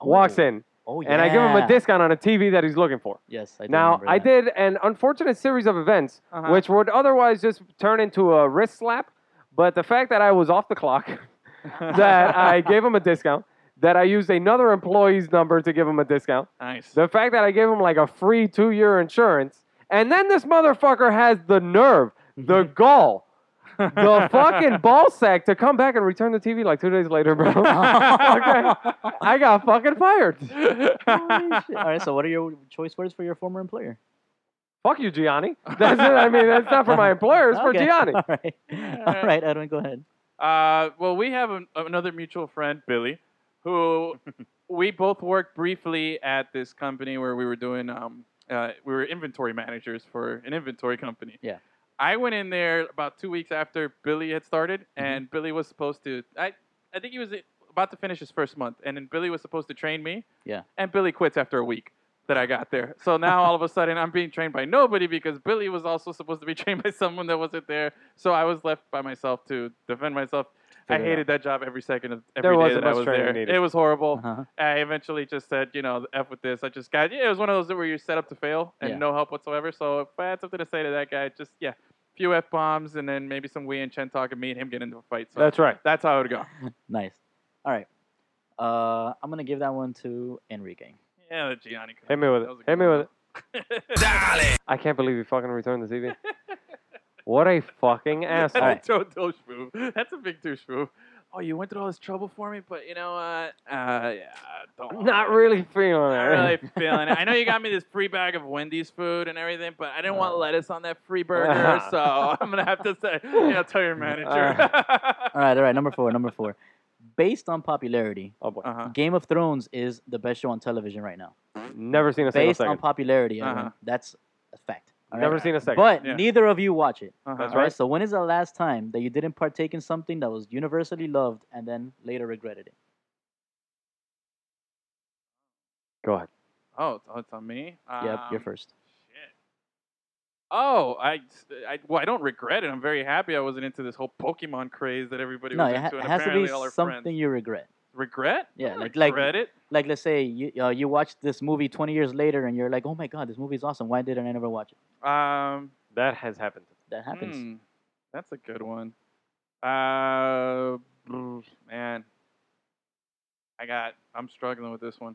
walks
Oh.
in,
Oh, yeah.
and I give him a discount on a TV that he's looking for.
Yes, I do
now,
remember
I
that.
did an unfortunate series of events,
Uh-huh.
which would otherwise just turn into a wrist slap, but the fact that I was off the clock, that I gave him a discount, that I used another employee's number to give him a discount,
Nice.
the fact that I gave him like a free two year insurance, and then this motherfucker has the nerve, the gall, the fucking ball sack to come back and return the TV like two days later, bro. okay. I got fucking fired.
Holy shit. All right, so what are your choice words for your former employer?
Fuck you, Gianni. That's it. I mean, that's not for my employer, it's for
Okay.
Gianni.
All right. All right, Edwin, go ahead.
Uh, well, we have an, another mutual friend, Billy, who we both worked briefly at this company where we were doing, um, uh, we were inventory managers for an inventory company.
Yeah.
I went in there about two weeks after Billy had started, and Billy was supposed to, I, I think he was about to finish his first month, and then Billy was supposed to train me.
Yeah.
And Billy quits after a week. that I got there. So now all of a sudden I'm being trained by nobody because Billy was also supposed to be trained by someone that wasn't there. So I was left by myself to defend myself. I
Figure it
hated that job every second of
There
every day
wasn't
that I
much
was
training
there.
needed.
It was horrible.
Uh-huh.
I eventually just said, you know, f with this. I just got. Yeah, it was one of those where you're set up to fail and
Yeah.
no help whatsoever. So if I had something to say to that guy, just yeah, few f bombs and then maybe some Wei and Chen talk and me and him get into a fight. So
That's right.
that's how it would go.
Nice. All right. Uh, I'm gonna give that one to Enrique.
Yeah, the Gianni.
Hit me with it.
That was a
Hit
good
me with
one.
it. I can't believe he fucking returned the TV. what a fucking asshole.
All right.
That's a douche move. That's a big douche move. Oh, you went through all this trouble for me, but you know what? Uh, yeah, don't.
Not really feeling it.
Not really feeling it. I know you got me this free bag of Wendy's food and everything, but I didn't want
Uh-huh.
lettuce on that free burger, so I'm gonna have to say, you know, tell your manager.
All right. All right. Number four. Number four. Based on popularity,
Oh boy.
uh-huh.
Game of Thrones is the best show on television right now.
Never seen a single
Based on
second.
popularity,
Uh-huh.
everyone, that's a fact. all right?
Never seen a second.
But
Yeah.
neither of you watch it.
Uh-huh.
That's
All right. So when is the last time that you didn't partake in something that was universally loved and then later regretted it?
Go ahead.
Oh, it's- oh, it's on me. Um,
yep. You're first.
Shit. Oh, I, I, well, I don't regret it. I'm very happy I wasn't into this whole Pokemon craze that everybody
No,
was
it,
into,
ha-
and
it has to
apparently
be
all our
something
friends.
you regret.
Regret?
Yeah,
I don't
like- like-
regret it.
Like let's say you uh, you watch this movie 20 years later and you're like, oh my god, this movie's awesome. Why didn't I never watch it?
Um,
That has happened.
That happens.
hmm, that's a good one. Uh, mm, man, I got. I'm struggling with this one.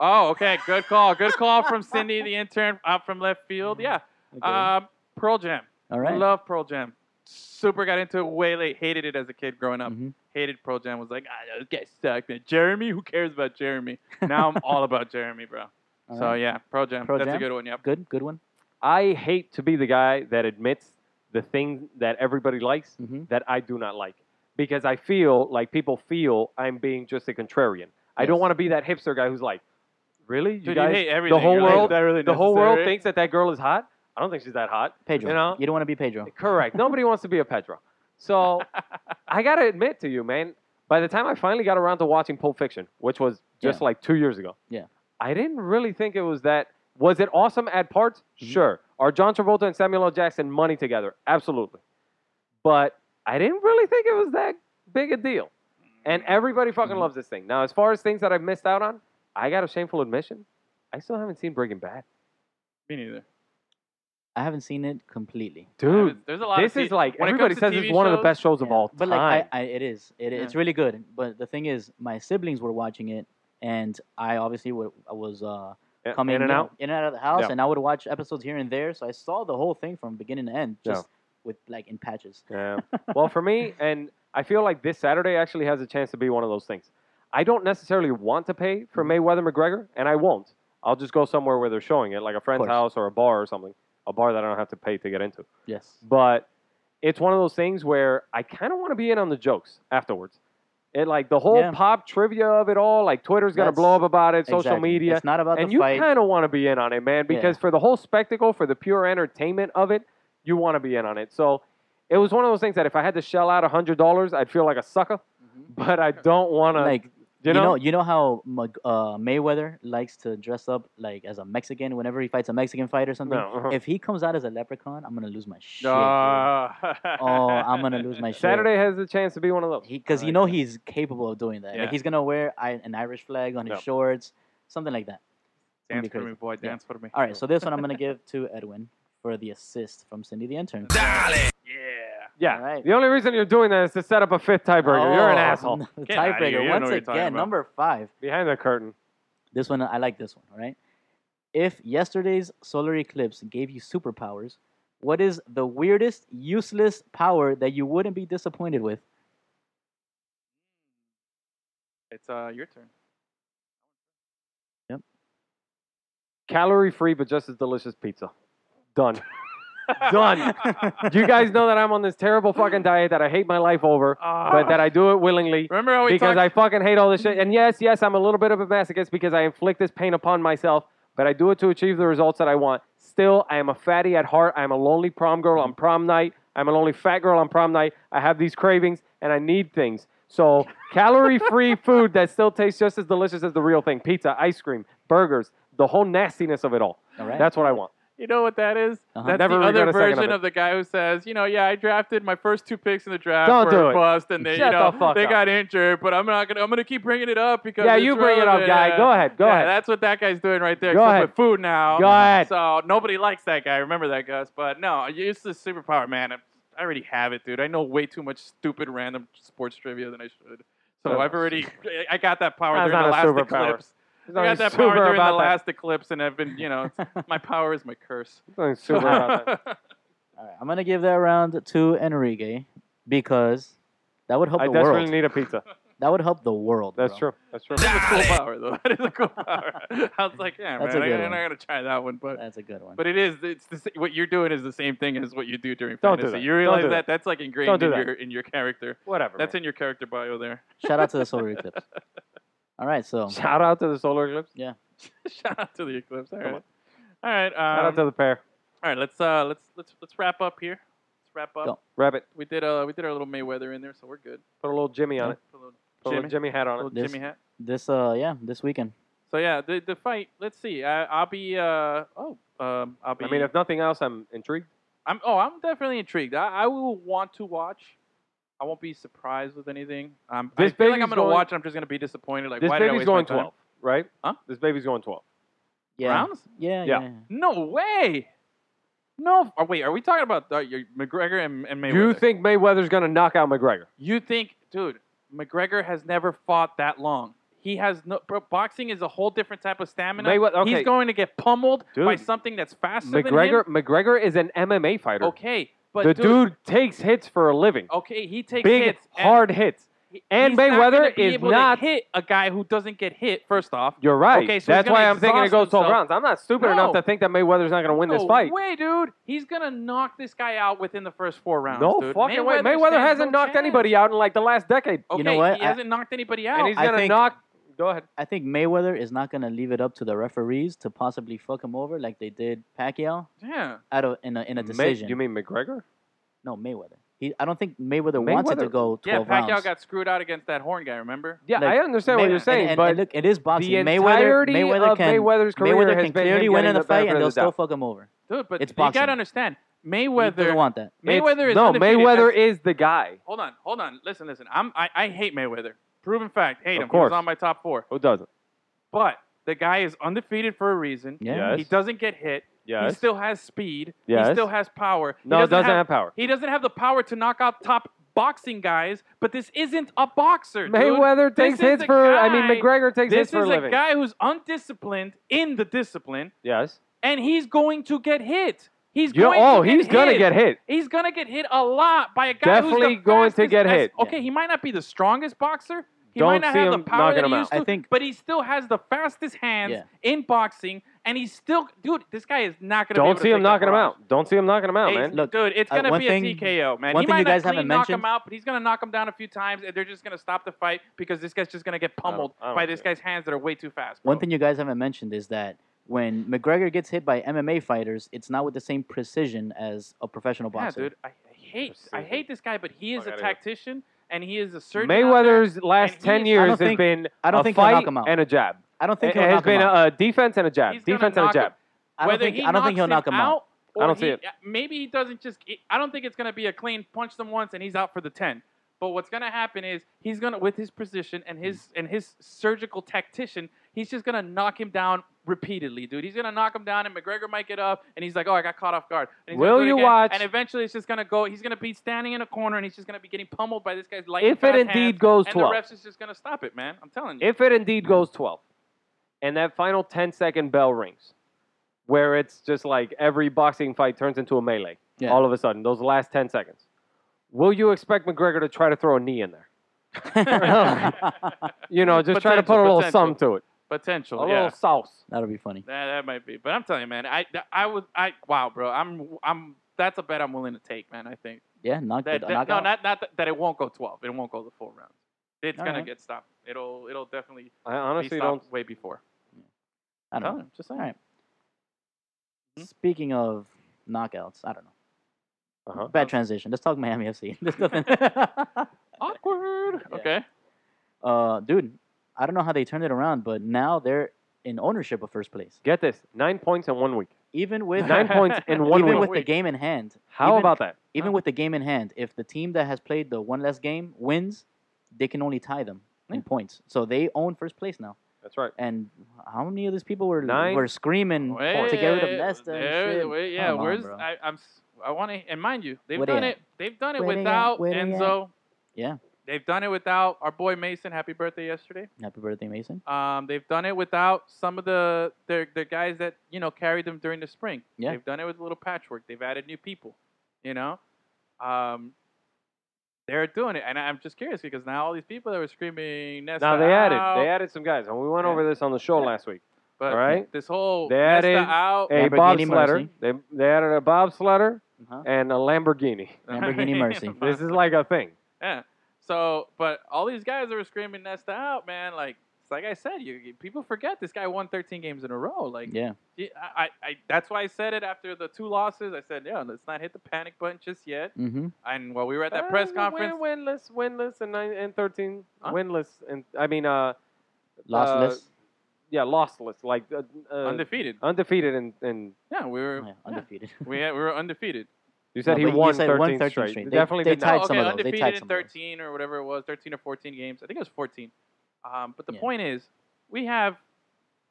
Oh, okay. Good call. Good call from Cindy, the intern out from left
Mm-hmm.
field. Yeah.
Okay.
Um, Pearl Jam.
All right.
Love Pearl Jam. Super got into it way late. Hated it as a kid growing
Mm-hmm.
up.
Mhm.
Hated Pearl Jam. Was like, ah, those guys suck, man. Jeremy, who cares about Jeremy? Now I'm all about Jeremy, bro.
All
so
right.
yeah, Pearl Jam.
Pearl
That's
Jam?
a good one. Yep.
Good, good one.
I hate to be the guy that admits the thing that everybody likes
Mm-hmm.
that I do not like because I feel like people feel I'm being just a contrarian. I don't
Yes.
want to be that hipster guy who's like, really, you
Dude,
guys,
you hate everything.
the whole
You're like,
world,
"Is that really
the whole world
necessary?"
thinks that that girl is hot. I don't think she's that hot.
Pedro.
You know?
don't want to be Pedro.
Correct. Nobody wants to be a Pedro. So I gotta admit to you, man. By the time I finally got around to watching Pulp Fiction, which was just like two years ago,
Yeah.
I didn't really think it was that. Was it awesome at parts?
Mm-hmm.
Sure. Are John Travolta and Samuel L. Jackson money together? Absolutely. But I didn't really think it was that big a deal. And
Mm-hmm.
everybody fucking loves this thing. Now, as far as things that I've missed out on, I got a shameful admission. I still haven't seen Breaking Bad,
Me neither.
I haven't seen it completely.
dude.
there's a lot.
This
of
is like
when it
everybody
comes to
says it's
TV
one of the
shows-
best shows of
Yeah.
all time.
But like, I, I, it is. It, It's
Yeah.
really good. But the thing is, my siblings were watching it, and I obviously wa- I was uh,
Yeah,
coming
in and
you know,
out.
in and out of the house,
Yeah.
and I would watch episodes here and there. So I saw the whole thing from beginning to end,
Yeah.
just with like in patches.
Yeah. Well, for me, and I feel like this Saturday actually has a chance to be one of those things. I don't necessarily want to pay for
Mm-hmm.
Mayweather McGregor, and I won't. I'll just go somewhere where they're showing it, like a friend's
course.
house or a bar or something, a bar that I don't have to pay to get into.
Yes.
But it's one of those things where I kind of want to be in on the jokes afterwards. It like the whole
Yeah.
pop trivia of it all, like Twitter's gonna
That's-
blow up about it, social
Exactly.
media
It's not about
and
the
you
fight.
kind of want to be in on it, man,
Yeah.
because for the whole spectacle, for the pure entertainment of it, you want to be in on it. So it was one of those things that if I had to shell out hundred dollars, I'd feel like a sucker. But I don't want to,
Mm-hmm. like
you know,
you know how Mag- uh, Mayweather likes to dress up like as a Mexican whenever he fights a Mexican fight or something.
No, uh-huh.
If he comes out as a leprechaun, I'm gonna lose my shit. dude.
Ah.
oh, I'm gonna lose my shit.
Saturday has the chance to be one of those.
because
I
you
like
know
that.
he's capable of doing that.
Yeah.
Like he's gonna wear I, an Irish flag on his
Yeah.
shorts, something like that. Gonna be
Dance for
crazy.
me, boy. Dance for me.
All right, so this one I'm gonna give to Edwin for the assist from Cindy the intern.
Dale.
Yeah.
Yeah.
All right.
The only reason you're doing that is to set up a fifth tiebreaker. you're an
Oh,
asshole.
no,
Get outta here,
Tiebreaker
you don't know
once
what you're talking
again,
about.
number five.
Behind the curtain.
This one I like. This one. All right. If yesterday's solar eclipse gave you superpowers, what is the weirdest, useless power that you wouldn't be disappointed with?
It's uh, your turn.
Calorie free, but just as delicious pizza. Done. Done. you guys know that I'm on this terrible fucking diet that I hate my life over,
Ah.
but that I do it willingly.
Remember how we
because
talked?
I fucking hate all this shit. And yes, yes, I'm a little bit of a masochist because I inflict this pain upon myself, but I do it to achieve the results that I want. Still, I am a fatty at heart. I'm a lonely prom girl on prom night. I'm a lonely fat girl on prom night. I have these cravings and I need things. So calorie-free food that still tastes just as delicious as the real thing: pizza, ice cream, burgers, the whole nastiness of it all.
All right.
That's what I want.
You know what that is?
Uh-huh.
That's
Never
the
regret a
other
second of
version
it.
of, the guy who says, you know, yeah, I drafted my first two picks in the draft
Don't do
were
it.
bust, and they,
Shut
you know,
the fuck
they
up.
got injured. But I'm not gonna, I'm gonna keep bringing it up because
Yeah,
it's
you bring it up,
relevant.
guy. Go ahead. Go
Yeah,
ahead.
That's what that guy's doing right there.
Go
except
aheid.
with food now.
Go aheid.
So nobody likes that guy. Remember that, Gus? But no, it's the superpower, man. I I already have it, dude. I know way too much stupid random sports trivia than I should. So
Oh.
I've already, I got that power
That's
during
not
the last
a superpower.
eclipse.
There's
I got
nothing
that power
super
during the
about that.
last eclipse, and I've been, you know, it's- my power is my curse.
There's nothing super about that.
All right, I'm gonna give that round to Enrique because that would help
I
the world.
desperately need a pizza.
that would help the world.
That's
bro.
true. That's true.
That's a cool power, though. That is a cool power. I was like, yeah,
That's
man,
a
I,
good
I'm
one.
not gonna try that one, but
That's a good one.
but it is. It's the, sa- what you're doing is the same thing as what you do during
Don't do
fantasy.
that.
You realize
Don't do
that that's like
Don't
ingrained
do
in
that.
your in your character.
Whatever.
That's
man.
in your character bio there.
Shout out to the solar eclipse. All right, so
Shout out to the solar eclipse.
Shout out to the eclipse. All
Come
right, all right,
Shout
um,
out to the pair.
all right. Let's uh, let's let's let's wrap up here. Let's wrap up.
Go.
Rabbit.
We did uh, we did our little Mayweather in there, so we're good.
Put a little Jimmy on it.
Put a little
Put a
Jimmy,
little Jimmy hat on
little
it.
This-
Jimmy hat.
this uh yeah this weekend
So yeah, the the fight. Let's see. I, I'll be. Uh, oh, um, I'll be.
I mean, if nothing else, I'm intrigued.
I'm. Oh, I'm definitely intrigued. I, I will want to watch. I won't be surprised with anything. Um, I
This
feel
baby's
like I'm gonna
going-
watch. and I'm just gonna be disappointed. Like
this
why did I
baby's
waste
going
my time?
12, right?
Huh?
This baby's going 12.
yeah
rounds?
yeah
Yeah.
yeah, yeah.
No way. No. Oh, wait, are we talking about uh, your McGregor and, and Mayweather?
You think Mayweather's going to knock out McGregor?
You think, dude? McGregor has never fought that long. He has no. Bro, boxing is a whole different type of stamina.
Maywe- okay.
He's going to get pummeled by
Dude.
something that's faster than him.
McGregor McGregor is an MMA fighter.
Okay, but
the
dude
dude takes hits for a living.
Okay, he takes
Big,
hits. and
hard hits.
he-
and
he's not
Mayweather
gonna be
is
able
not-
to hit a guy who doesn't get hit. First off,
You're right.
Okay, so he's
That's
gonna
why I'm thinking it goes
exhaust
12
himself.
rounds. I'm not stupid
No.
enough to think that Mayweather's not going to win
no
this fight.
way, dude. He's gonna knock this guy out within the first four rounds.
no
dude.
fucking way. Mayweather
stands
hasn't
no
knocked
chance.
anybody out in like the last decade.
Okay,
You know what?
He
I-
hasn't knocked anybody out.
And he's
I
going to
think-
knock. Go ahead.
I think Mayweather is not gonna leave it up to the referees to possibly fuck him over like they did Pacquiao
yeah.
out of in a, in a
Ma-
decision.
you mean McGregor?
no Mayweather? He I don't think Mayweather, wanted to
Mayweather-
go
Yeah,
twelve
Pacquiao
rounds.
got screwed out against that horn guy. Remember?
Yeah,
Like,
I understand what
May-
you're saying,
and, and,
but
and look, it is boxing.
the
Mayweather,
entirety
Mayweather
of
can,
Mayweather's career
Mayweather
has
can
been
clearly
him
win in
getting
the
the
fight,
benefit
and
of
they'll
the
still
doubt.
fuck him over.
Dude, but
It's
you
boxing.
gotta understand,
He doesn't
Mayweather.
want that.
It's-
Mayweather is
no.
undefeated
Mayweather
as-
is the guy
Hold on, hold on. Listen, listen. I'm. I, I hate Mayweather. Proven fact. Hate
Of
him.
course.
He was on my top four.
who doesn't.
But the guy is undefeated for a reason.
Yeah.
Yes.
He doesn't get hit.
Yes.
He still has speed.
Yes.
He still has power. He
No, doesn't, doesn't have, power.
He doesn't have the power to knock out top boxing guys, but this isn't a boxer. dude.
Mayweather
This
takes
is
hits
a
for. I mean,
guy-
McGregor takes
This
hits
is
for a
a
living.
guy who's undisciplined in the discipline,
Yes.
and he's going to get hit. He's
You're,
going
oh,
to get
he's gonna get hit.
He's gonna get hit a lot by a guy
Definitely
who's the
going to
fastest-
get hit.
Okay, he might not be the strongest boxer. He
Don't
might not
see
have
him
the power
knocking
that
him
he
out.
used
I
to,
think-
but he still has the fastest hands
Yeah.
in boxing, and he's still, dude. This guy is not gonna. be able
Don't
to
see him
take a
knocking him
barrage.
out. Don't see him knocking him out,
Hey,
man.
look,
dude, it's
uh,
gonna
one
be
thing-
a TKO, man.
one
he
thing
might
you guys
not clean
haven't
knock him
mentioned-
out, but he's gonna knock him down a few times, and they're just gonna stop the fight because this guy's just gonna get pummeled
I don't
by this
care.
guy's hands that are way too fast.
One
Oh.
bro.
thing you guys haven't mentioned is that when McGregor gets hit by MMA fighters, it's not with the same precision as a professional
yeah,
boxer.
dude, I I hate, I
Seriously.
hate this guy, but he is
Fuck
a
outta here.
tactician and he is a surgeon. out there.
Mayweather's last
and
ten
he is- I
years
don't
has
think-
been
I don't
a
think he'll knock
fight
him out.
and a jab.
I don't think
It
he'll
has
knock him
been
out.
a defense and a jab.
He's gonna
Defense and a
knock him.
jab.
I don't
Whether
think
he
I don't think
knocks
he'll knock him out.
I don't see
he-
it.
Maybe he doesn't just. I don't think it's gonna be a clean punch them once and he's out for the ten. But what's gonna happen is he's gonna, with his precision and his and his surgical tactician, he's just gonna knock him down repeatedly, dude. He's gonna knock him down, and McGregor might get up, and he's like, "Oh, I got caught off guard." And he's gonna
Will
do it
you
again,
watch-
And eventually, it's just gonna go. He's gonna be standing in a corner, and he's just gonna be getting pummeled by this guy's light.
If it indeed goes
and
12.
the refs is just gonna stop it, man. I'm telling you.
If it indeed goes 12, and that final 10 second bell rings, where it's just like every boxing fight turns into a melee
Yeah.
all of a sudden, those last 10 seconds, will you expect McGregor to try to throw a knee in there? You know, just try to put a
Potential,
little
potential.
something to it, a
Potential, yeah.
little sauce.
That'll be funny.
That, that might be, but I'm telling you, man. I that- I was I wow, bro. I'm I'm that's a bet I'm willing to take, man. I think
Yeah, knock,
that, that-
knock
no,
out.
not not that, that it won't go 12. It won't go the full round. It's
All
gonna
right.
get stopped. It'll it'll definitely
I
be
honestly don't.
stopped way before.
I don't know.
Telling you, just saying.
All right.
Mm-hmm.
Speaking of knockouts, I don't know.
Uh-huh.
Bad transition. Let's talk Miami FC. There's nothing.
awkward.
Yeah.
Okay.
Uh, dude, I don't know how they turned it around, but now they're in ownership of first place,
Get this: nine points in one week.
even with
Nine points in one
even
week.
with the game in hand.
How
even-
about that?
even with the game in hand, if the team that has played the one less game wins, they can only tie them in points. So they own first place now.
That's right.
And how many of these people were
Nine
were screaming
Wait,
to get rid of Nesta? and
there-
shit?
wait, yeah,
Come on,
where's
bro.
I, I'm? s- I want to, and mind you, they've
Where they
done
at?
it. They've done it
Where they at?
without
Where they at?
Enzo.
Yeah.
They've done it without our boy Mason. Happy birthday yesterday.
Happy birthday, Mason.
Um, they've done it without some of the their the guys that you know carried them during the spring.
Yeah.
They've done it with a little patchwork. They've added new people. You know, um, they're doing it, and I'm just curious because now all these people that were screaming Nesta
Now they added
out,
they added some guys, and we went
Yeah.
over this on the show
Yeah.
last week.
but
all right.
this whole
They
Nesta
added
out.
A
Lamborghini
bobsledder.
Mercy.
They they added a bobsledder
Uh-huh.
and a Lamborghini.
Lamborghini Mercy.
This is like a thing.
Yeah. So, but all these guys that were screaming Nesta out, man. Like, it's like I said, you, you- people forget this guy won 13 games in a row. Like,
Yeah.
he- I, I, I, that's why I said it after the two losses. I said, yeah, let's not hit the panic button just yet.
Mm-hmm.
And while we were at that press
Uh, win-
conference,
winless, winless, and nine and thirteen,
Huh?
winless, and I mean, uh,
Uh,
Lossless.
yeah, lossless, like uh, uh,
undefeated.
undefeated, and and
Yeah, we were
yeah,
yeah,
undefeated.
we, had, we were undefeated.
you said
No,
he
but you
won,
said
13
won
straight.
13 straight.
He
They-
definitely
they
did
tied
not.
oh,
some
okay,
of those. They
undefeated
tied
in
some of those.
13 or whatever it was, 13 or 14 games. I think it was 14. Um, but the
Yeah.
point is, we have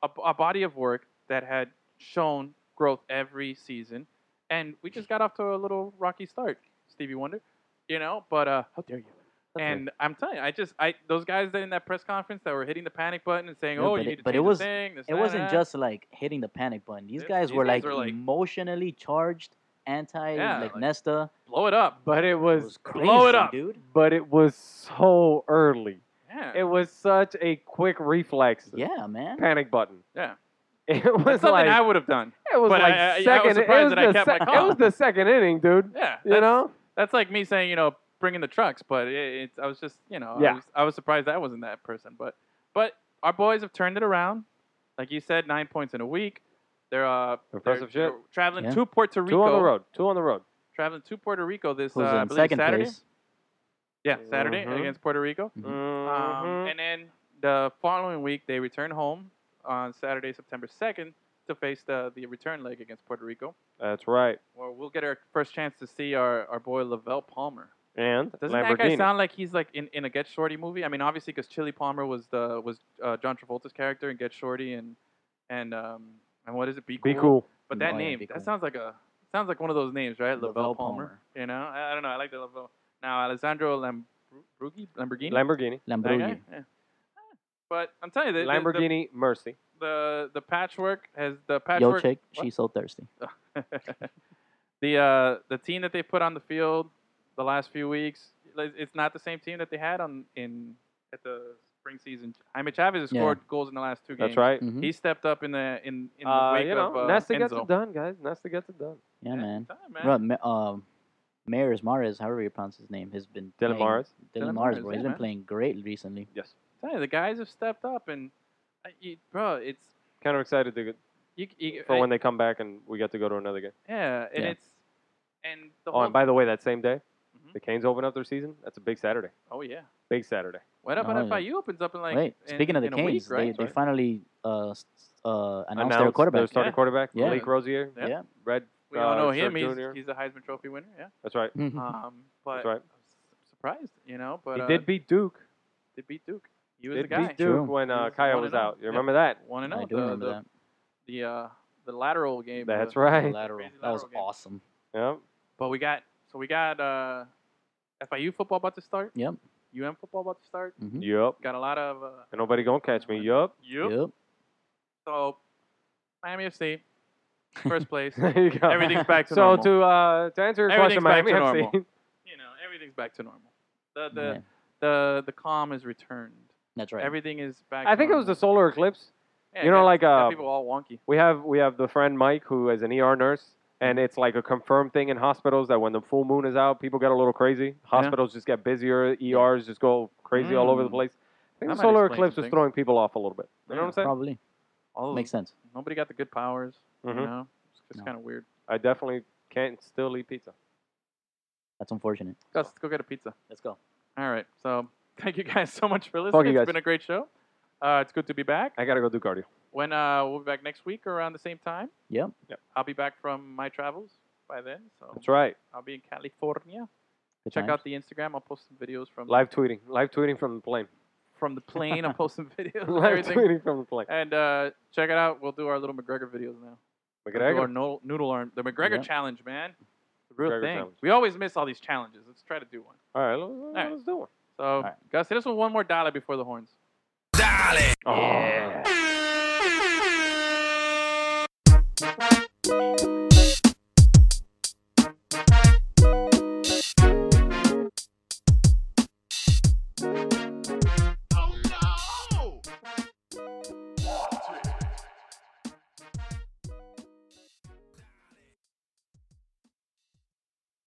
a, a body of work that had shown growth every season, and we just got off to a little rocky start. Stevie Wonder, you know, but uh, how dare you?
Okay.
And I'm telling you, I just I those guys that in that press conference that were hitting the panic button and saying,
Yeah,
"Oh,
but
you
it-
need to
but it
change
was-
the thing." This,
It
that,
wasn't
that."
just like hitting the panic button. These
This-
guys
these
were
guys
like,
were, like-
emotionally charged, anti
Yeah,
like
like-
Nesta.
blow it up.
But it
It
was,
was crazy,
blow it up.
dude.
but it was so early.
Yeah,
It was such a quick reflex.
Yeah, man.
Panic button.
Yeah.
It
that's
was
something
like
I would have done.
it was
but
like
I- I- I was
second. it
surprised
was
that I
the
kept my
sec- it
calm.
was the second inning, dude.
Yeah,
You
that's-
know.
That's like me saying, you know, bringing the trucks, but it, it's I was just, you know,
Yeah.
I, was, I was surprised I wasn't that person. But but our boys have turned it around. Like you said, nine points in a week. They're uh, they're-
Impressive
they're,
shit.
traveling
Yeah.
to Puerto Rico.
Two on the road. Two on the road.
Traveling to Puerto Rico this uh,
Who's
I
in
believe
second
Saturday.
place?
Yeah, Saturday
Mhm.
against Puerto Rico. Um,
Mhm.
and then the following week they return home on Saturday, September second, to face the the return leg against Puerto Rico.
That's right.
Well, we'll get our first chance to see our, our boy Lavelle Palmer.
And
Doesn't that
Lamborghini.
guy sound like he's like in, in a Get Shorty movie? I mean, obviously because Chili Palmer was the was uh, John Travolta's character in Get Shorty and and um and what is it? Be cool.
Be cool.
But that
Oh, yeah,
name
Be Cool.
that sounds like a sounds like one of those names, right? Lavelle,
Lavelle
Palmer.
Palmer.
You know, I, I don't know. I like the Lavelle. Now Alessandro Lambrugi, Lamborghini.
Lamborghini.
That guy?
Lamborghini.
Yeah. But I'm telling you, the, the,
Lamborghini Mercy.
the, the the patchwork has the
Yo,
patchwork.
chick,
What?
she's so thirsty.
the uh, the team that they put on the field the last few weeks, like, it's not the same team that they had on in at the spring season. Jaime Chavez has
Yeah.
scored goals in the last two games.
That's right.
Mhm.
He stepped up in the in in the
Uh,
wake
you know,
of uh,
Nesta gets
Enzo.
it done, guys. Nesta gets it done.
Yeah, man.
Time,
Bro, Ma- um, Mares, Mares, however you pronounce his name, has been
Dylan
playing-
Mares.
Dylan
Dylan
Mares,
Mares,
bro.
yeah,
He's been
man.
playing great recently.
Yes.
Tell you, the guys have stepped up, and I, you, bro, it's
Kind of excited to,
you, you,
for
I-
when they come back and we get to go to another game.
yeah, and
Yeah.
it's and the
Oh,
whole
and by the way, that same day,
Mhm.
the Canes open up their season. That's a big Saturday.
oh yeah.
Big Saturday.
What about
Oh, yeah.
FIU opens up in like
Wait,
in-
speaking of the
in a week,
Canes,
right?
they, they finally uh, s- uh, announced, their
Announced
quarterback.
starting
Yeah.
quarterback,
Yeah.
Malik Rosier.
Yeah.
Yeah.
Red.
we all know
uh,
him.
Shirt
He's,
Junior.
he's a Heisman Trophy winner. Yeah.
That's right.
Mm-hmm.
Um,
Mm-hmm.
but
That's right.
surprised, you know. But
he
uh,
did beat Duke.
did beat Duke. He was the
Did
guy.
beat
True.
Duke when
He
uh,
was
Kyle
one
was
and
out.
oh.
You
Yep.
remember that?
One and
I
oh,
do
the,
remember
the,
that.
The uh, the lateral game.
That's
the-
right.
Lateral.
Crazy
That was
lateral game.
awesome.
Yeah.
But we got so we got uh, FIU football about to start.
Yep.
UM football about to start.
Hmm?
Yup.
Got a lot of uh,
And nobody gonna catch me. Yup.
you.
Yep.
So Miami FC, first place. you
There you go.
Everything's back to
so
normal.
to uh, to answer your question,
Everything's back
Miami
to
FC.
normal. know, everything's back to normal. The the
Yeah,
the, the calm is returned.
That's right.
Everything is back.
I
to
think it was the
normal.
solar eclipse.
Yeah,
you know,
got-
like,
got
uh,
people all wonky.
We have we have the friend Mike who is an ER nurse, and it's like a confirmed thing in hospitals that when the full moon is out, people get a little crazy. Hospitals just get busier. ERs just go crazy all over the
Mm.
place. I think
That
the
might
solar
explain
eclipse
some
was
things.
throwing people off a little bit. You know
Yeah,
what I'm saying?
Probably.
All of
Makes sense.
Nobody got the good powers.
Mhm.
You know, it's just
No.
kind of weird.
I definitely can't still eat pizza.
That's unfortunate.
Gus, let's go get a pizza.
Let's go.
All right. So thank you guys so much for
Fuck
listening.
you guys.
It's been a great show. Uh, it's good to be back.
I gotta go do cardio.
When uh, we'll be back next week or around the same time.
Yep.
I'll be back from my travels by then. So
That's right.
I'll be in California.
Good
Check
times.
out the Instagram. I'll post some videos from
Live tweeting. Live tweeting from the plane.
from the plane. I'll post some videos. and
Live
everything.
tweeting from the plane.
And uh, check it out. We'll do our little McGregor videos now. We'll do our
McGregor.
no- noodle arm. The McGregor
Yeah.
challenge, man. The real
McGregor
thing.
challenge.
We always miss all these challenges. Let's try to do one.
All right, let's,
right.
let's do it.
So,
right.
Gus, hit us with one more dollar before the horns.
Dale.
Oh.
Yeah.